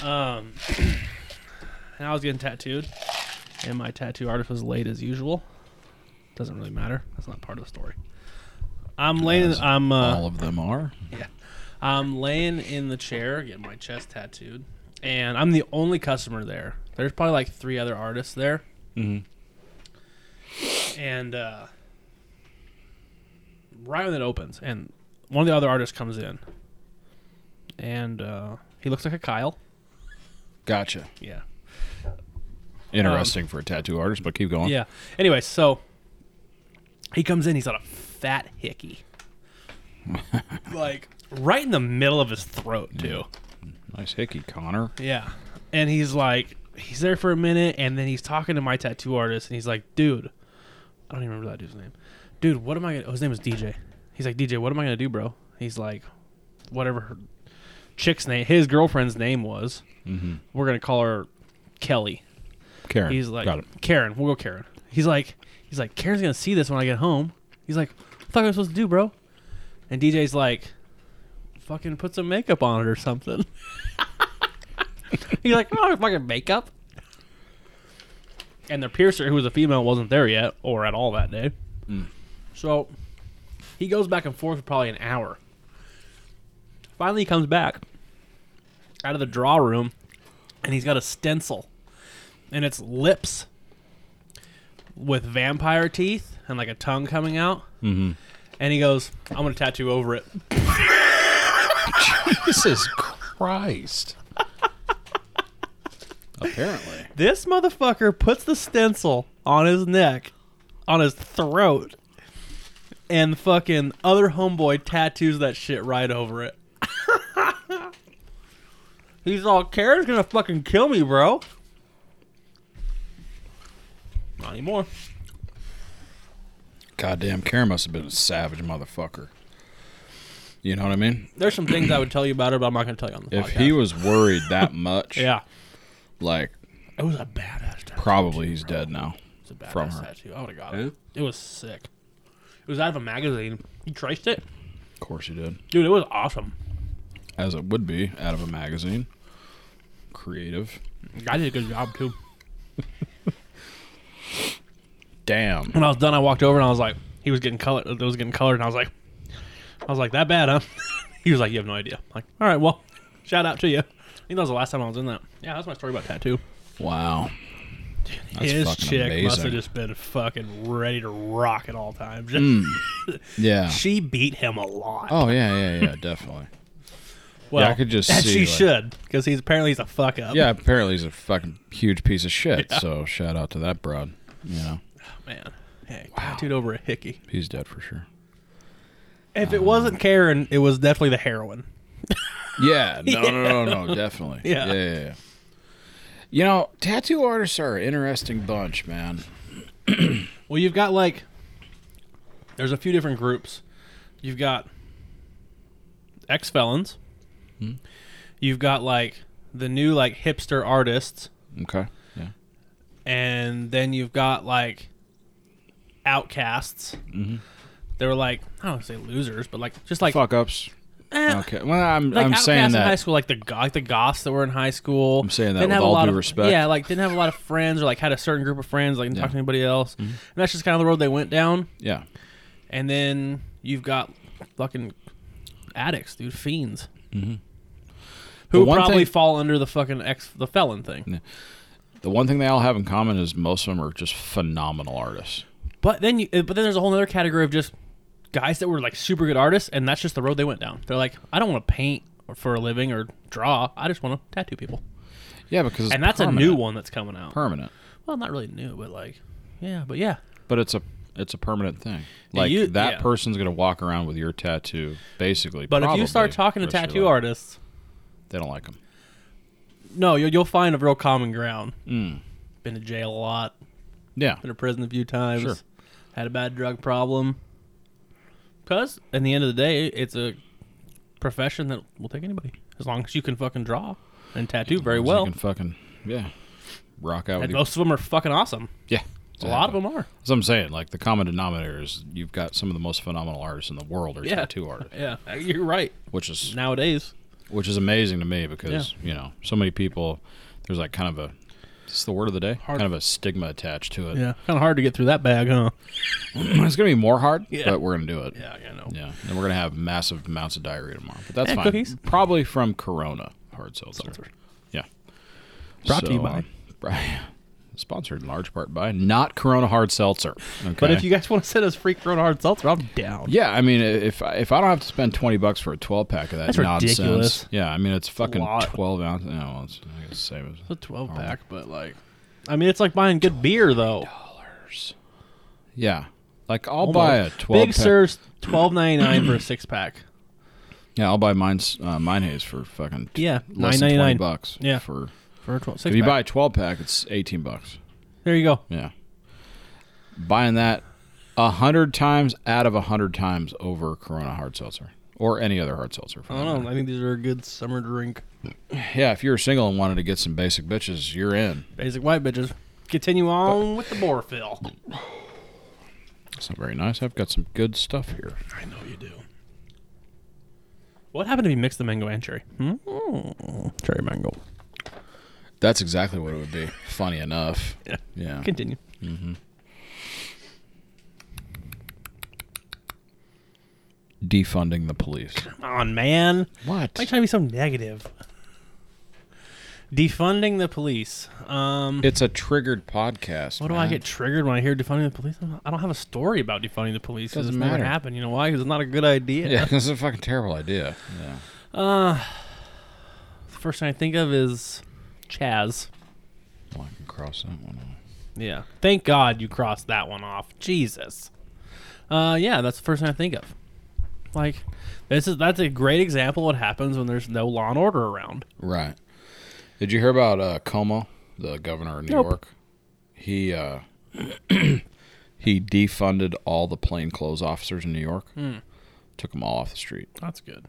[SPEAKER 2] Um, and and I was getting tattooed, and my tattoo artist was late as usual. Doesn't really matter. That's not part of the story. I'm laying.
[SPEAKER 3] As
[SPEAKER 2] I'm uh,
[SPEAKER 3] All of them are.
[SPEAKER 2] yeah. I'm laying in the chair, getting my chest tattooed, and I'm the only customer there. There's probably like three other artists there. Mm-hmm. And uh, right when it opens, and one of the other artists comes in, and uh, he looks like a Kyle.
[SPEAKER 3] Gotcha.
[SPEAKER 2] Yeah.
[SPEAKER 3] Interesting for a tattoo artist, but keep going.
[SPEAKER 2] Yeah. Anyway, so he comes in. He's on a fat hickey, like right in the middle of his throat, too.
[SPEAKER 3] Nice hickey, Connor.
[SPEAKER 2] Yeah. And he's like, he's there for a minute, and then he's talking to my tattoo artist, and he's like, dude, I don't even remember that dude's name. Dude, what am I gonna? Oh, his name is DJ. He's like, DJ, what am I gonna do, bro? He's like, whatever her chick's name, his girlfriend's name was. We're gonna call her Kelly.
[SPEAKER 3] Karen.
[SPEAKER 2] He's like,
[SPEAKER 3] got it.
[SPEAKER 2] Karen, we'll go Karen. He's like, he's like, Karen's gonna see this when I get home. He's like, what the fuck am I supposed to do, bro? And DJ's like, fucking put some makeup on it or something. he's like, I don't have fucking makeup. And the piercer, who was a female, wasn't there yet or at all that day.
[SPEAKER 3] Hmm.
[SPEAKER 2] So he goes back and forth for probably an hour. Finally, he comes back out of the draw room, and he's got a stencil and it's lips with vampire teeth and like a tongue coming out. Mm-hmm. And he goes, "I'm gonna tattoo over it."
[SPEAKER 3] Jesus Christ. Apparently.
[SPEAKER 2] This motherfucker puts the stencil on his neck, on his throat, and fucking other homeboy tattoos that shit right over it. He's all, "Karen's gonna fucking kill me, bro." Not anymore.
[SPEAKER 3] Goddamn, Karen must have been a savage motherfucker. You know what I mean?
[SPEAKER 2] There's some things I would tell you about her, but I'm not going to tell you on the
[SPEAKER 3] If
[SPEAKER 2] podcast.
[SPEAKER 3] he was worried that much,
[SPEAKER 2] Oh, yeah,
[SPEAKER 3] like
[SPEAKER 2] it was a badass tattoo.
[SPEAKER 3] probably he's dead now.
[SPEAKER 2] It was a badass
[SPEAKER 3] from her.
[SPEAKER 2] tattoo. I would have got it. It was sick. It was out of a magazine. You traced it,
[SPEAKER 3] Of course he did.
[SPEAKER 2] dude. It was awesome.
[SPEAKER 3] As it would be out of a magazine. Creative.
[SPEAKER 2] I did a good job too.
[SPEAKER 3] Damn.
[SPEAKER 2] When I was done, I walked over and I was like, he was getting colored. It was getting colored, and I was like, I was like that bad, huh? he was like, you have no idea. I'm like, all right, well, shout out to you. I think that was the last time I was in that. Yeah, that's my story about tattoo.
[SPEAKER 3] Wow. That's
[SPEAKER 2] His
[SPEAKER 3] fucking
[SPEAKER 2] chick must
[SPEAKER 3] amazing.
[SPEAKER 2] have just been fucking ready to rock at all times.
[SPEAKER 3] Hmm. Yeah.
[SPEAKER 2] She beat him a lot.
[SPEAKER 3] Oh yeah, yeah, yeah, definitely.
[SPEAKER 2] well,
[SPEAKER 3] I could just
[SPEAKER 2] that
[SPEAKER 3] see,
[SPEAKER 2] she
[SPEAKER 3] like-
[SPEAKER 2] should because he's apparently he's a fuck up.
[SPEAKER 3] Yeah, apparently he's a fucking huge piece of shit. So shout out to that broad. You know,
[SPEAKER 2] man. Hey, tattooed over a hickey.
[SPEAKER 3] he's dead for sure.
[SPEAKER 2] If it wasn't Karen, it was definitely the heroin.
[SPEAKER 3] Yeah, no, no, no, no, definitely.
[SPEAKER 2] Yeah.
[SPEAKER 3] yeah, yeah, yeah. You know, tattoo artists are an interesting bunch, man.
[SPEAKER 2] Well, you've got like, there's a few different groups. You've got ex felons. Hmm. You've got like the new like hipster artists,
[SPEAKER 3] Okay. Yeah.
[SPEAKER 2] and then you've got like outcasts. They were like I don't want to say losers, but like just like
[SPEAKER 3] Fuck ups.
[SPEAKER 2] eh,
[SPEAKER 3] Okay. Well, I'm
[SPEAKER 2] like
[SPEAKER 3] I'm
[SPEAKER 2] outcasts
[SPEAKER 3] saying
[SPEAKER 2] in high
[SPEAKER 3] that.
[SPEAKER 2] school, like the go- like the goths that were in high school.
[SPEAKER 3] I'm saying that
[SPEAKER 2] didn't
[SPEAKER 3] with
[SPEAKER 2] have a
[SPEAKER 3] all
[SPEAKER 2] lot
[SPEAKER 3] due
[SPEAKER 2] of,
[SPEAKER 3] respect.
[SPEAKER 2] Yeah, like didn't have a lot of friends or like had a certain group of friends, like didn't talk to anybody else.
[SPEAKER 3] Mm-hmm.
[SPEAKER 2] And that's just kind of the road they went down.
[SPEAKER 3] Yeah.
[SPEAKER 2] And then you've got fucking addicts, dude, fiends, mm-hmm.
[SPEAKER 3] But
[SPEAKER 2] who
[SPEAKER 3] one
[SPEAKER 2] probably
[SPEAKER 3] thing-
[SPEAKER 2] fall under the fucking ex the felon thing.
[SPEAKER 3] The one thing they all have in common is most of them are just phenomenal artists.
[SPEAKER 2] But then you, but then there's a whole other category of just guys that were like super good artists, and that's just the road they went down. They're like, I don't want to paint for a living or draw. I just want to tattoo people,
[SPEAKER 3] Yeah, because it's
[SPEAKER 2] and that's a new
[SPEAKER 3] permanent.
[SPEAKER 2] one that's coming out.
[SPEAKER 3] Permanent,
[SPEAKER 2] well, not really new, but like, yeah, but yeah,
[SPEAKER 3] but it's a it's a permanent thing.
[SPEAKER 2] Yeah,
[SPEAKER 3] Like
[SPEAKER 2] you-
[SPEAKER 3] that
[SPEAKER 2] yeah.
[SPEAKER 3] person's gonna walk around with your tattoo, basically.
[SPEAKER 2] But if you start
[SPEAKER 3] probably
[SPEAKER 2] talking to
[SPEAKER 3] the rest of your
[SPEAKER 2] tattoo
[SPEAKER 3] life.
[SPEAKER 2] artists,
[SPEAKER 3] they don't like them.
[SPEAKER 2] no, you'll, you'll find a real common ground. Been to jail a lot,
[SPEAKER 3] Mm. Yeah,
[SPEAKER 2] been to prison a few times,
[SPEAKER 3] Sure.
[SPEAKER 2] had a bad drug problem. Because, in the end of the day, it's a profession that will take anybody as long as you can fucking draw and tattoo very
[SPEAKER 3] So
[SPEAKER 2] well.
[SPEAKER 3] you can fucking yeah, rock out. With
[SPEAKER 2] And
[SPEAKER 3] your,
[SPEAKER 2] most of them are fucking awesome.
[SPEAKER 3] yeah,
[SPEAKER 2] A lot of them are.
[SPEAKER 3] That's what I'm saying. Like the common denominator is you've got some of the most phenomenal artists in the world are
[SPEAKER 2] Yeah.
[SPEAKER 3] tattoo artists,
[SPEAKER 2] Yeah, Uh, you're right.
[SPEAKER 3] which is
[SPEAKER 2] Nowadays,
[SPEAKER 3] which is amazing to me because you know so many people. There's like kind of a It's the word of the day.
[SPEAKER 2] Hard-
[SPEAKER 3] Kind of a stigma attached to it.
[SPEAKER 2] Yeah, kind of hard to get through that bag, huh?
[SPEAKER 3] it's gonna be more hard,
[SPEAKER 2] Yeah.
[SPEAKER 3] but we're gonna do it.
[SPEAKER 2] Yeah, I know.
[SPEAKER 3] Yeah, and we're gonna have massive amounts of diarrhea tomorrow, but that's
[SPEAKER 2] And
[SPEAKER 3] fine.
[SPEAKER 2] cookies.
[SPEAKER 3] Probably from Corona hard seltzer. Yeah.
[SPEAKER 2] Brought to you by-
[SPEAKER 3] um, bri- sponsored in large part by not Corona hard seltzer. Okay.
[SPEAKER 2] But if you guys want to send us free Corona hard seltzer, I'm down.
[SPEAKER 3] yeah, I mean, if I- if I don't have to spend twenty bucks for a twelve pack of that
[SPEAKER 2] That's
[SPEAKER 3] nonsense,
[SPEAKER 2] ridiculous.
[SPEAKER 3] yeah, I mean it's fucking
[SPEAKER 2] lot.
[SPEAKER 3] twelve ounce. No, well, it's, I guess the same
[SPEAKER 2] It's a
[SPEAKER 3] as
[SPEAKER 2] 12 pack, but like, I mean, it's like buying good beer though.
[SPEAKER 3] yeah. Like I'll
[SPEAKER 2] Almost.
[SPEAKER 3] buy a twelve.
[SPEAKER 2] Big
[SPEAKER 3] pack.
[SPEAKER 2] Sur's twelve ninety nine for a six pack.
[SPEAKER 3] Yeah, I'll buy mine's uh, mine haze for fucking t-
[SPEAKER 2] Yeah,
[SPEAKER 3] less than twenty
[SPEAKER 2] $9.99.
[SPEAKER 3] bucks.
[SPEAKER 2] Yeah.
[SPEAKER 3] for
[SPEAKER 2] For a twelve six
[SPEAKER 3] if you
[SPEAKER 2] pack.
[SPEAKER 3] buy a twelve pack, it's eighteen bucks.
[SPEAKER 2] there you go.
[SPEAKER 3] Yeah, buying that a hundred times out of a hundred times over Corona hard seltzer or any other hard seltzer. For
[SPEAKER 2] I
[SPEAKER 3] that
[SPEAKER 2] don't know.
[SPEAKER 3] matter.
[SPEAKER 2] I think these are a good summer drink.
[SPEAKER 3] Yeah, if you're single and wanted to get some basic bitches, you're in.
[SPEAKER 2] Basic white bitches. Continue on with the Borfil.
[SPEAKER 3] It's not very nice. I've got some good stuff here.
[SPEAKER 2] I know you do. What happened if you mix the mango and cherry? Hmm? Cherry mango.
[SPEAKER 3] That's exactly what it would be. Funny enough.
[SPEAKER 2] Yeah.
[SPEAKER 3] Yeah.
[SPEAKER 2] Continue.
[SPEAKER 3] Defunding the police.
[SPEAKER 2] Come on, man.
[SPEAKER 3] What?
[SPEAKER 2] Why are you trying to be so negative? Defunding the police. Um,
[SPEAKER 3] It's a triggered podcast.
[SPEAKER 2] what do I
[SPEAKER 3] man.
[SPEAKER 2] get triggered when I hear defunding the police? I'm not- I don't have a story about defunding the police. 'cause
[SPEAKER 3] Doesn't
[SPEAKER 2] it's never
[SPEAKER 3] matter.
[SPEAKER 2] happened. You know why? Because it's not a good idea. Uh,
[SPEAKER 3] Yeah, this is a fucking terrible idea. Yeah.
[SPEAKER 2] The first thing I think of is Chaz.
[SPEAKER 3] Well, I can cross that one off.
[SPEAKER 2] Yeah. Thank God you crossed that one off. Jesus. Uh, yeah, that's the first thing I think of. Like, this is that's a great example of what happens when there's no law and order around.
[SPEAKER 3] Right. Did you hear about uh, Como, the governor of New
[SPEAKER 2] Nope.
[SPEAKER 3] York? He uh, he defunded all the plainclothes officers in New York. Took them all off the street.
[SPEAKER 2] That's good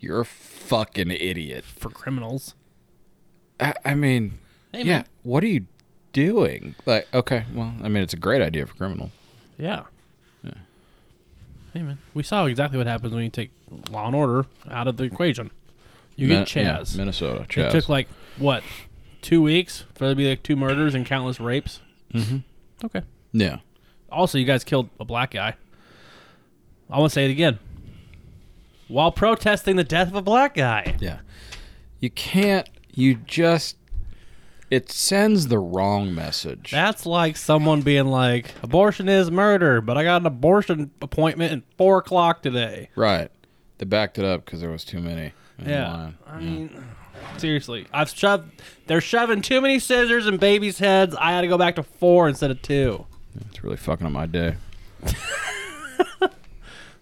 [SPEAKER 3] You're a fucking idiot.
[SPEAKER 2] for criminals.
[SPEAKER 3] I, I mean,
[SPEAKER 2] Hey,
[SPEAKER 3] yeah.
[SPEAKER 2] man.
[SPEAKER 3] What are you doing? Like, okay, well, I mean, it's a great idea for criminal.
[SPEAKER 2] Yeah. Hey man, we saw exactly what happens when you take law and order out of the equation. You get
[SPEAKER 3] Min- yeah,
[SPEAKER 2] Chaz.
[SPEAKER 3] Minnesota. Chaz.
[SPEAKER 2] It took like what, two weeks for there to be like two murders and countless rapes. Mm-hmm. Okay.
[SPEAKER 3] yeah.
[SPEAKER 2] Also, you guys killed a black guy. I want to say it again. While protesting the death of a black guy.
[SPEAKER 3] Yeah. You can't. You just. It sends the wrong message.
[SPEAKER 2] That's like someone being like, abortion is murder, but I got an abortion appointment at 4 o'clock today.
[SPEAKER 3] Right. They backed it up because there was too many. in
[SPEAKER 2] Yeah.
[SPEAKER 3] line.
[SPEAKER 2] I mean, seriously. I've shoved, they're shoving too many scissors in babies' heads. I had to go back to 4 instead of 2.
[SPEAKER 3] It's really fucking up my day.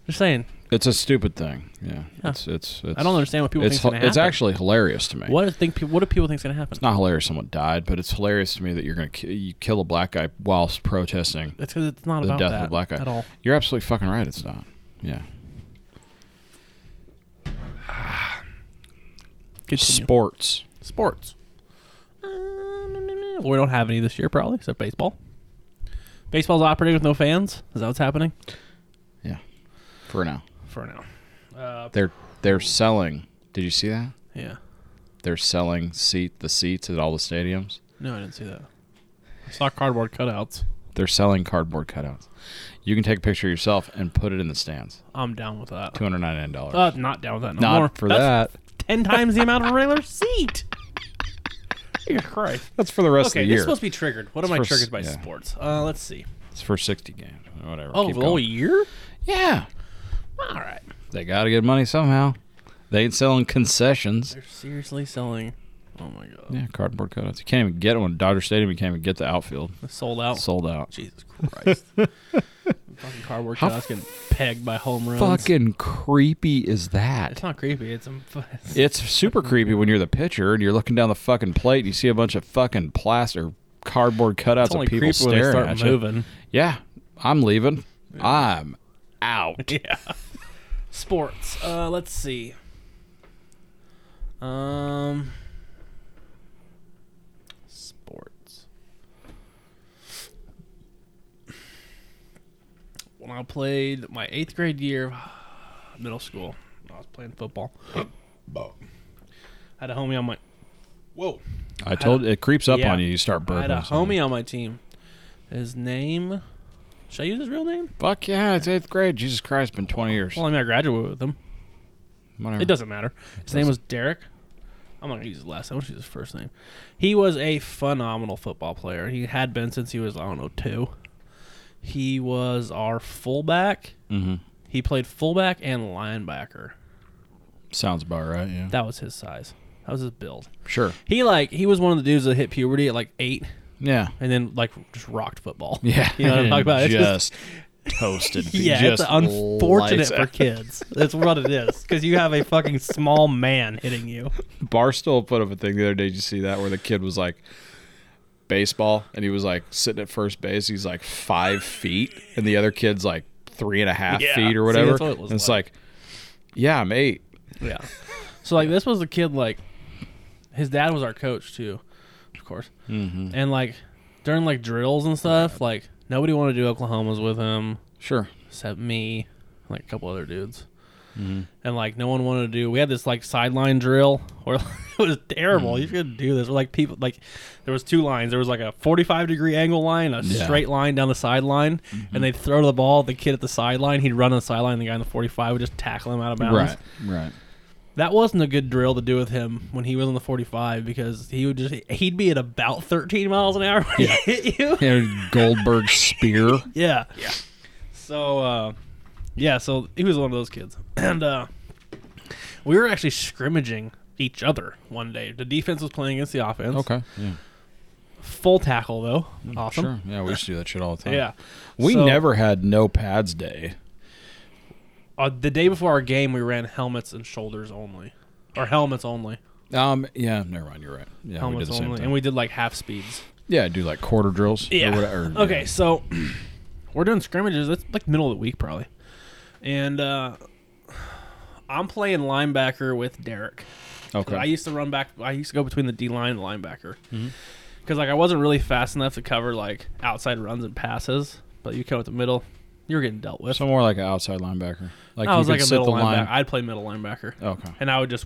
[SPEAKER 2] Just saying.
[SPEAKER 3] It's a stupid thing. Yeah. It's, it's, it's,
[SPEAKER 2] I don't understand what people
[SPEAKER 3] it's,
[SPEAKER 2] think's gonna
[SPEAKER 3] It's
[SPEAKER 2] happen.
[SPEAKER 3] actually hilarious to me.
[SPEAKER 2] What, do think, pe- what do people think's going to happen?
[SPEAKER 3] Not hilarious someone died, but it's hilarious to me that you're going to ki- you kill a black guy whilst protesting
[SPEAKER 2] It's because it's not
[SPEAKER 3] the
[SPEAKER 2] about
[SPEAKER 3] death
[SPEAKER 2] that
[SPEAKER 3] of a black guy.
[SPEAKER 2] at all.
[SPEAKER 3] You're absolutely fucking right. It's not. Yeah.
[SPEAKER 2] Continue.
[SPEAKER 3] Sports.
[SPEAKER 2] Sports. Uh, We don't have any this year, probably, except baseball. Baseball's operating with no fans. Is that what's happening?
[SPEAKER 3] Yeah. For now.
[SPEAKER 2] For now. Uh,
[SPEAKER 3] They're, they're selling. Did you see that?
[SPEAKER 2] yeah.
[SPEAKER 3] They're selling seat the seats at all the stadiums.
[SPEAKER 2] No, I didn't see that. I saw cardboard cutouts.
[SPEAKER 3] They're selling cardboard cutouts. You can take a picture of yourself and put it in the stands.
[SPEAKER 2] I'm down with that.
[SPEAKER 3] Two hundred ninety nine dollars.
[SPEAKER 2] Uh, not down with that. No
[SPEAKER 3] Not
[SPEAKER 2] more.
[SPEAKER 3] for
[SPEAKER 2] That's
[SPEAKER 3] that.
[SPEAKER 2] Ten times the amount of a regular seat. Dear Christ.
[SPEAKER 3] That's for the rest of
[SPEAKER 2] Okay, this
[SPEAKER 3] the
[SPEAKER 2] is
[SPEAKER 3] year.
[SPEAKER 2] supposed to be triggered. What am
[SPEAKER 3] It's
[SPEAKER 2] I
[SPEAKER 3] for s-
[SPEAKER 2] triggered by
[SPEAKER 3] yeah.
[SPEAKER 2] sports? Uh, let's see.
[SPEAKER 3] it's for sixty games. or Whatever.
[SPEAKER 2] Oh,
[SPEAKER 3] Keep
[SPEAKER 2] the whole
[SPEAKER 3] going.
[SPEAKER 2] year?
[SPEAKER 3] yeah.
[SPEAKER 2] All right.
[SPEAKER 3] They gotta get money somehow. They ain't selling concessions.
[SPEAKER 2] They're seriously selling. Oh my god.
[SPEAKER 3] Yeah, cardboard cutouts. You can't even get one. at Dodger Stadium. You can't even get the outfield.
[SPEAKER 2] It's Sold out.
[SPEAKER 3] Sold out.
[SPEAKER 2] Jesus Christ. fucking cardboard
[SPEAKER 3] How
[SPEAKER 2] cutouts getting pegged by home runs.
[SPEAKER 3] Fucking creepy is
[SPEAKER 2] It's
[SPEAKER 3] that?
[SPEAKER 2] not creepy. It's, um, it's
[SPEAKER 3] It's super creepy when you're the pitcher and you're looking down the fucking plate and you see a bunch of fucking plaster cardboard cutouts
[SPEAKER 2] only
[SPEAKER 3] of people
[SPEAKER 2] creepy when
[SPEAKER 3] staring
[SPEAKER 2] they
[SPEAKER 3] at
[SPEAKER 2] start
[SPEAKER 3] you.
[SPEAKER 2] moving.
[SPEAKER 3] Yeah, I'm leaving. I'm out.
[SPEAKER 2] Yeah. Sports. Uh, let's see. Um. Sports. When I played my eighth grade year, of middle school, I was playing football. I had a homie. I'm like, whoa.
[SPEAKER 3] I told it creeps up
[SPEAKER 2] Yeah.
[SPEAKER 3] on you. You start
[SPEAKER 2] I
[SPEAKER 3] burping.
[SPEAKER 2] had a
[SPEAKER 3] or something.
[SPEAKER 2] homie on my team. His name. Should I use his real name?
[SPEAKER 3] Fuck yeah! It's eighth grade. Jesus Christ, been twenty years.
[SPEAKER 2] Well, I mean, I graduated with him.
[SPEAKER 3] Whatever.
[SPEAKER 2] It doesn't matter. His name was Derek. I'm not gonna use his last name. I'm gonna use his first name. He was a phenomenal football player. He had been since he was I don't know two. He was our fullback.
[SPEAKER 3] Mhm.
[SPEAKER 2] He played fullback and linebacker.
[SPEAKER 3] Sounds about right. Yeah.
[SPEAKER 2] That was his size. That was his build.
[SPEAKER 3] sure.
[SPEAKER 2] He like he was one of the dudes that hit puberty at like eight,
[SPEAKER 3] Yeah.
[SPEAKER 2] and then like just rocked football.
[SPEAKER 3] Yeah.
[SPEAKER 2] you know what I'm talking about. It's
[SPEAKER 3] just toasted.
[SPEAKER 2] Yeah,
[SPEAKER 3] just
[SPEAKER 2] it's unfortunate
[SPEAKER 3] lights
[SPEAKER 2] for
[SPEAKER 3] out.
[SPEAKER 2] kids. That's what it is. Because you have a fucking small man hitting you.
[SPEAKER 3] Barstool put up a thing the other day. Did you see that where the kid was like baseball and he was like sitting at first base. He's like five feet, and the other kid's like three and a half
[SPEAKER 2] Yeah.
[SPEAKER 3] feet or
[SPEAKER 2] See,
[SPEAKER 3] whatever.
[SPEAKER 2] that's what it was
[SPEAKER 3] and it's
[SPEAKER 2] like.
[SPEAKER 3] like, yeah, I'm eight.
[SPEAKER 2] Yeah. So like this was the kid like his dad was our coach too, of course. Mm-hmm. And like during like drills and stuff, like nobody wanted to do Oklahoma's with him
[SPEAKER 3] Sure.
[SPEAKER 2] except me, and, like a couple other dudes. And like no one wanted to do. We had this like sideline drill where it was terrible. You could do this. We're like people like there was two lines. There was like a 45 degree angle line, a
[SPEAKER 3] Yeah.
[SPEAKER 2] straight line down the sideline, and they'd throw the ball. The kid at the sideline, he'd run on the sideline. The guy in the 45 would just tackle him out of bounds
[SPEAKER 3] Right. Right.
[SPEAKER 2] that wasn't a good drill to do with him when he was on the 45 because he would just he'd be at about 13 miles an hour when
[SPEAKER 3] Yeah.
[SPEAKER 2] he hit you.
[SPEAKER 3] And Goldberg spear.
[SPEAKER 2] Yeah. Yeah. So uh yeah, so he was one of those kids. And uh we were actually scrimmaging each other one day. The defense was playing against the offense.
[SPEAKER 3] Okay. Yeah.
[SPEAKER 2] Full tackle though. Awesome.
[SPEAKER 3] Sure. Yeah, we used to do that shit all the time.
[SPEAKER 2] Yeah.
[SPEAKER 3] We
[SPEAKER 2] So,
[SPEAKER 3] never had no pads day.
[SPEAKER 2] uh, the day before our game we ran helmets and shoulders only. Or helmets only.
[SPEAKER 3] Um. Yeah. Never mind. You're right. Yeah.
[SPEAKER 2] Helmets
[SPEAKER 3] we did the same
[SPEAKER 2] only.
[SPEAKER 3] thing.
[SPEAKER 2] And we did like half speeds.
[SPEAKER 3] yeah, do like quarter drills. Or whatever.
[SPEAKER 2] okay, so we're doing scrimmages. That's like middle of the week probably, and uh, I'm playing linebacker with Derek.
[SPEAKER 3] Okay. Mm-hmm.
[SPEAKER 2] I used to run back. I used to go between the D line and linebacker because like I wasn't really fast enough to cover like outside runs and passes. But you come with the middle, you're getting dealt with.
[SPEAKER 3] so more like an outside linebacker. Like
[SPEAKER 2] I
[SPEAKER 3] you
[SPEAKER 2] was
[SPEAKER 3] could
[SPEAKER 2] like a
[SPEAKER 3] sit
[SPEAKER 2] middle
[SPEAKER 3] the
[SPEAKER 2] linebacker.
[SPEAKER 3] line. Oh.
[SPEAKER 2] I'd play middle linebacker,
[SPEAKER 3] Okay.
[SPEAKER 2] and I would just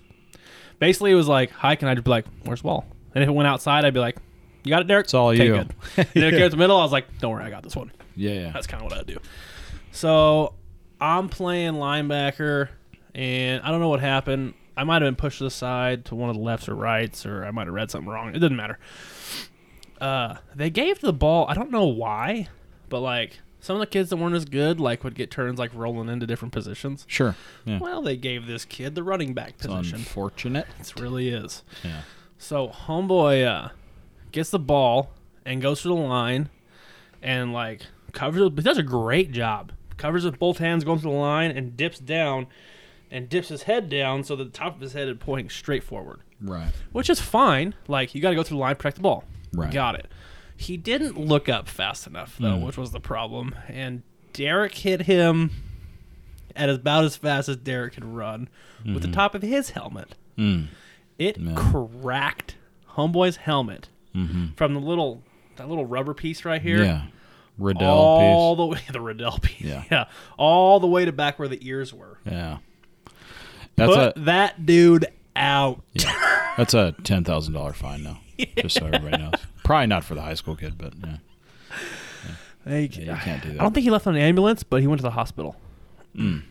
[SPEAKER 2] basically it was like hike, and I'd just be like, "Where's the ball?" And if it went outside, I'd be like, "You got it, Derek."
[SPEAKER 3] It's all
[SPEAKER 2] Take
[SPEAKER 3] you.
[SPEAKER 2] it. Derek goes to the middle. I was like, "Don't worry, I got this one."
[SPEAKER 3] Yeah. Yeah.
[SPEAKER 2] That's kind of what I do. So I'm playing linebacker, and I don't know what happened. I might have been pushed to the side to one of the lefts or rights, or I might have read something wrong. It doesn't matter. Uh, they gave the ball. I don't know why, but like some of the kids that weren't as good, like would get turns like rolling into different positions.
[SPEAKER 3] Sure. Yeah.
[SPEAKER 2] Well, they gave this kid the running back
[SPEAKER 3] It's
[SPEAKER 2] position.
[SPEAKER 3] unfortunate.
[SPEAKER 2] It really is.
[SPEAKER 3] Yeah.
[SPEAKER 2] So homeboy uh, gets the ball and goes to the line and like covers it. But does a great job. Covers with both hands, going to the line and dips down and dips his head down so that the top of his head is pointing straight forward,
[SPEAKER 3] Right.
[SPEAKER 2] which is fine. Like you got to go through the line, protect the ball.
[SPEAKER 3] Right. Mm.
[SPEAKER 2] Got it. He didn't look up fast enough though, which was the problem. And Derek hit him at about as fast as Derek could run with
[SPEAKER 3] Mm-hmm.
[SPEAKER 2] the top of his helmet.
[SPEAKER 3] Mm.
[SPEAKER 2] It cracked Homeboy's helmet from the little that little rubber piece right here.
[SPEAKER 3] Mm-hmm. Yeah. Riddell
[SPEAKER 2] all the way the Riddell piece.
[SPEAKER 3] Yeah.
[SPEAKER 2] All the way to back where the ears were.
[SPEAKER 3] piece. Yeah. That's
[SPEAKER 2] Put
[SPEAKER 3] a
[SPEAKER 2] that dude out.
[SPEAKER 3] that's a ten thousand dollar fine now. Just so everybody knows. Probably not for the high school kid, but yeah.
[SPEAKER 2] They-
[SPEAKER 3] You can't do
[SPEAKER 2] I
[SPEAKER 3] that.
[SPEAKER 2] don't think he left on an ambulance, but he went to the hospital.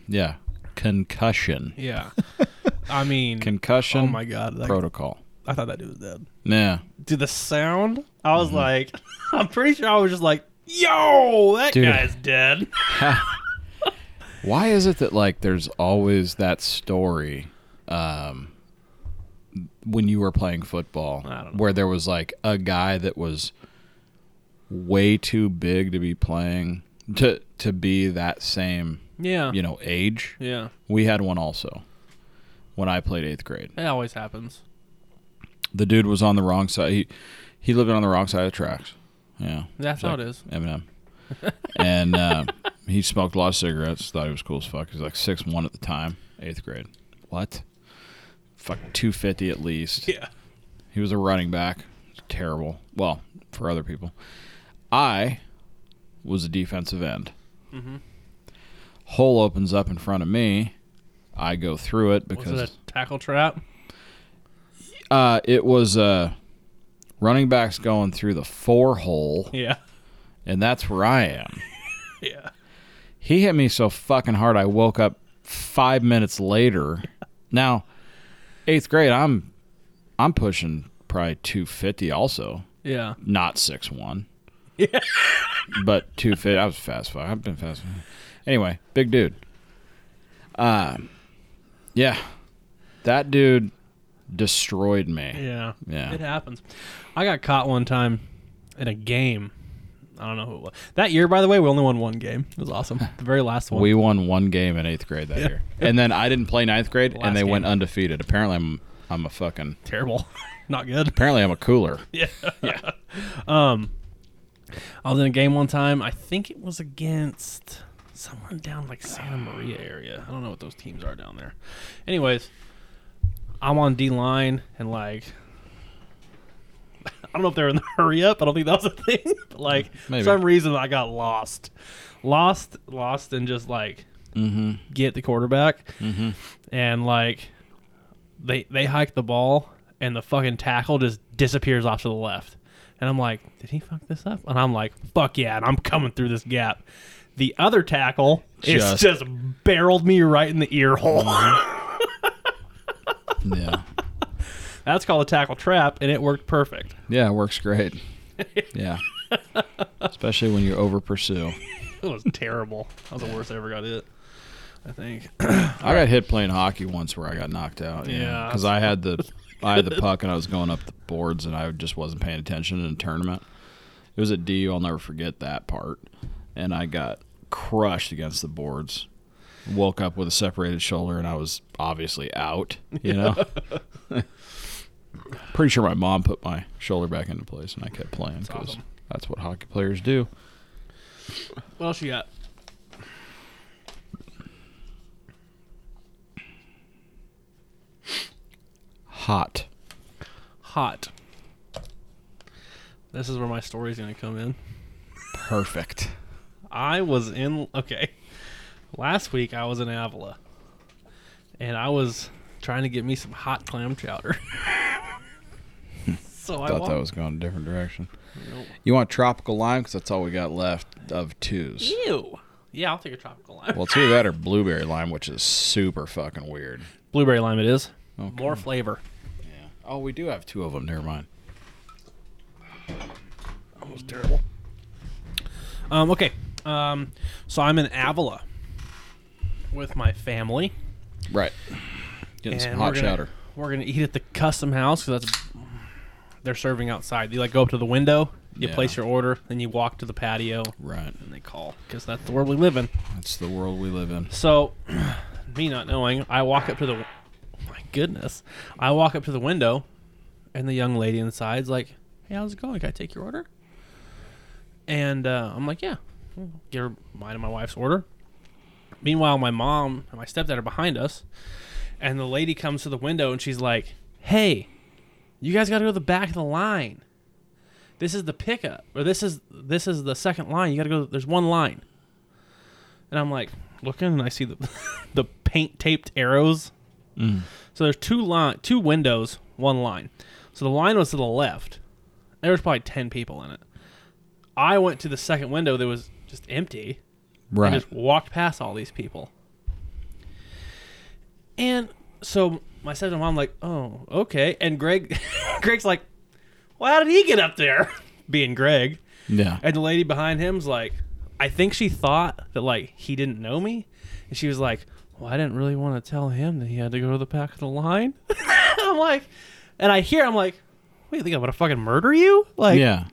[SPEAKER 3] yeah. Concussion.
[SPEAKER 2] Yeah. I mean
[SPEAKER 3] Concussion
[SPEAKER 2] Oh my god. Like,
[SPEAKER 3] protocol.
[SPEAKER 2] I thought that dude was dead.
[SPEAKER 3] Yeah.
[SPEAKER 2] Dude, the sound, I
[SPEAKER 3] Mm-hmm.
[SPEAKER 2] was like, I'm pretty sure I was just like, yo, that
[SPEAKER 3] Dude.
[SPEAKER 2] guy's dead.
[SPEAKER 3] Why is it that like there's always that story um, when you were playing football
[SPEAKER 2] I don't know.
[SPEAKER 3] where there was like a guy that was way too big to be playing to to be that same
[SPEAKER 2] Yeah.
[SPEAKER 3] you know age.
[SPEAKER 2] Yeah.
[SPEAKER 3] We had one also when I played eighth grade.
[SPEAKER 2] It always happens.
[SPEAKER 3] The dude was on the wrong side. He he lived on the wrong side of the tracks. Yeah,
[SPEAKER 2] That's how it is.
[SPEAKER 3] Eminem. and uh, he smoked a lot of cigarettes. Thought he was cool as fuck. He was like six one at the time, eighth grade. What? Fuck two fifty at least.
[SPEAKER 2] Yeah.
[SPEAKER 3] He was a running back. Terrible. Well, for other people, I was a defensive end. Hole opens up in front of me. I go through it
[SPEAKER 2] Was
[SPEAKER 3] because
[SPEAKER 2] it a tackle trap?
[SPEAKER 3] uh, it was uh, Running back's going through the four hole,
[SPEAKER 2] Yeah.
[SPEAKER 3] and that's where I am.
[SPEAKER 2] Yeah.
[SPEAKER 3] He hit me so fucking hard I woke up five minutes later. Now, eighth grade, I'm I'm pushing probably two fifty also.
[SPEAKER 2] Yeah.
[SPEAKER 3] Not six one. but two fifty I was fast fuck. I've been fast. fuck. Anyway, big dude. Um yeah. That dude destroyed me.
[SPEAKER 2] Yeah.
[SPEAKER 3] Yeah.
[SPEAKER 2] It happens. I got caught one time in a game. I don't know who it was. That year, by the way, we only won one game. It was awesome. The very last one.
[SPEAKER 3] We won one game in eighth grade that year. And then I didn't play ninth grade
[SPEAKER 2] Last
[SPEAKER 3] and they went
[SPEAKER 2] game.
[SPEAKER 3] undefeated. Apparently I'm I'm a fucking
[SPEAKER 2] terrible. Not good.
[SPEAKER 3] apparently I'm a cooler.
[SPEAKER 2] Yeah. yeah. Um, I was in a game one time. I think it was against someone down like Santa Maria area. I don't know what those teams are down there. Anyways, I'm on D line and like. I don't know if they're in the hurry up. I don't think that was a thing. But like,
[SPEAKER 3] Maybe.
[SPEAKER 2] for some reason, I got lost. Lost, lost, and just like get the quarterback. And like, they they hike the ball and the fucking tackle just disappears off to the left. And I'm like, did he fuck this up? And I'm like, fuck yeah, and I'm coming through this gap. The other tackle
[SPEAKER 3] Just-
[SPEAKER 2] just, just barreled me right in the ear hole.
[SPEAKER 3] Yeah.
[SPEAKER 2] That's called a tackle trap, and it worked perfect.
[SPEAKER 3] Yeah, it works great. Yeah. Especially when you over pursue.
[SPEAKER 2] It was terrible. That was the worst I ever got hit. I think.
[SPEAKER 3] I got hit playing hockey once where I got knocked out. Yeah,
[SPEAKER 2] Yeah.
[SPEAKER 3] because I had the I had the puck and I was going up the boards and I just wasn't paying attention in a tournament. It was at DU. I'll never forget that part. And I got crushed against the boards. Woke up with a separated shoulder and I was obviously out. You know. Pretty sure my mom put my shoulder back into place and I kept playing because
[SPEAKER 2] awesome.
[SPEAKER 3] that's what hockey players do.
[SPEAKER 2] What else you got?
[SPEAKER 3] Hot.
[SPEAKER 2] Hot. This is where my story's going to come in.
[SPEAKER 3] Perfect.
[SPEAKER 2] I was in okay. Last week I was in Avila, and I was trying to get me some hot clam chowder. so
[SPEAKER 3] Thought
[SPEAKER 2] I
[SPEAKER 3] that
[SPEAKER 2] walked-
[SPEAKER 3] was going a different direction.
[SPEAKER 2] Nope.
[SPEAKER 3] You want tropical lime because that's all we got left of twos.
[SPEAKER 2] Ew. Yeah, I'll take a tropical lime.
[SPEAKER 3] Well, it's either that or blueberry lime, which is super fucking weird.
[SPEAKER 2] Blueberry lime it is. More flavor.
[SPEAKER 3] Oh, we do have two of them. Never mind.
[SPEAKER 2] That was terrible. Um, okay. Um, so I'm in Avila with my family.
[SPEAKER 3] Right. Getting some
[SPEAKER 2] and
[SPEAKER 3] hot
[SPEAKER 2] we're gonna-
[SPEAKER 3] chowder.
[SPEAKER 2] We're gonna eat at the custom house because that's they're serving outside. You like go up to the window, you
[SPEAKER 3] Yeah.
[SPEAKER 2] place your order, then you walk to the patio,
[SPEAKER 3] Right.
[SPEAKER 2] and they call because that's the world we live in.
[SPEAKER 3] That's the world we live in.
[SPEAKER 2] So, me not knowing, I walk up to the oh my goodness, I walk up to the window, and the young lady inside's like, "Hey, how's it going? Can I take your order?" And uh, I'm like, "Yeah." Give her mine and my wife's order. Meanwhile, my mom and my stepdad are behind us, and the lady comes to the window and she's like, "Hey, you guys got to go to the back of the line. This is the pickup, or this is this is the second line. You got to go. There's one line." And I'm like looking, and I see the the paint taped arrows. So there's two line, two windows, one line. So the line was to the left. There was probably ten people in it. I went to the second window that was just empty. I
[SPEAKER 3] Right.
[SPEAKER 2] just walked past all these people. And so my stepdad and mom like, oh, okay. And Greg, Greg's like, well, how did he get up there? Being Greg,
[SPEAKER 3] Yeah.
[SPEAKER 2] and the lady behind him's like, I think she thought that like he didn't know me, and she was like, well, I didn't really want to tell him that he had to go to the back of the line. I'm like, and I hear, I'm like, what do you think I'm gonna fucking murder you? Like,
[SPEAKER 3] yeah.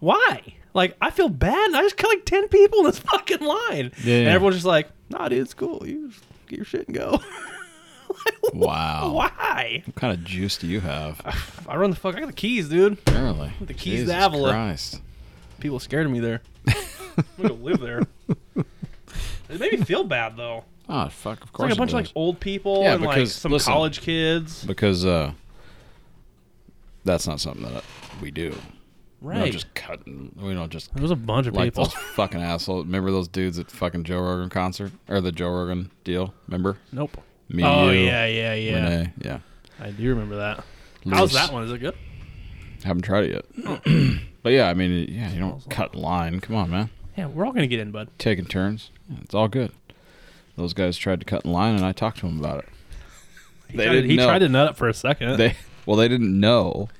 [SPEAKER 2] why? Like, I feel bad. I just cut like 10 people in this fucking line.
[SPEAKER 3] Yeah,
[SPEAKER 2] And
[SPEAKER 3] yeah.
[SPEAKER 2] everyone's just like, nah, dude, it's cool. You just get your shit and go.
[SPEAKER 3] Wow.
[SPEAKER 2] why?
[SPEAKER 3] What kind of juice do you have?
[SPEAKER 2] I run the fuck. I got the keys, dude.
[SPEAKER 3] Apparently.
[SPEAKER 2] The keys to
[SPEAKER 3] Jesus
[SPEAKER 2] Avalon.
[SPEAKER 3] Christ.
[SPEAKER 2] People scared of me there. I'm going to live there. It made me feel bad, though.
[SPEAKER 3] Oh, fuck. Of
[SPEAKER 2] It's
[SPEAKER 3] course.
[SPEAKER 2] like a bunch
[SPEAKER 3] it
[SPEAKER 2] of like
[SPEAKER 3] does.
[SPEAKER 2] old people
[SPEAKER 3] Yeah,
[SPEAKER 2] and like
[SPEAKER 3] because,
[SPEAKER 2] some
[SPEAKER 3] listen.
[SPEAKER 2] college kids.
[SPEAKER 3] because uh, that's not something that we do. We don't just cut. and- We don't just
[SPEAKER 2] There was a bunch of
[SPEAKER 3] like
[SPEAKER 2] people.
[SPEAKER 3] those fucking assholes. Remember those dudes at fucking Joe Rogan concert or the Joe Rogan deal? Remember?
[SPEAKER 2] Nope.
[SPEAKER 3] Me,
[SPEAKER 2] Oh,
[SPEAKER 3] you,
[SPEAKER 2] yeah, yeah, yeah.
[SPEAKER 3] Renee. Yeah.
[SPEAKER 2] I do remember that. Oh.
[SPEAKER 3] Lewis.
[SPEAKER 2] How's that one? Is it good?
[SPEAKER 3] Haven't tried it yet. but yeah, I mean, yeah, you don't cut line. Come on, man.
[SPEAKER 2] Yeah, we're all gonna get in, bud.
[SPEAKER 3] Taking turns. Yeah, it's all good. Those guys tried to cut in line, and I talked to them about it.
[SPEAKER 2] He,
[SPEAKER 3] They
[SPEAKER 2] tried,
[SPEAKER 3] didn't
[SPEAKER 2] he
[SPEAKER 3] know.
[SPEAKER 2] tried to nut up for a second.
[SPEAKER 3] They well, they didn't know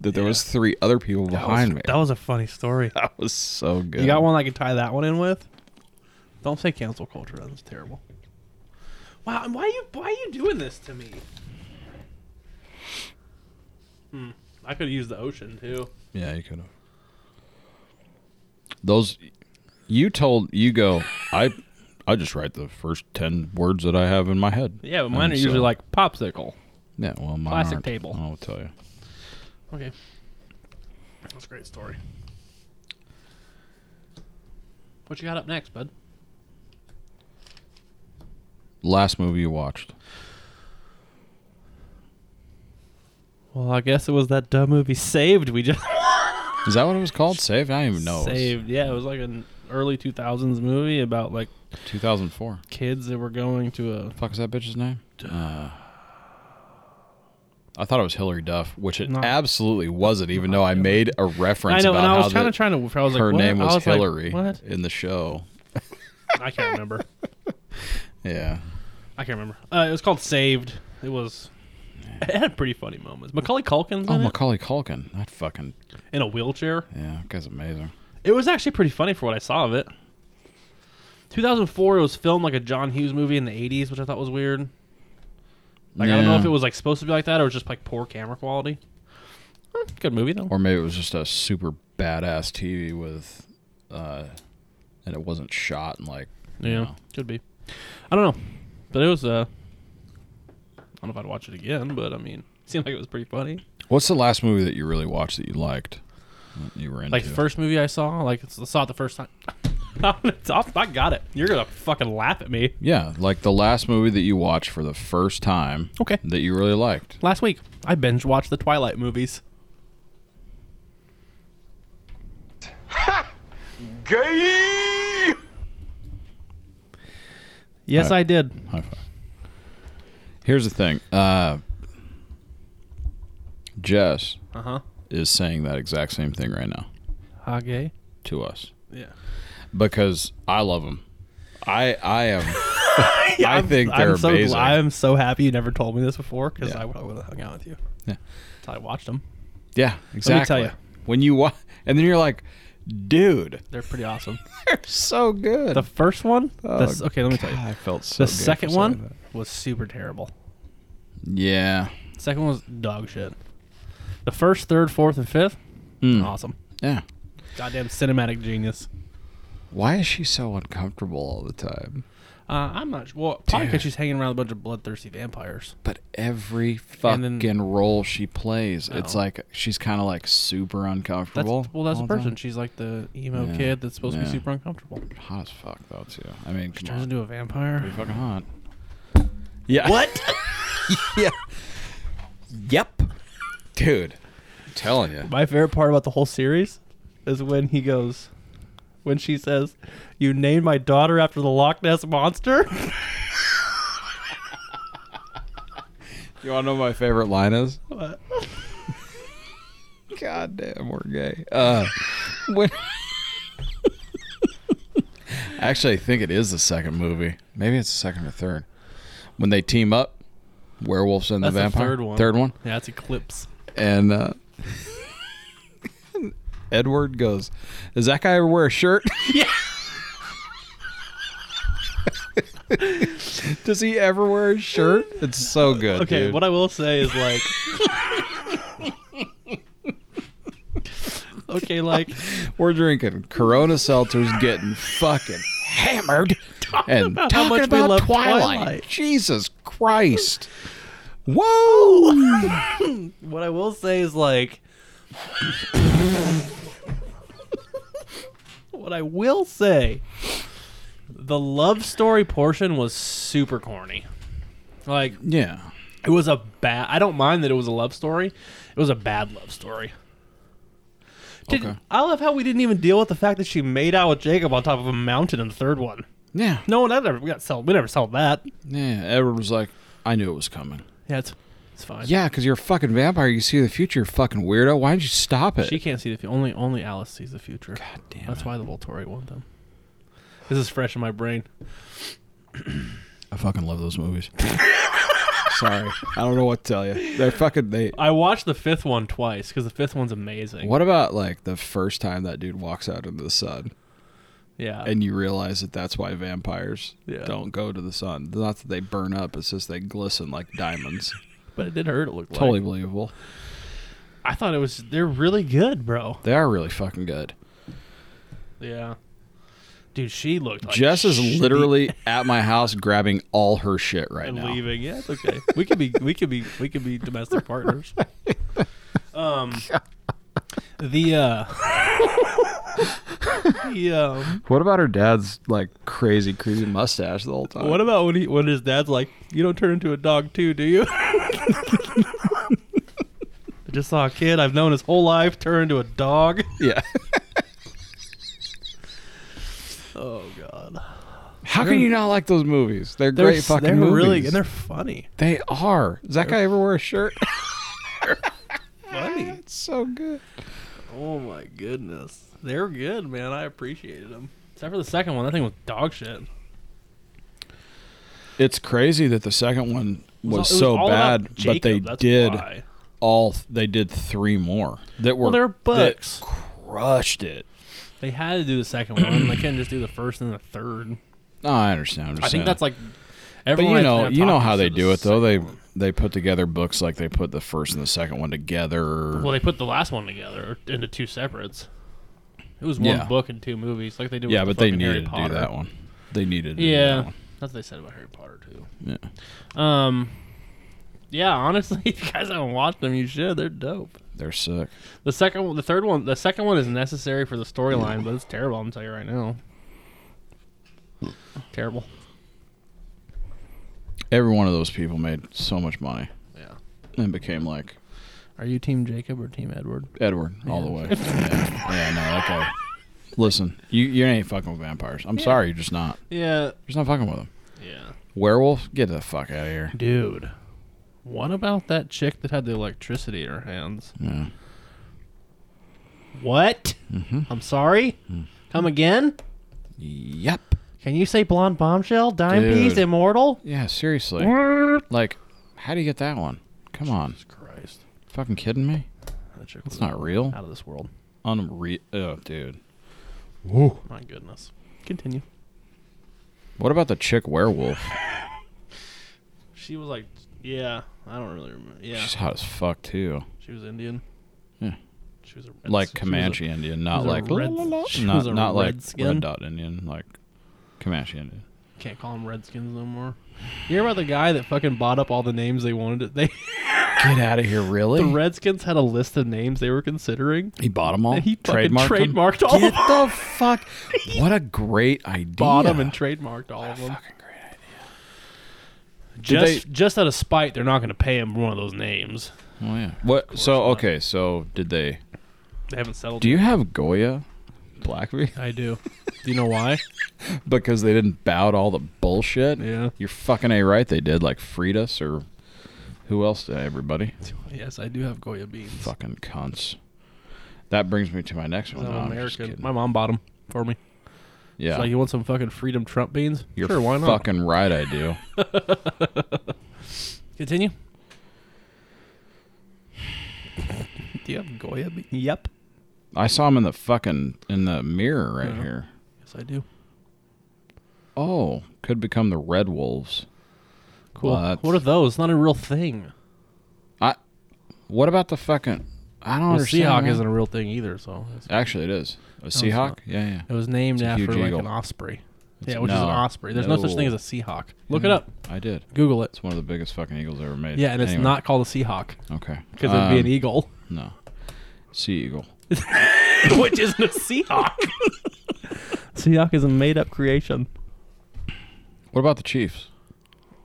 [SPEAKER 3] that there was three other people
[SPEAKER 2] that,
[SPEAKER 3] behind
[SPEAKER 2] was,
[SPEAKER 3] me.
[SPEAKER 2] that was a funny story.
[SPEAKER 3] That was so good.
[SPEAKER 2] You got one I can tie that one in with? Don't say cancel culture. That's terrible. Wow, and why you why are you doing this to me? Hmm. I could use the ocean too.
[SPEAKER 3] Yeah, you could have. Those, you told you go. I, I just write the first ten words that I have in my head.
[SPEAKER 2] Yeah, but mine
[SPEAKER 3] And
[SPEAKER 2] are usually
[SPEAKER 3] so-
[SPEAKER 2] like popsicle.
[SPEAKER 3] yeah, well, mine
[SPEAKER 2] plastic
[SPEAKER 3] aren't.
[SPEAKER 2] table.
[SPEAKER 3] I'll tell you.
[SPEAKER 2] Okay. That's a great story. What you got up next, bud?
[SPEAKER 3] Last movie you watched.
[SPEAKER 2] Well, I guess it was that dumb movie Saved we just
[SPEAKER 3] Is that what it was called? Saved? I don't even know.
[SPEAKER 2] Saved. Yeah, it was like an early 2000s movie about like
[SPEAKER 3] 2004.
[SPEAKER 2] kids that were going to a
[SPEAKER 3] fuck is that bitch's name? Uh, I thought it was Hillary Duff, which it
[SPEAKER 2] No.
[SPEAKER 3] absolutely wasn't, even though I made a
[SPEAKER 2] I
[SPEAKER 3] reference
[SPEAKER 2] know,
[SPEAKER 3] about
[SPEAKER 2] and I
[SPEAKER 3] how
[SPEAKER 2] was kind
[SPEAKER 3] the-
[SPEAKER 2] of trying to. I was like,
[SPEAKER 3] her
[SPEAKER 2] what?
[SPEAKER 3] name
[SPEAKER 2] I
[SPEAKER 3] was,
[SPEAKER 2] was like,
[SPEAKER 3] Hillary
[SPEAKER 2] what?
[SPEAKER 3] in the show.
[SPEAKER 2] I can't remember.
[SPEAKER 3] Yeah.
[SPEAKER 2] I can't remember. Uh, it was called Saved. It was. It had pretty funny moments. Macaulay Culkin's
[SPEAKER 3] Oh,
[SPEAKER 2] in, it,
[SPEAKER 3] Macaulay Culkin. That fucking
[SPEAKER 2] in a wheelchair.
[SPEAKER 3] yeah, that guy's amazing.
[SPEAKER 2] It was actually pretty funny for what I saw of it. 2004, it was filmed like a John Hughes movie in the 80s, which I thought was weird. Like I don't know
[SPEAKER 3] Yeah.
[SPEAKER 2] if it was like supposed to be like that or just like poor camera quality. Eh, Good movie though.
[SPEAKER 3] or maybe it was just a super badass TV with, uh, and it wasn't shot and like
[SPEAKER 2] Yeah,
[SPEAKER 3] you know.
[SPEAKER 2] could be. I don't know, but it was. uh I don't know if I'd watch it again, but I mean, it seemed like it was pretty funny.
[SPEAKER 3] What's the last movie that you really watched that you liked? That you were into
[SPEAKER 2] Like the first movie I saw, like it's- I saw it the first time. it's off. I got it. You're gonna fucking laugh at me.
[SPEAKER 3] Yeah, like the last movie that you watched for the first time.
[SPEAKER 2] Okay.
[SPEAKER 3] That you really liked.
[SPEAKER 2] Last week, I binge watched the Twilight movies.
[SPEAKER 1] Gay!
[SPEAKER 2] Yes,
[SPEAKER 3] Alright.
[SPEAKER 2] I did.
[SPEAKER 3] High five. Here's the thing. Uh, Jess
[SPEAKER 2] Uh huh.
[SPEAKER 3] is saying that exact same thing right now
[SPEAKER 2] Hage.
[SPEAKER 3] to us
[SPEAKER 2] Yeah.
[SPEAKER 3] because I love them. I I am. I think they're
[SPEAKER 2] I'm so gl-
[SPEAKER 3] amazing.
[SPEAKER 2] I'm so happy you never told me this before because
[SPEAKER 3] Yeah.
[SPEAKER 2] I would have hung out with you.
[SPEAKER 3] Yeah.
[SPEAKER 2] Until I watched them.
[SPEAKER 3] Yeah, exactly.
[SPEAKER 2] ya.
[SPEAKER 3] When you watch, and then you're like, dude,
[SPEAKER 2] They're pretty awesome.
[SPEAKER 3] they're so good.
[SPEAKER 2] the first one. the s-
[SPEAKER 3] Oh,
[SPEAKER 2] okay, let me tell you.
[SPEAKER 3] God, I felt so.
[SPEAKER 2] The
[SPEAKER 3] good for
[SPEAKER 2] second
[SPEAKER 3] saying
[SPEAKER 2] one was super terrible.
[SPEAKER 3] that. Yeah.
[SPEAKER 2] Second one was dog shit. The first, third, fourth, and fifth,
[SPEAKER 3] Mm.
[SPEAKER 2] awesome.
[SPEAKER 3] Yeah.
[SPEAKER 2] Goddamn cinematic genius.
[SPEAKER 3] Why is she so uncomfortable all the time?
[SPEAKER 2] Uh, I'm not sure. Well, probably
[SPEAKER 3] Dude.
[SPEAKER 2] because she's hanging around with a bunch of bloodthirsty vampires.
[SPEAKER 3] But every
[SPEAKER 2] And
[SPEAKER 3] fucking
[SPEAKER 2] then-
[SPEAKER 3] role she plays, it's
[SPEAKER 2] Oh.
[SPEAKER 3] like she's kind of like super
[SPEAKER 2] That's,
[SPEAKER 3] uncomfortable.
[SPEAKER 2] well, that's
[SPEAKER 3] all
[SPEAKER 2] the
[SPEAKER 3] the
[SPEAKER 2] person. She's like the emo
[SPEAKER 3] Yeah.
[SPEAKER 2] kid that's supposed to
[SPEAKER 3] Yeah.
[SPEAKER 2] be super uncomfortable.
[SPEAKER 3] time. Hot as fuck though too. I mean,
[SPEAKER 2] She
[SPEAKER 3] come on.
[SPEAKER 2] turns into a vampire.
[SPEAKER 3] Pretty fucking hot. Yeah.
[SPEAKER 5] What?
[SPEAKER 3] yeah. Yep. Dude, I'm telling you.
[SPEAKER 2] My favorite part about the whole series is when he goes, when she says, "You named my daughter after the Loch Ness monster."
[SPEAKER 3] You want to know what my favorite line is? God damn, we're gay. Uh, when actually, I think it is the second movie. Maybe it's the second or third. When they team up, werewolves and the
[SPEAKER 2] That's the
[SPEAKER 3] vampire.
[SPEAKER 2] third one. yeah, it's Eclipse.
[SPEAKER 3] and uh, Edward goes, "Does that guy ever wear a shirt?
[SPEAKER 2] Yeah.
[SPEAKER 3] Does he ever wear a shirt? It's so good.
[SPEAKER 2] Okay,
[SPEAKER 3] dude.
[SPEAKER 2] what I will say is like. okay, like
[SPEAKER 3] We're drinking Corona seltzers, getting fucking hammered, and
[SPEAKER 2] about
[SPEAKER 3] talking
[SPEAKER 2] how much we
[SPEAKER 3] about
[SPEAKER 2] love
[SPEAKER 3] Twilight.
[SPEAKER 2] Twilight.
[SPEAKER 3] Jesus Christ! Whoa!
[SPEAKER 2] what I will say is like. what I will say, the love story portion was super corny. Like
[SPEAKER 3] yeah,
[SPEAKER 2] it was a bad. I don't mind that it was a love story. It was a bad love story. Did,
[SPEAKER 3] Okay.
[SPEAKER 2] I love how we didn't even deal with the fact that she made out with Jacob on top of a mountain in the third one.
[SPEAKER 3] yeah,
[SPEAKER 2] No one ever we got sold. We never sold that.
[SPEAKER 3] yeah. Edward was like, "I knew it was coming."
[SPEAKER 2] Yeah, it's, it's It's fine.
[SPEAKER 3] Yeah, because you're a fucking vampire. You see the future, fucking weirdo. Why did you stop it?
[SPEAKER 2] She can't see the future. Only only Alice sees the future.
[SPEAKER 3] God damn
[SPEAKER 2] That's
[SPEAKER 3] it.
[SPEAKER 2] why the Volturi want them. This is fresh in my brain.
[SPEAKER 3] I fucking love those movies. Sorry, I don't know what to tell you. They're fucking they.
[SPEAKER 2] I watched the fifth one twice because the fifth one's amazing.
[SPEAKER 3] What about like the first time that dude walks out into the sun,
[SPEAKER 2] Yeah.
[SPEAKER 3] and you realize that that's why vampires
[SPEAKER 2] Uh, Yeah.
[SPEAKER 3] don't go to the sun? Not that they burn up; it's just they glisten like diamonds.
[SPEAKER 2] but it did hurt. It looked
[SPEAKER 3] totally
[SPEAKER 2] Like.
[SPEAKER 3] believable.
[SPEAKER 2] I thought it was. They're really good, bro.
[SPEAKER 3] They are really fucking good.
[SPEAKER 2] Yeah. Dude, she looked. Like
[SPEAKER 3] Jess is
[SPEAKER 2] shit
[SPEAKER 3] literally at my house grabbing all her shit right
[SPEAKER 2] and
[SPEAKER 3] now.
[SPEAKER 2] leaving. Yeah, it's okay. We could be. We could be. We could be domestic partners. Um. The uh. the um.
[SPEAKER 3] What about her dad's like crazy, crazy mustache the whole time?
[SPEAKER 2] What about when he when his dad's like, "You don't turn into a dog too, do you?" I just saw a kid I've known his whole life turn into a dog.
[SPEAKER 3] yeah.
[SPEAKER 2] Oh God,
[SPEAKER 3] How can you not like those movies? They're,
[SPEAKER 2] they're
[SPEAKER 3] great
[SPEAKER 2] s-
[SPEAKER 3] fucking
[SPEAKER 2] they're
[SPEAKER 3] movies.
[SPEAKER 2] really and they're funny.
[SPEAKER 3] They are. Does that guy ever wear a shirt?
[SPEAKER 2] Funny.
[SPEAKER 3] it's so good.
[SPEAKER 2] Oh my goodness, they're good, man. I appreciated them. Except for the second one, that thing was dog shit. It
[SPEAKER 3] It's crazy that the second one was,
[SPEAKER 2] all- it
[SPEAKER 3] so
[SPEAKER 2] all about
[SPEAKER 3] bad,
[SPEAKER 2] Jacob,
[SPEAKER 3] but they
[SPEAKER 2] that's
[SPEAKER 3] did
[SPEAKER 2] why.
[SPEAKER 3] all. They did three more that were
[SPEAKER 2] Well, they're
[SPEAKER 3] that
[SPEAKER 2] books.
[SPEAKER 3] crushed it.
[SPEAKER 2] They had to do the second one. They couldn't just do the first and the third.
[SPEAKER 3] No, I understand. I'm just
[SPEAKER 2] I think
[SPEAKER 3] saying.
[SPEAKER 2] that's like.
[SPEAKER 3] But
[SPEAKER 2] Everyone
[SPEAKER 3] you
[SPEAKER 2] I've-
[SPEAKER 3] know,
[SPEAKER 2] I've
[SPEAKER 3] you know
[SPEAKER 2] talked to
[SPEAKER 3] how they
[SPEAKER 2] said the
[SPEAKER 3] do it though.
[SPEAKER 2] second
[SPEAKER 3] They
[SPEAKER 2] one.
[SPEAKER 3] they put together books like they put the first and the second one together.
[SPEAKER 2] Well, they put the last one together into two separates. It was one
[SPEAKER 3] Yeah.
[SPEAKER 2] book and two movies, like they do.
[SPEAKER 3] yeah,
[SPEAKER 2] with
[SPEAKER 3] but they
[SPEAKER 2] the fucking Harry
[SPEAKER 3] needed to do
[SPEAKER 2] Potter.
[SPEAKER 3] that one. They needed to do that
[SPEAKER 2] Yeah,
[SPEAKER 3] one.
[SPEAKER 2] that's what they said about Harry Potter too.
[SPEAKER 3] Yeah.
[SPEAKER 2] Um, yeah. Honestly, if you guys haven't watched them, you should. They're dope.
[SPEAKER 3] They're sick.
[SPEAKER 2] The second, one, the third one, the second one is necessary for the storyline, but it's terrible. I'm telling you right now. Terrible.
[SPEAKER 3] Every one of those people made so much money
[SPEAKER 2] Yeah.
[SPEAKER 3] and became like
[SPEAKER 2] Are you Team Jacob or Team Edward?
[SPEAKER 3] Edward all the way. yeah. yeah, no, that guy. Listen, you you ain't fucking with vampires. I'm sorry, you're just not.
[SPEAKER 2] Yeah.
[SPEAKER 3] You're just not fucking with them.
[SPEAKER 2] Yeah.
[SPEAKER 3] Werewolf, get the fuck out of here.
[SPEAKER 2] Dude, what about that chick that had the electricity in her hands?
[SPEAKER 3] Yeah.
[SPEAKER 2] What?
[SPEAKER 3] Mm-hmm.
[SPEAKER 2] I'm sorry. Come again?
[SPEAKER 3] Yep.
[SPEAKER 2] Can you say blonde bombshell, dime
[SPEAKER 3] Dude.
[SPEAKER 2] piece, immortal?
[SPEAKER 3] Yeah, seriously. Like, how do you get that one? Come on.
[SPEAKER 2] Christ,
[SPEAKER 3] Fucking kidding me?
[SPEAKER 2] that chick
[SPEAKER 3] It's
[SPEAKER 2] was
[SPEAKER 3] not real.
[SPEAKER 2] out of this world.
[SPEAKER 3] Unreal. Oh, dude.
[SPEAKER 2] My goodness. Continue.
[SPEAKER 3] What about the chick werewolf?
[SPEAKER 2] She was like, yeah, I don't really remember. Yeah,
[SPEAKER 3] She's hot as fuck too.
[SPEAKER 2] she was Indian.
[SPEAKER 3] Yeah.
[SPEAKER 2] She was a red
[SPEAKER 3] Like
[SPEAKER 2] she was a-
[SPEAKER 3] Comanche Indian, not
[SPEAKER 2] was a
[SPEAKER 3] like
[SPEAKER 2] red-
[SPEAKER 3] la, la, la,
[SPEAKER 2] she
[SPEAKER 3] not
[SPEAKER 2] was a
[SPEAKER 3] not like
[SPEAKER 2] red skin.
[SPEAKER 3] red dot Indian, like Comanche Indian.
[SPEAKER 2] can't call them Redskins no more. You hear about the guy that fucking bought up all the names they wanted? To, they
[SPEAKER 3] Get out of here, really?
[SPEAKER 2] the Redskins had a list of names they were considering.
[SPEAKER 3] he bought them all.
[SPEAKER 2] And he fucking
[SPEAKER 3] trademarked, 'em?
[SPEAKER 2] trademarked all
[SPEAKER 3] Get
[SPEAKER 2] of
[SPEAKER 3] the fuck! What a great idea.
[SPEAKER 2] Bought them and trademarked all of them.
[SPEAKER 3] Fucking great idea.
[SPEAKER 2] Just,
[SPEAKER 3] they-
[SPEAKER 2] just out of spite, they're not going to pay him one of those names.
[SPEAKER 3] Oh yeah. What? So okay. So did they?
[SPEAKER 2] They haven't settled.
[SPEAKER 3] Do you have Goya? Blackby?
[SPEAKER 2] I do. Do you know why?
[SPEAKER 3] because they didn't bow to all the bullshit.
[SPEAKER 2] Yeah.
[SPEAKER 3] You're fucking a right. They did like Fridas or who else? Did everybody.
[SPEAKER 2] yes, I do have Goya beans.
[SPEAKER 3] Fucking cunts. That brings me to my next one.
[SPEAKER 2] I'm
[SPEAKER 3] No, I'm just
[SPEAKER 2] American.
[SPEAKER 3] kidding.
[SPEAKER 2] My mom bought them for me.
[SPEAKER 3] yeah,
[SPEAKER 2] She's like, you want some fucking Freedom Trump beans?
[SPEAKER 3] you're
[SPEAKER 2] sure, why not?
[SPEAKER 3] fucking right. I do.
[SPEAKER 2] Continue. do you have Goya beans? Yep.
[SPEAKER 3] I saw him in the fucking in the mirror right
[SPEAKER 2] Yeah.
[SPEAKER 3] here.
[SPEAKER 2] Yes, I do.
[SPEAKER 3] Oh, could become the Red Wolves.
[SPEAKER 2] Cool.
[SPEAKER 3] Well, that's-
[SPEAKER 2] what are those? Not a real thing.
[SPEAKER 3] I. What about the fucking? I don't
[SPEAKER 2] Well,
[SPEAKER 3] understand.
[SPEAKER 2] Seahawk Oh,
[SPEAKER 3] that.
[SPEAKER 2] isn't a real thing either, so it's-
[SPEAKER 3] Actually, it is a Seahawk.
[SPEAKER 2] not.
[SPEAKER 3] Yeah, yeah.
[SPEAKER 2] it was named
[SPEAKER 3] It's a
[SPEAKER 2] after
[SPEAKER 3] huge
[SPEAKER 2] like
[SPEAKER 3] eagle.
[SPEAKER 2] an osprey.
[SPEAKER 3] It's-
[SPEAKER 2] yeah, which is an
[SPEAKER 3] no.
[SPEAKER 2] osprey. There's no. such thing as
[SPEAKER 3] No. Mm.
[SPEAKER 2] a Seahawk. Look it up.
[SPEAKER 3] I did.
[SPEAKER 2] Google it.
[SPEAKER 3] It's one of the biggest fucking eagles ever made.
[SPEAKER 2] Yeah, and it's
[SPEAKER 3] Anyway.
[SPEAKER 2] not called a Seahawk
[SPEAKER 3] okay
[SPEAKER 2] because it'd be an E-
[SPEAKER 3] Um,
[SPEAKER 2] eagle,
[SPEAKER 3] No, sea eagle.
[SPEAKER 2] which isn't a Seahawk. Seahawk is a made-up creation.
[SPEAKER 3] What about the Chiefs?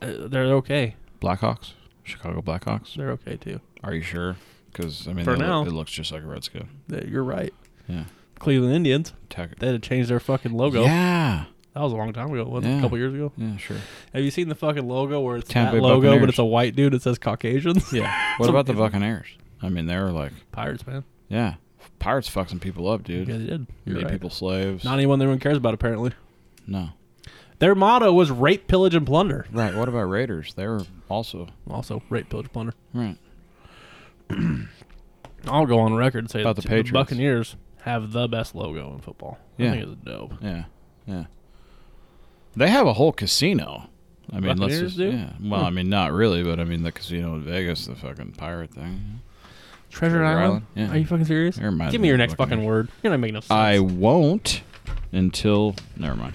[SPEAKER 2] Uh, they're okay.
[SPEAKER 3] Blackhawks? Chicago Blackhawks?
[SPEAKER 2] They're okay too.
[SPEAKER 3] Are you sure? Because I mean,
[SPEAKER 2] For
[SPEAKER 3] they look-
[SPEAKER 2] now.
[SPEAKER 3] it looks just like a redskin.
[SPEAKER 2] Th- You're right.
[SPEAKER 3] Yeah.
[SPEAKER 2] Cleveland Indians.
[SPEAKER 3] Tech-
[SPEAKER 2] They had to change their fucking logo.
[SPEAKER 3] Yeah.
[SPEAKER 2] That was a long time ago. Wasn't it?
[SPEAKER 3] Yeah.
[SPEAKER 2] A couple years ago.
[SPEAKER 3] Yeah, sure.
[SPEAKER 2] Have you seen the fucking logo where it's
[SPEAKER 3] Tampa
[SPEAKER 2] that
[SPEAKER 3] Bay
[SPEAKER 2] logo, but
[SPEAKER 3] Buccaneers.
[SPEAKER 2] it's a white dude? It says Caucasians.
[SPEAKER 3] Yeah. What about the Buccaneers? I mean, they were like,
[SPEAKER 2] Pirates, man.
[SPEAKER 3] yeah, pirates fucked some people up, dude.
[SPEAKER 2] Yeah, they did. You're
[SPEAKER 3] Made
[SPEAKER 2] right.
[SPEAKER 3] people slaves.
[SPEAKER 2] Not anyone anyone cares about apparently.
[SPEAKER 3] no.
[SPEAKER 2] Their motto was rape, pillage, and plunder.
[SPEAKER 3] Right. What about Raiders? They were also
[SPEAKER 2] Also, rape, pillage, plunder.
[SPEAKER 3] right.
[SPEAKER 2] I'll go on record and say
[SPEAKER 3] About
[SPEAKER 2] that
[SPEAKER 3] the Patriots.
[SPEAKER 2] Buccaneers have the best logo in football.
[SPEAKER 3] Yeah.
[SPEAKER 2] I think it's dope.
[SPEAKER 3] Yeah. Yeah. They have a whole casino. I mean,
[SPEAKER 2] Buccaneers
[SPEAKER 3] let's just,
[SPEAKER 2] do?
[SPEAKER 3] yeah. Well, I mean, not really, but I mean, the casino in Vegas, the fucking pirate thing.
[SPEAKER 2] Treasure
[SPEAKER 3] Treasure
[SPEAKER 2] Island?
[SPEAKER 3] Island? Yeah.
[SPEAKER 2] Are you fucking serious?
[SPEAKER 3] Never mind.
[SPEAKER 2] Give me your next
[SPEAKER 3] Fucking-
[SPEAKER 2] fucking word. You're not making no sense.
[SPEAKER 3] I won't until never mind.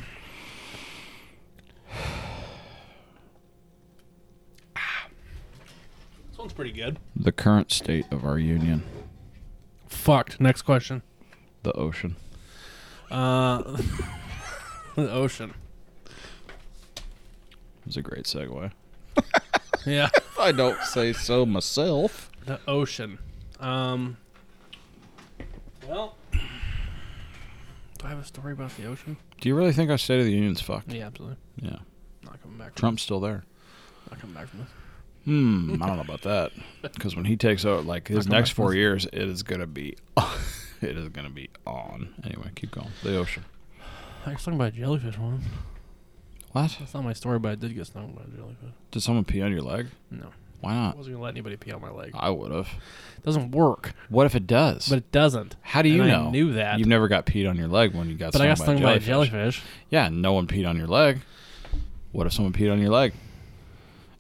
[SPEAKER 2] This one's pretty good.
[SPEAKER 3] The current state of our union,
[SPEAKER 2] Fucked. Next question.
[SPEAKER 3] the ocean.
[SPEAKER 2] Uh, the ocean.
[SPEAKER 3] It's a great segue.
[SPEAKER 2] Yeah.
[SPEAKER 3] I don't say so myself.
[SPEAKER 2] the ocean. Um. Well, do I have a story about the ocean?
[SPEAKER 3] Do you really think our State of the Union's fucked?
[SPEAKER 2] Yeah, absolutely.
[SPEAKER 3] Yeah.
[SPEAKER 2] Not coming back. From
[SPEAKER 3] Trump's still there.
[SPEAKER 2] Not coming back from this.
[SPEAKER 3] Hmm. I don't know about that. Because when he takes over, like his
[SPEAKER 2] Not gonna
[SPEAKER 3] next
[SPEAKER 2] make
[SPEAKER 3] four years, it is gonna be, it is gonna be on. Anyway, keep going. The ocean.
[SPEAKER 2] I was talking about a jellyfish one.
[SPEAKER 3] What?
[SPEAKER 2] That's not my story, but I did get stung by a jellyfish.
[SPEAKER 3] Did someone pee on your leg?
[SPEAKER 2] No,
[SPEAKER 3] Why
[SPEAKER 2] I
[SPEAKER 3] not?
[SPEAKER 2] wasn't gonna let anybody pee on my leg.
[SPEAKER 3] I would have.
[SPEAKER 2] It doesn't work,
[SPEAKER 3] What if it does?
[SPEAKER 2] but it doesn't.
[SPEAKER 3] how do you
[SPEAKER 2] and
[SPEAKER 3] know?
[SPEAKER 2] I knew that.
[SPEAKER 3] You've never got peed on your leg when you got.
[SPEAKER 2] but I
[SPEAKER 3] stung
[SPEAKER 2] got stung by a jellyfish.
[SPEAKER 3] Yeah, no one peed on your leg. What if someone peed on your leg?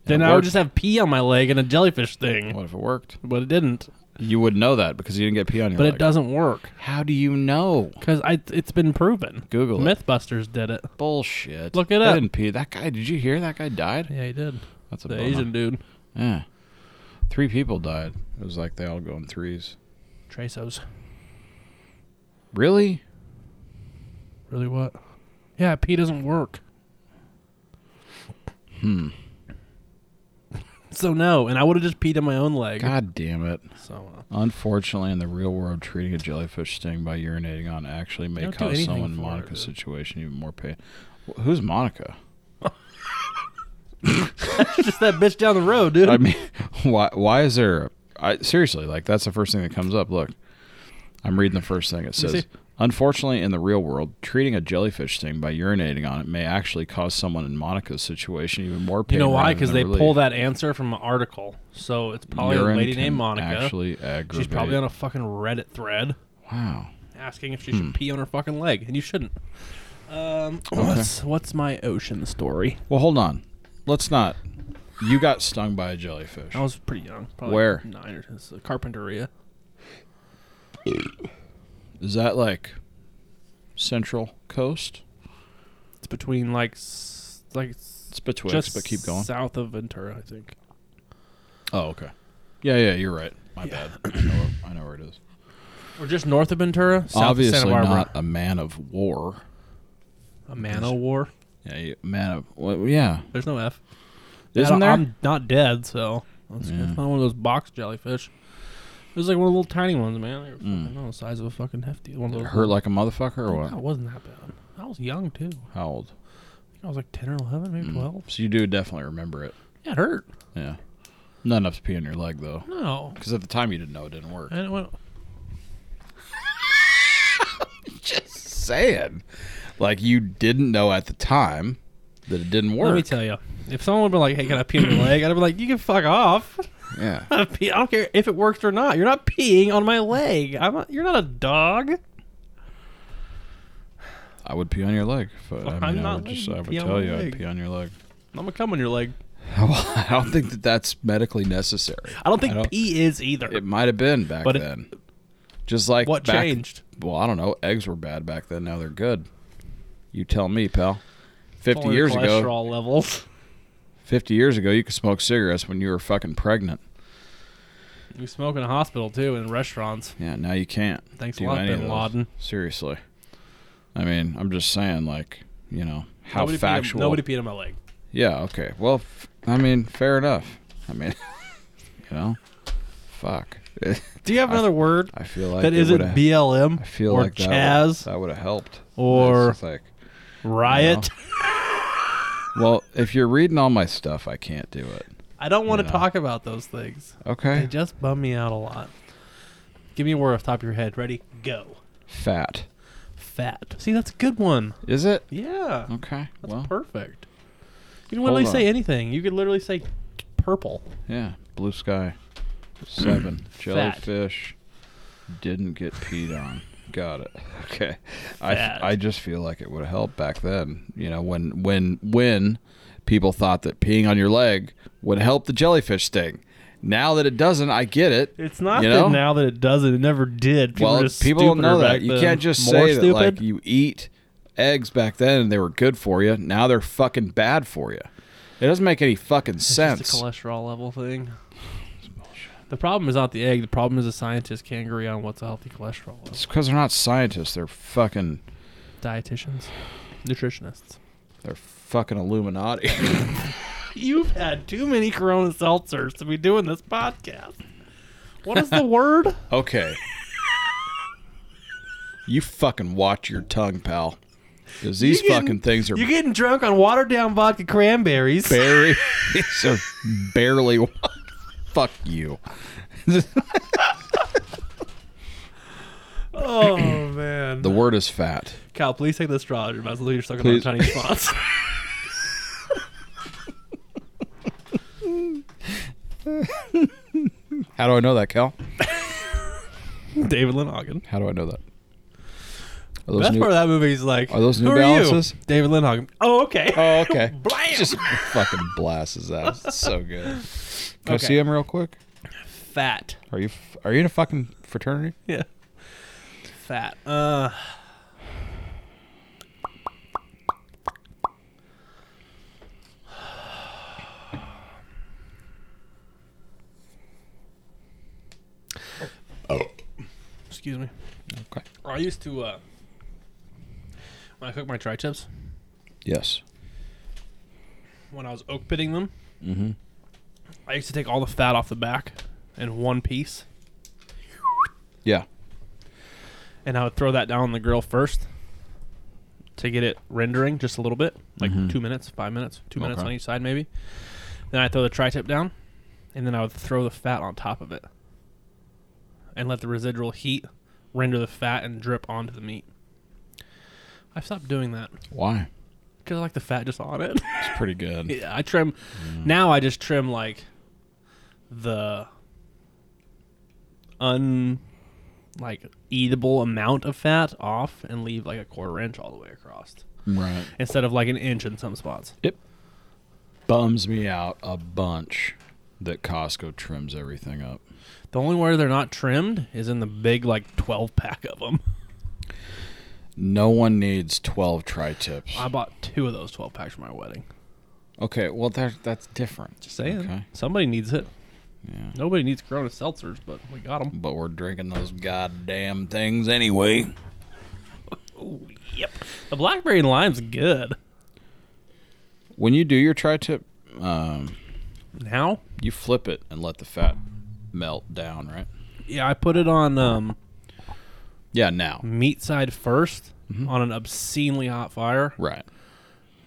[SPEAKER 3] And
[SPEAKER 2] Then
[SPEAKER 3] it
[SPEAKER 2] I would
[SPEAKER 3] worked?
[SPEAKER 2] just have pee on my leg and a jellyfish thing.
[SPEAKER 3] What if it worked?
[SPEAKER 2] But it didn't.
[SPEAKER 3] You would know that because you didn't get pee on your
[SPEAKER 2] But
[SPEAKER 3] leg.
[SPEAKER 2] it doesn't work
[SPEAKER 3] How do you know?
[SPEAKER 2] because I. It's been proven.
[SPEAKER 3] Google it.
[SPEAKER 2] MythBusters did it.
[SPEAKER 3] Bullshit.
[SPEAKER 2] Look it
[SPEAKER 3] They
[SPEAKER 2] up.
[SPEAKER 3] didn't pee. That guy. Did you hear that guy died?
[SPEAKER 2] Yeah, he did.
[SPEAKER 3] That's a
[SPEAKER 2] The
[SPEAKER 3] bummer.
[SPEAKER 2] Asian dude,
[SPEAKER 3] Yeah. Three people died. It was like they all go in threes.
[SPEAKER 2] Trezos.
[SPEAKER 3] Really?
[SPEAKER 2] Really what? Yeah, pee doesn't work. Hmm. So no, and I would have just peed on my own leg.
[SPEAKER 3] God damn it.
[SPEAKER 2] So uh,
[SPEAKER 3] Unfortunately, in the real world, treating a jellyfish sting by urinating on it actually may
[SPEAKER 2] Don't do
[SPEAKER 3] cause
[SPEAKER 2] anything
[SPEAKER 3] someone in
[SPEAKER 2] for it,
[SPEAKER 3] Monica's
[SPEAKER 2] dude.
[SPEAKER 3] situation even more pain. Wh- Who's Monica?
[SPEAKER 2] uh, just that bitch down the road, dude.
[SPEAKER 3] I mean, why? Why is there? I seriously like that's the first thing that comes up. Look, I'm reading the first thing. It
[SPEAKER 2] me
[SPEAKER 3] says,
[SPEAKER 2] see.
[SPEAKER 3] unfortunately, in the real world, treating a jellyfish sting by urinating on it may actually cause someone in Monica's situation even more pain.
[SPEAKER 2] you know why?
[SPEAKER 3] rather
[SPEAKER 2] Because
[SPEAKER 3] than
[SPEAKER 2] they
[SPEAKER 3] relief.
[SPEAKER 2] pull that answer from an article. So it's probably
[SPEAKER 3] Urine
[SPEAKER 2] a lady
[SPEAKER 3] can
[SPEAKER 2] named Monica.
[SPEAKER 3] Actually, aggravate.
[SPEAKER 2] She's probably on a fucking Reddit thread
[SPEAKER 3] wow.
[SPEAKER 2] asking if she
[SPEAKER 3] Hmm.
[SPEAKER 2] should pee on her fucking leg, and you shouldn't. Um, what's what's my ocean story?
[SPEAKER 3] Well, hold on. Let's not. You got stung by a jellyfish.
[SPEAKER 2] I was pretty young, probably
[SPEAKER 3] Where?
[SPEAKER 2] nine or ten, so Carpinteria.
[SPEAKER 3] Is that like Central Coast?
[SPEAKER 2] It's between like s- like s-
[SPEAKER 3] It's betwixt,
[SPEAKER 2] just
[SPEAKER 3] but keep going.
[SPEAKER 2] south of Ventura, I think.
[SPEAKER 3] Oh, okay. Yeah, yeah, you're right. My bad. I know, where, I know where it is.
[SPEAKER 2] Or just north of Ventura, south of
[SPEAKER 3] Obviously
[SPEAKER 2] Santa Barbara.
[SPEAKER 3] not a man of war.
[SPEAKER 2] A man o' war.
[SPEAKER 3] Yeah, you- man of well, yeah.
[SPEAKER 2] There's no F.
[SPEAKER 3] Isn't
[SPEAKER 2] And
[SPEAKER 3] there?
[SPEAKER 2] I'm not dead, so it's it's not one of those box jellyfish. It was like one of the little tiny ones, man. They were fucking, I don't know, the size of a fucking hefty. One of
[SPEAKER 3] Hmm. It
[SPEAKER 2] those.
[SPEAKER 3] hurt like a motherfucker or
[SPEAKER 2] No, it
[SPEAKER 3] what?
[SPEAKER 2] wasn't that bad. I was young too. I
[SPEAKER 3] How old?
[SPEAKER 2] think I was like ten or eleven, maybe twelve.
[SPEAKER 3] So you do definitely remember it.
[SPEAKER 2] Yeah, it Mm. hurt.
[SPEAKER 3] Yeah. Not enough to pee on your leg though,
[SPEAKER 2] No,
[SPEAKER 3] because at the time you didn't know it didn't work.
[SPEAKER 2] and it went.
[SPEAKER 3] Just saying, like you didn't know at the time that it didn't
[SPEAKER 2] Let me
[SPEAKER 3] work.
[SPEAKER 2] tell you, if someone would be like, "Hey, can I pee on your leg?" I'd be like, "You can fuck off."
[SPEAKER 3] yeah.
[SPEAKER 2] I don't care if it works or not. You're not peeing on my leg. I'm. Not, you're not a dog.
[SPEAKER 3] I would pee on your leg. If, I- I mean,
[SPEAKER 2] I'm
[SPEAKER 3] I
[SPEAKER 2] not
[SPEAKER 3] would just,
[SPEAKER 2] letting
[SPEAKER 3] I would
[SPEAKER 2] you pee on
[SPEAKER 3] tell
[SPEAKER 2] my
[SPEAKER 3] you, I'd
[SPEAKER 2] leg.
[SPEAKER 3] pee on your leg.
[SPEAKER 2] I'm gonna come on your leg.
[SPEAKER 3] Well, I don't think that that's medically necessary.
[SPEAKER 2] I don't think
[SPEAKER 3] I don't-
[SPEAKER 2] pee is either.
[SPEAKER 3] It might have been back
[SPEAKER 2] But it-
[SPEAKER 3] then. Just like
[SPEAKER 2] what
[SPEAKER 3] back-
[SPEAKER 2] changed?
[SPEAKER 3] Well, I don't know. Eggs were bad back then. Now they're good. You tell me, pal. Fifty
[SPEAKER 2] Only
[SPEAKER 3] years
[SPEAKER 2] cholesterol
[SPEAKER 3] ago,
[SPEAKER 2] levels.
[SPEAKER 3] fifty years ago, you could smoke cigarettes when you were fucking pregnant.
[SPEAKER 2] We smoke in a hospital too, in restaurants.
[SPEAKER 3] Yeah, now you can't.
[SPEAKER 2] Thanks a
[SPEAKER 3] do
[SPEAKER 2] lot,
[SPEAKER 3] any of
[SPEAKER 2] Bin
[SPEAKER 3] those.
[SPEAKER 2] Laden.
[SPEAKER 3] Seriously, I mean, I'm just saying, like, you know, how
[SPEAKER 2] nobody
[SPEAKER 3] factual.
[SPEAKER 2] Peed on, nobody peed on my leg.
[SPEAKER 3] Yeah, okay. Well, f- I mean, fair enough. I mean, you know, fuck.
[SPEAKER 2] Do you have another word
[SPEAKER 3] I feel like
[SPEAKER 2] that
[SPEAKER 3] it
[SPEAKER 2] isn't
[SPEAKER 3] would've-
[SPEAKER 2] BLM
[SPEAKER 3] I feel
[SPEAKER 2] or
[SPEAKER 3] like that would-
[SPEAKER 2] Chaz
[SPEAKER 3] that would have helped.
[SPEAKER 2] or
[SPEAKER 3] It's just like
[SPEAKER 2] Riot.
[SPEAKER 3] Well, if you're reading all my stuff, I can't do it.
[SPEAKER 2] I don't want to
[SPEAKER 3] Yeah.
[SPEAKER 2] talk about those things. They
[SPEAKER 3] Okay.
[SPEAKER 2] just bum me out a lot. Give me a word off the top of your head. Ready? Go.
[SPEAKER 3] Fat.
[SPEAKER 2] Fat. See, that's a good one.
[SPEAKER 3] Is it?
[SPEAKER 2] Yeah.
[SPEAKER 3] Okay.
[SPEAKER 2] That's
[SPEAKER 3] Mm, well,
[SPEAKER 2] perfect. You can
[SPEAKER 3] Hold
[SPEAKER 2] literally say
[SPEAKER 3] on.
[SPEAKER 2] anything. You could literally say purple.
[SPEAKER 3] yeah. Blue sky. Seven.
[SPEAKER 2] Fat.
[SPEAKER 3] Jellyfish. Didn't get peed on. Got it. Okay. I,
[SPEAKER 2] Fat.
[SPEAKER 3] I just feel like it would have helped back then. You know, when when when people thought that peeing on your leg would help the jellyfish sting. Now that it doesn't, I get it.
[SPEAKER 2] It's not
[SPEAKER 3] You know?
[SPEAKER 2] that now that it doesn't. It never did. People
[SPEAKER 3] well,
[SPEAKER 2] were just
[SPEAKER 3] people don't
[SPEAKER 2] stupider
[SPEAKER 3] know
[SPEAKER 2] back
[SPEAKER 3] that. You
[SPEAKER 2] then.
[SPEAKER 3] can't just
[SPEAKER 2] More
[SPEAKER 3] say that
[SPEAKER 2] stupid?
[SPEAKER 3] like you eat eggs back then and they were good for you. Now they're fucking bad for you. It doesn't make any fucking
[SPEAKER 2] It's just
[SPEAKER 3] sense.
[SPEAKER 2] a cholesterol level thing. The problem is not the egg. The problem is the scientists can't agree on what's a healthy cholesterol level.
[SPEAKER 3] It's because they're not scientists. They're fucking
[SPEAKER 2] Dietitians, nutritionists.
[SPEAKER 3] they're fucking Illuminati.
[SPEAKER 2] You've had too many Corona seltzers to be doing this podcast. What is the word?
[SPEAKER 3] okay. You fucking watch your tongue, pal. Because these
[SPEAKER 2] You getting-
[SPEAKER 3] fucking things are
[SPEAKER 2] You're getting drunk on watered down vodka cranberries.
[SPEAKER 3] barely they're barely fuck you.
[SPEAKER 2] Oh man,
[SPEAKER 3] The word is fat.
[SPEAKER 2] Kyle, please take this straw. You're about to lose your second
[SPEAKER 3] Please.
[SPEAKER 2] Chinese spots.
[SPEAKER 3] How do I know that, Cal?
[SPEAKER 2] David Linhagen.
[SPEAKER 3] How do I know that? Are those
[SPEAKER 2] Best
[SPEAKER 3] new-
[SPEAKER 2] part of that movie is like,
[SPEAKER 3] Are those New
[SPEAKER 2] who
[SPEAKER 3] Balances?
[SPEAKER 2] Are you? David Linhagen. Oh, okay.
[SPEAKER 3] Oh, okay.
[SPEAKER 2] Blam!
[SPEAKER 3] Just fucking blasts his ass. It's so good. Can I
[SPEAKER 2] Okay.
[SPEAKER 3] see him real quick?
[SPEAKER 2] Fat.
[SPEAKER 3] Are you f- are you in a fucking fraternity?
[SPEAKER 2] Yeah. Fat. Uh. Oh. Excuse me.
[SPEAKER 3] Okay.
[SPEAKER 2] I used to uh, when I cook my tri-tips
[SPEAKER 3] Yes.
[SPEAKER 2] when I was oak pitting them. Mm-hmm. I used to take all the fat off the back in one piece,
[SPEAKER 3] Yeah.
[SPEAKER 2] and I would throw that down on the grill first to get it rendering just a little bit, like two minutes, five minutes, two minutes
[SPEAKER 3] Okay.
[SPEAKER 2] on each side maybe. Then I throw the tri-tip down, and then I would throw the fat on top of it, and let the residual heat render the fat and drip onto the meat. I stopped doing that
[SPEAKER 3] Why?
[SPEAKER 2] because I like the fat just on it.
[SPEAKER 3] It's pretty good.
[SPEAKER 2] Yeah, I trim. Now I just trim like the un like eatable amount of fat off and leave like a quarter inch all the way across
[SPEAKER 3] Right.
[SPEAKER 2] instead of like an inch in some spots.
[SPEAKER 3] It bums me out a bunch that Costco trims everything up.
[SPEAKER 2] The only where they're not trimmed is in the big like 12 pack of them.
[SPEAKER 3] No one needs 12 tri-tips.
[SPEAKER 2] I bought two of those 12 packs for my wedding.
[SPEAKER 3] Okay, well that that's different.
[SPEAKER 2] Just saying.
[SPEAKER 3] Okay.
[SPEAKER 2] Somebody needs it.
[SPEAKER 3] Yeah.
[SPEAKER 2] Nobody needs Corona seltzers, but we got them.
[SPEAKER 3] But we're drinking those goddamn things anyway.
[SPEAKER 2] Yep. The blackberry and lime's good.
[SPEAKER 3] When you do your tri-tip, um,
[SPEAKER 2] Now,
[SPEAKER 3] You flip it and let the fat melt down, right?
[SPEAKER 2] yeah, I put it on um
[SPEAKER 3] Yeah, now.
[SPEAKER 2] meat side 1st on an obscenely hot fire
[SPEAKER 3] Right.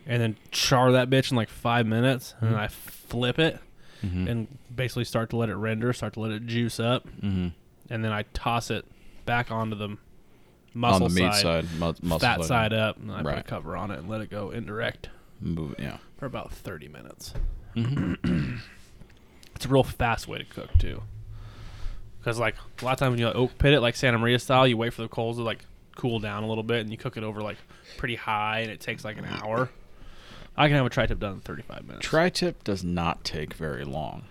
[SPEAKER 2] and then char that bitch in like five minutes and then I flip it and basically start to let it render, start to let it juice up, mm-hmm. and then I toss it back onto the muscle
[SPEAKER 3] On the meat
[SPEAKER 2] side,
[SPEAKER 3] side, mu- muscle
[SPEAKER 2] fat side up, and I put a
[SPEAKER 3] Right.
[SPEAKER 2] cover on it and let it go indirect
[SPEAKER 3] Move, yeah.
[SPEAKER 2] for about 30 minutes. Mm-hmm. it's a real fast way to cook, too. Because, like, a lot of times when you like, oak pit it, like Santa Maria style, you wait for the coals to, like, cool down a little bit and you cook it over, like, pretty high and it takes, like, an hour. I can have a tri tip done in 35 minutes.
[SPEAKER 3] Tri tip does not take very long.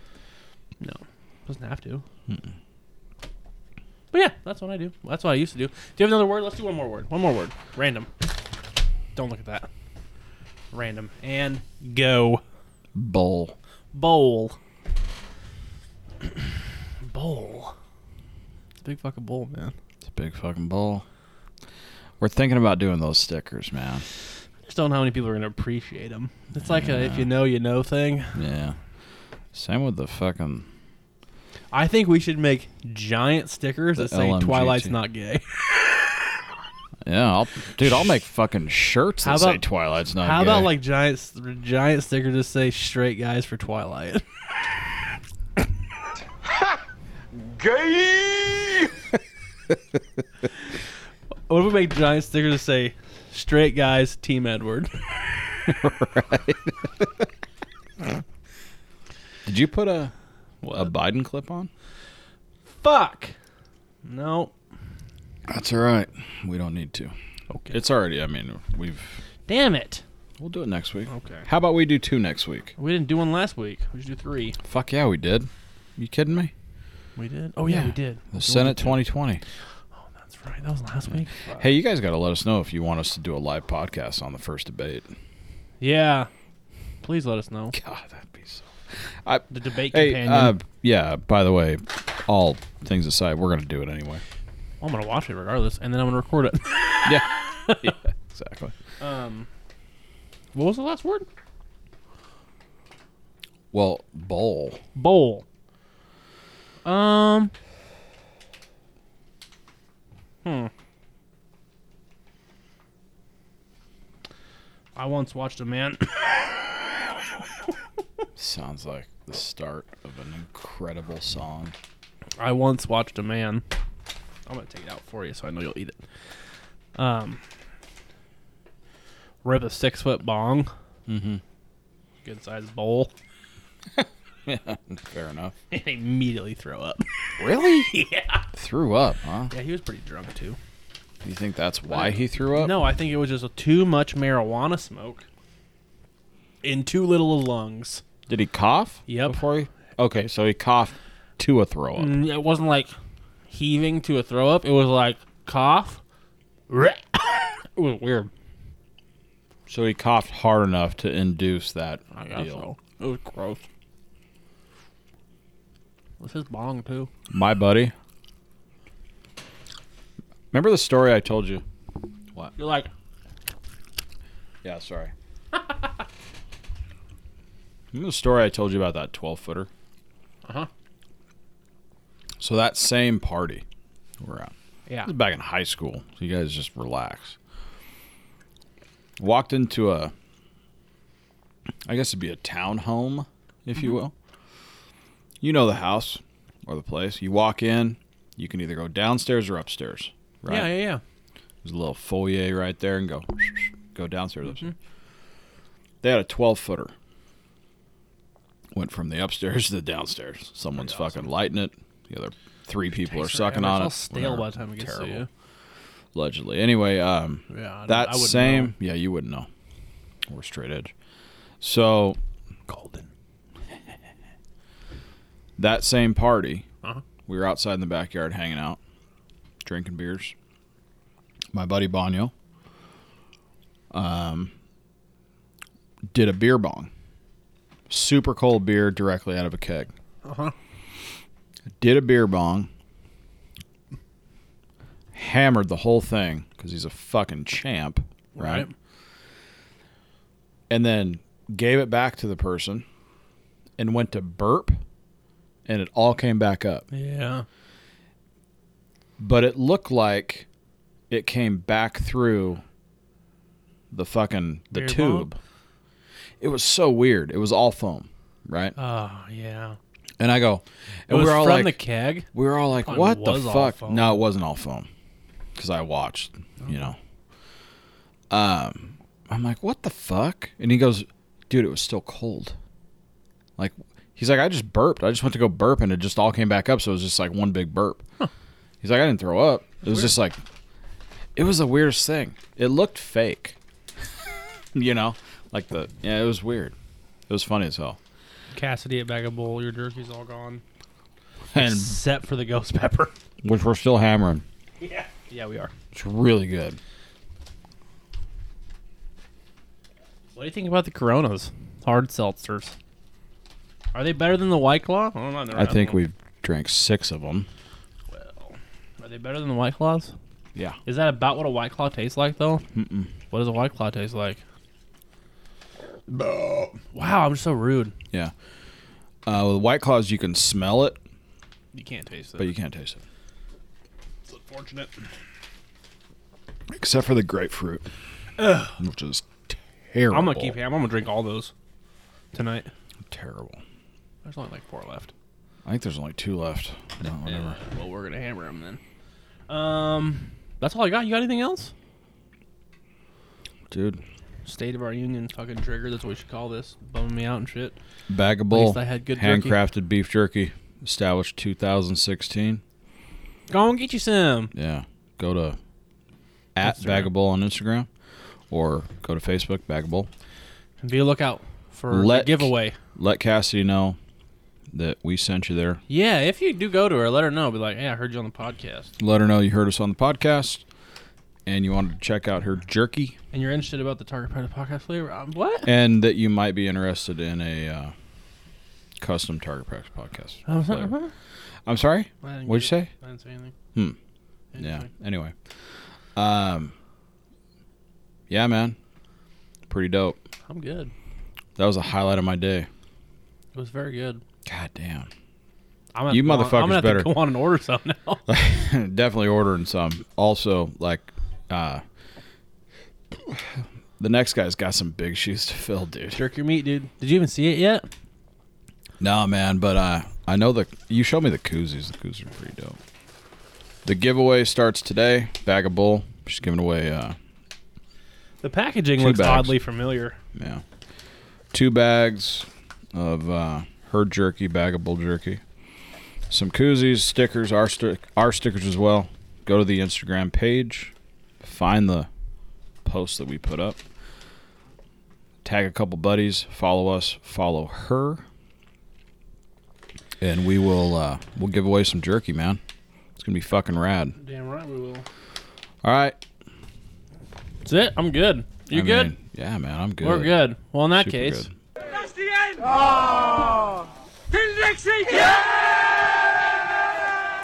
[SPEAKER 2] no. Doesn't have to. But yeah, that's what I do. That's what I used to do. Do you have another word? Let's do one more word. One more word. Random. Don't look at that. Random. And go.
[SPEAKER 3] Bowl.
[SPEAKER 2] Bowl. bowl. It's a big fucking bowl, man.
[SPEAKER 3] It's a big fucking bowl. We're thinking about doing those stickers, man.
[SPEAKER 2] Just don't know how many people are gonna appreciate them. It's like a if you know, you know thing.
[SPEAKER 3] Yeah. Same with the fucking.
[SPEAKER 2] I think we should make giant stickers that say
[SPEAKER 3] LMGT.
[SPEAKER 2] Twilight's not gay.
[SPEAKER 3] Yeah, I'll, dude, I'll make fucking shirts that
[SPEAKER 2] How
[SPEAKER 3] say
[SPEAKER 2] about-
[SPEAKER 3] Twilight's not
[SPEAKER 2] How
[SPEAKER 3] gay.
[SPEAKER 2] about like giant giant sticker just say straight guys for Twilight?
[SPEAKER 1] Gay!
[SPEAKER 2] what if we make giant stickers that say straight guys Team Edward?
[SPEAKER 3] Did you put a a Biden clip on?
[SPEAKER 2] Fuck. No.
[SPEAKER 3] That's all right. We don't need to.
[SPEAKER 2] Okay.
[SPEAKER 3] It's already. I mean, we've
[SPEAKER 2] Damn it.
[SPEAKER 3] we'll do it next week.
[SPEAKER 2] Okay.
[SPEAKER 3] How about we do two next week?
[SPEAKER 2] We didn't do one last week. We should do three.
[SPEAKER 3] Fuck yeah, we did. You kidding me?
[SPEAKER 2] We did. Oh yeah,
[SPEAKER 3] Yeah.
[SPEAKER 2] we did.
[SPEAKER 3] The Senate 2020.
[SPEAKER 2] That's right. That was last week. Fuck.
[SPEAKER 3] Hey, you guys got to let us know if you want us to do a live podcast on the first debate.
[SPEAKER 2] Yeah. Please let us know.
[SPEAKER 3] God, that'd be so.
[SPEAKER 2] The debate
[SPEAKER 3] Hey,
[SPEAKER 2] companion.
[SPEAKER 3] uh, yeah. By the way, all things aside, we're gonna do it anyway.
[SPEAKER 2] Oh, I'm gonna watch it regardless, and then I'm gonna record it.
[SPEAKER 3] Yeah. yeah. Exactly.
[SPEAKER 2] um. What was the last word?
[SPEAKER 3] Well, bowl.
[SPEAKER 2] Bowl. Um. Hmm. I once watched a man.
[SPEAKER 3] Sounds like the start of an incredible song.
[SPEAKER 2] I once watched a man. I'm gonna take it out for you, so I know you'll eat it. Um, rip a six foot bong. Mm-hmm. Good sized bowl,
[SPEAKER 3] Fair enough.
[SPEAKER 2] and immediately throw up.
[SPEAKER 3] Really? yeah. Threw up, huh?
[SPEAKER 2] Yeah, he was pretty drunk too.
[SPEAKER 3] Do you think that's why he threw up?
[SPEAKER 2] No, I think it was just too much marijuana smoke in too little of lungs.
[SPEAKER 3] Did he cough?
[SPEAKER 2] Yep.
[SPEAKER 3] Before he. Okay, so he coughed to a throw up.
[SPEAKER 2] Mm, It wasn't like heaving to a throw up. It was like cough. it was weird.
[SPEAKER 3] So he coughed hard enough to induce that
[SPEAKER 2] I guess
[SPEAKER 3] deal.
[SPEAKER 2] so. It was gross. Was his bong too?
[SPEAKER 3] My buddy. Remember the story I told you?
[SPEAKER 2] You're like,
[SPEAKER 3] Yeah, sorry. Remember the story I told you about that 12 footer? Uh
[SPEAKER 2] Uh-huh.
[SPEAKER 3] So that same party we're at.
[SPEAKER 2] yeah,
[SPEAKER 3] This is back in high school. So you guys just relax. Walked into a, I guess it'd be a townhome, if
[SPEAKER 2] Mm-hmm.
[SPEAKER 3] you will. You know the house or the place. You walk in, you can either go downstairs or upstairs. Right?
[SPEAKER 2] yeah, yeah, yeah.
[SPEAKER 3] There's a little foyer right there and go go downstairs. upstairs.
[SPEAKER 2] Mm-hmm.
[SPEAKER 3] They had a 12 footer. Went from the upstairs to the downstairs. Someone's fucking lighting it. The other three people are sucking on it.
[SPEAKER 2] It's all
[SPEAKER 3] whatever.
[SPEAKER 2] stale by the time it gets
[SPEAKER 3] Terrible.
[SPEAKER 2] to
[SPEAKER 3] Allegedly. Anyway, um,
[SPEAKER 2] you. Yeah, I don't- I
[SPEAKER 3] that
[SPEAKER 2] wouldn't
[SPEAKER 3] same.
[SPEAKER 2] know.
[SPEAKER 3] Yeah, you wouldn't know. We're straight edge. So
[SPEAKER 2] golden.
[SPEAKER 3] that same party,
[SPEAKER 2] Uh-huh.
[SPEAKER 3] we were outside in the backyard hanging out, drinking beers. My buddy Bonio um, did a beer bong, super cold beer directly out of a keg.
[SPEAKER 2] Uh-huh.
[SPEAKER 3] Did a beer bong, hammered the whole thing because he's a fucking champ, right?
[SPEAKER 2] Right.
[SPEAKER 3] And then gave it back to the person and went to burp, and it all came back up
[SPEAKER 2] Yeah,
[SPEAKER 3] but it looked like it came back through the fucking the
[SPEAKER 2] Beer
[SPEAKER 3] tube.
[SPEAKER 2] bong?
[SPEAKER 3] It was so weird. It was all foam, right?
[SPEAKER 2] oh yeah.
[SPEAKER 3] and I go,
[SPEAKER 2] It
[SPEAKER 3] and
[SPEAKER 2] was
[SPEAKER 3] we were all
[SPEAKER 2] from
[SPEAKER 3] like,
[SPEAKER 2] the keg.
[SPEAKER 3] we were all like,
[SPEAKER 2] Probably
[SPEAKER 3] what the
[SPEAKER 2] was all
[SPEAKER 3] fuck?
[SPEAKER 2] foam.
[SPEAKER 3] No, it wasn't all foam, because I watched, you know. Um, I'm like, what the fuck? And he goes, dude, it was still cold. Like, he's like, I just burped. I just went to go burp, and it just all came back up. So it was just like one big burp. He's like, I didn't throw up. It was just like, it was the weirdest thing. It looked fake. you know, like the yeah, it was weird. It was funny as hell.
[SPEAKER 2] Cassidy at Bag of Bowl. Your jerky's all gone,
[SPEAKER 3] And
[SPEAKER 2] except for the ghost pepper.
[SPEAKER 3] which we're still hammering.
[SPEAKER 2] Yeah, yeah, we are.
[SPEAKER 3] It's really good.
[SPEAKER 2] What do you think about the Coronas, hard seltzers? Are they better than the White Claw? I don't know. I've never
[SPEAKER 3] I
[SPEAKER 2] had
[SPEAKER 3] think
[SPEAKER 2] one.
[SPEAKER 3] we've drank six of them.
[SPEAKER 2] Are they better than the White Claws?
[SPEAKER 3] Yeah.
[SPEAKER 2] Is that about what a White Claw tastes like, though? Mm-mm. What does a White Claw taste like? Wow, I'm so rude.
[SPEAKER 3] Yeah. Uh, with White Claws, you can smell it,
[SPEAKER 2] You can't taste it.
[SPEAKER 3] but you can't taste it.
[SPEAKER 2] it's unfortunate.
[SPEAKER 3] except for the grapefruit, which is terrible.
[SPEAKER 2] I'm gonna keep ham. I'm gonna drink all those tonight.
[SPEAKER 3] Terrible.
[SPEAKER 2] There's only like four left.
[SPEAKER 3] I think there's only two left. No, whatever.
[SPEAKER 2] Yeah, well, we're gonna hammer them then. Um, that's all I got. You got anything else?
[SPEAKER 3] Dude,
[SPEAKER 2] State of our union fucking trigger. That's what we should call this. Bone me out and shit.
[SPEAKER 3] bag of
[SPEAKER 2] least
[SPEAKER 3] bull,
[SPEAKER 2] I had good jerky.
[SPEAKER 3] handcrafted beef jerky, established 2016.
[SPEAKER 2] Go and get you some.
[SPEAKER 3] Yeah, go to at
[SPEAKER 2] Instagram.
[SPEAKER 3] bag of bull on Instagram, or go to Facebook bag of bull.
[SPEAKER 2] And be a lookout for the
[SPEAKER 3] Let-
[SPEAKER 2] giveaway.
[SPEAKER 3] Let Cassidy know that we sent you there.
[SPEAKER 2] Yeah, if you do go to her, let her know. Be like, hey, I heard you on the podcast,
[SPEAKER 3] Let her know you heard us on the podcast, and you wanted to check out her jerky,
[SPEAKER 2] and you're interested about the Target Pirate podcast flavor. Um, what?
[SPEAKER 3] and that you might be interested in a uh, custom Target Practice podcast.
[SPEAKER 2] Uh-huh,
[SPEAKER 3] flavor. I'm sorry.
[SPEAKER 2] I didn't
[SPEAKER 3] What'd you say?
[SPEAKER 2] get it. I didn't say anything.
[SPEAKER 3] Hmm.
[SPEAKER 2] I didn't
[SPEAKER 3] Yeah.
[SPEAKER 2] say-
[SPEAKER 3] Anyway. Um. Yeah, man. Pretty dope.
[SPEAKER 2] I'm good.
[SPEAKER 3] That was a highlight of my day.
[SPEAKER 2] It was very good.
[SPEAKER 3] God damn.
[SPEAKER 2] I'm gonna
[SPEAKER 3] You
[SPEAKER 2] have to go on-
[SPEAKER 3] motherfuckers
[SPEAKER 2] I'm gonna have
[SPEAKER 3] better-
[SPEAKER 2] to go on and order some now.
[SPEAKER 3] Definitely ordering some. Also, like, uh, the next guy's got some big shoes to fill, dude.
[SPEAKER 2] Jerk your meat, dude. Did you even see it yet?
[SPEAKER 3] No, man, but uh, I know the you showed me the koozies. The koozies are pretty dope. The giveaway starts today. Bag of bull. She's giving away, uh,
[SPEAKER 2] The packaging
[SPEAKER 3] Two
[SPEAKER 2] looks
[SPEAKER 3] bags.
[SPEAKER 2] oddly familiar.
[SPEAKER 3] yeah, two bags of uh, her jerky, bag of bull jerky, some koozies, stickers, our stick, our stickers as well. Go to the Instagram page, find the post that we put up, tag a couple buddies, follow us, follow her, and we will uh, we'll give away some jerky, man. It's gonna be fucking rad.
[SPEAKER 2] Damn right we will.
[SPEAKER 3] All right,
[SPEAKER 2] That's it. I'm good. You
[SPEAKER 3] I
[SPEAKER 2] good?
[SPEAKER 3] mean, yeah, man, I'm good.
[SPEAKER 2] We're good. Well, in that
[SPEAKER 3] Super
[SPEAKER 2] case,
[SPEAKER 3] good.
[SPEAKER 1] That's the end. Oh. Till next week.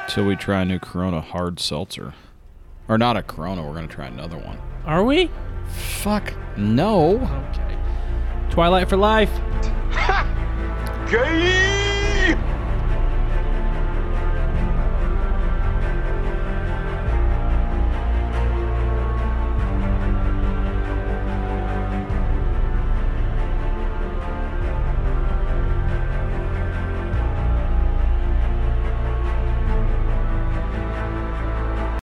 [SPEAKER 3] Till we try a new Corona hard seltzer. Or not a Corona, we're going to try another one.
[SPEAKER 2] are we?
[SPEAKER 3] Fuck no.
[SPEAKER 2] Okay. Twilight for life.
[SPEAKER 1] Gay.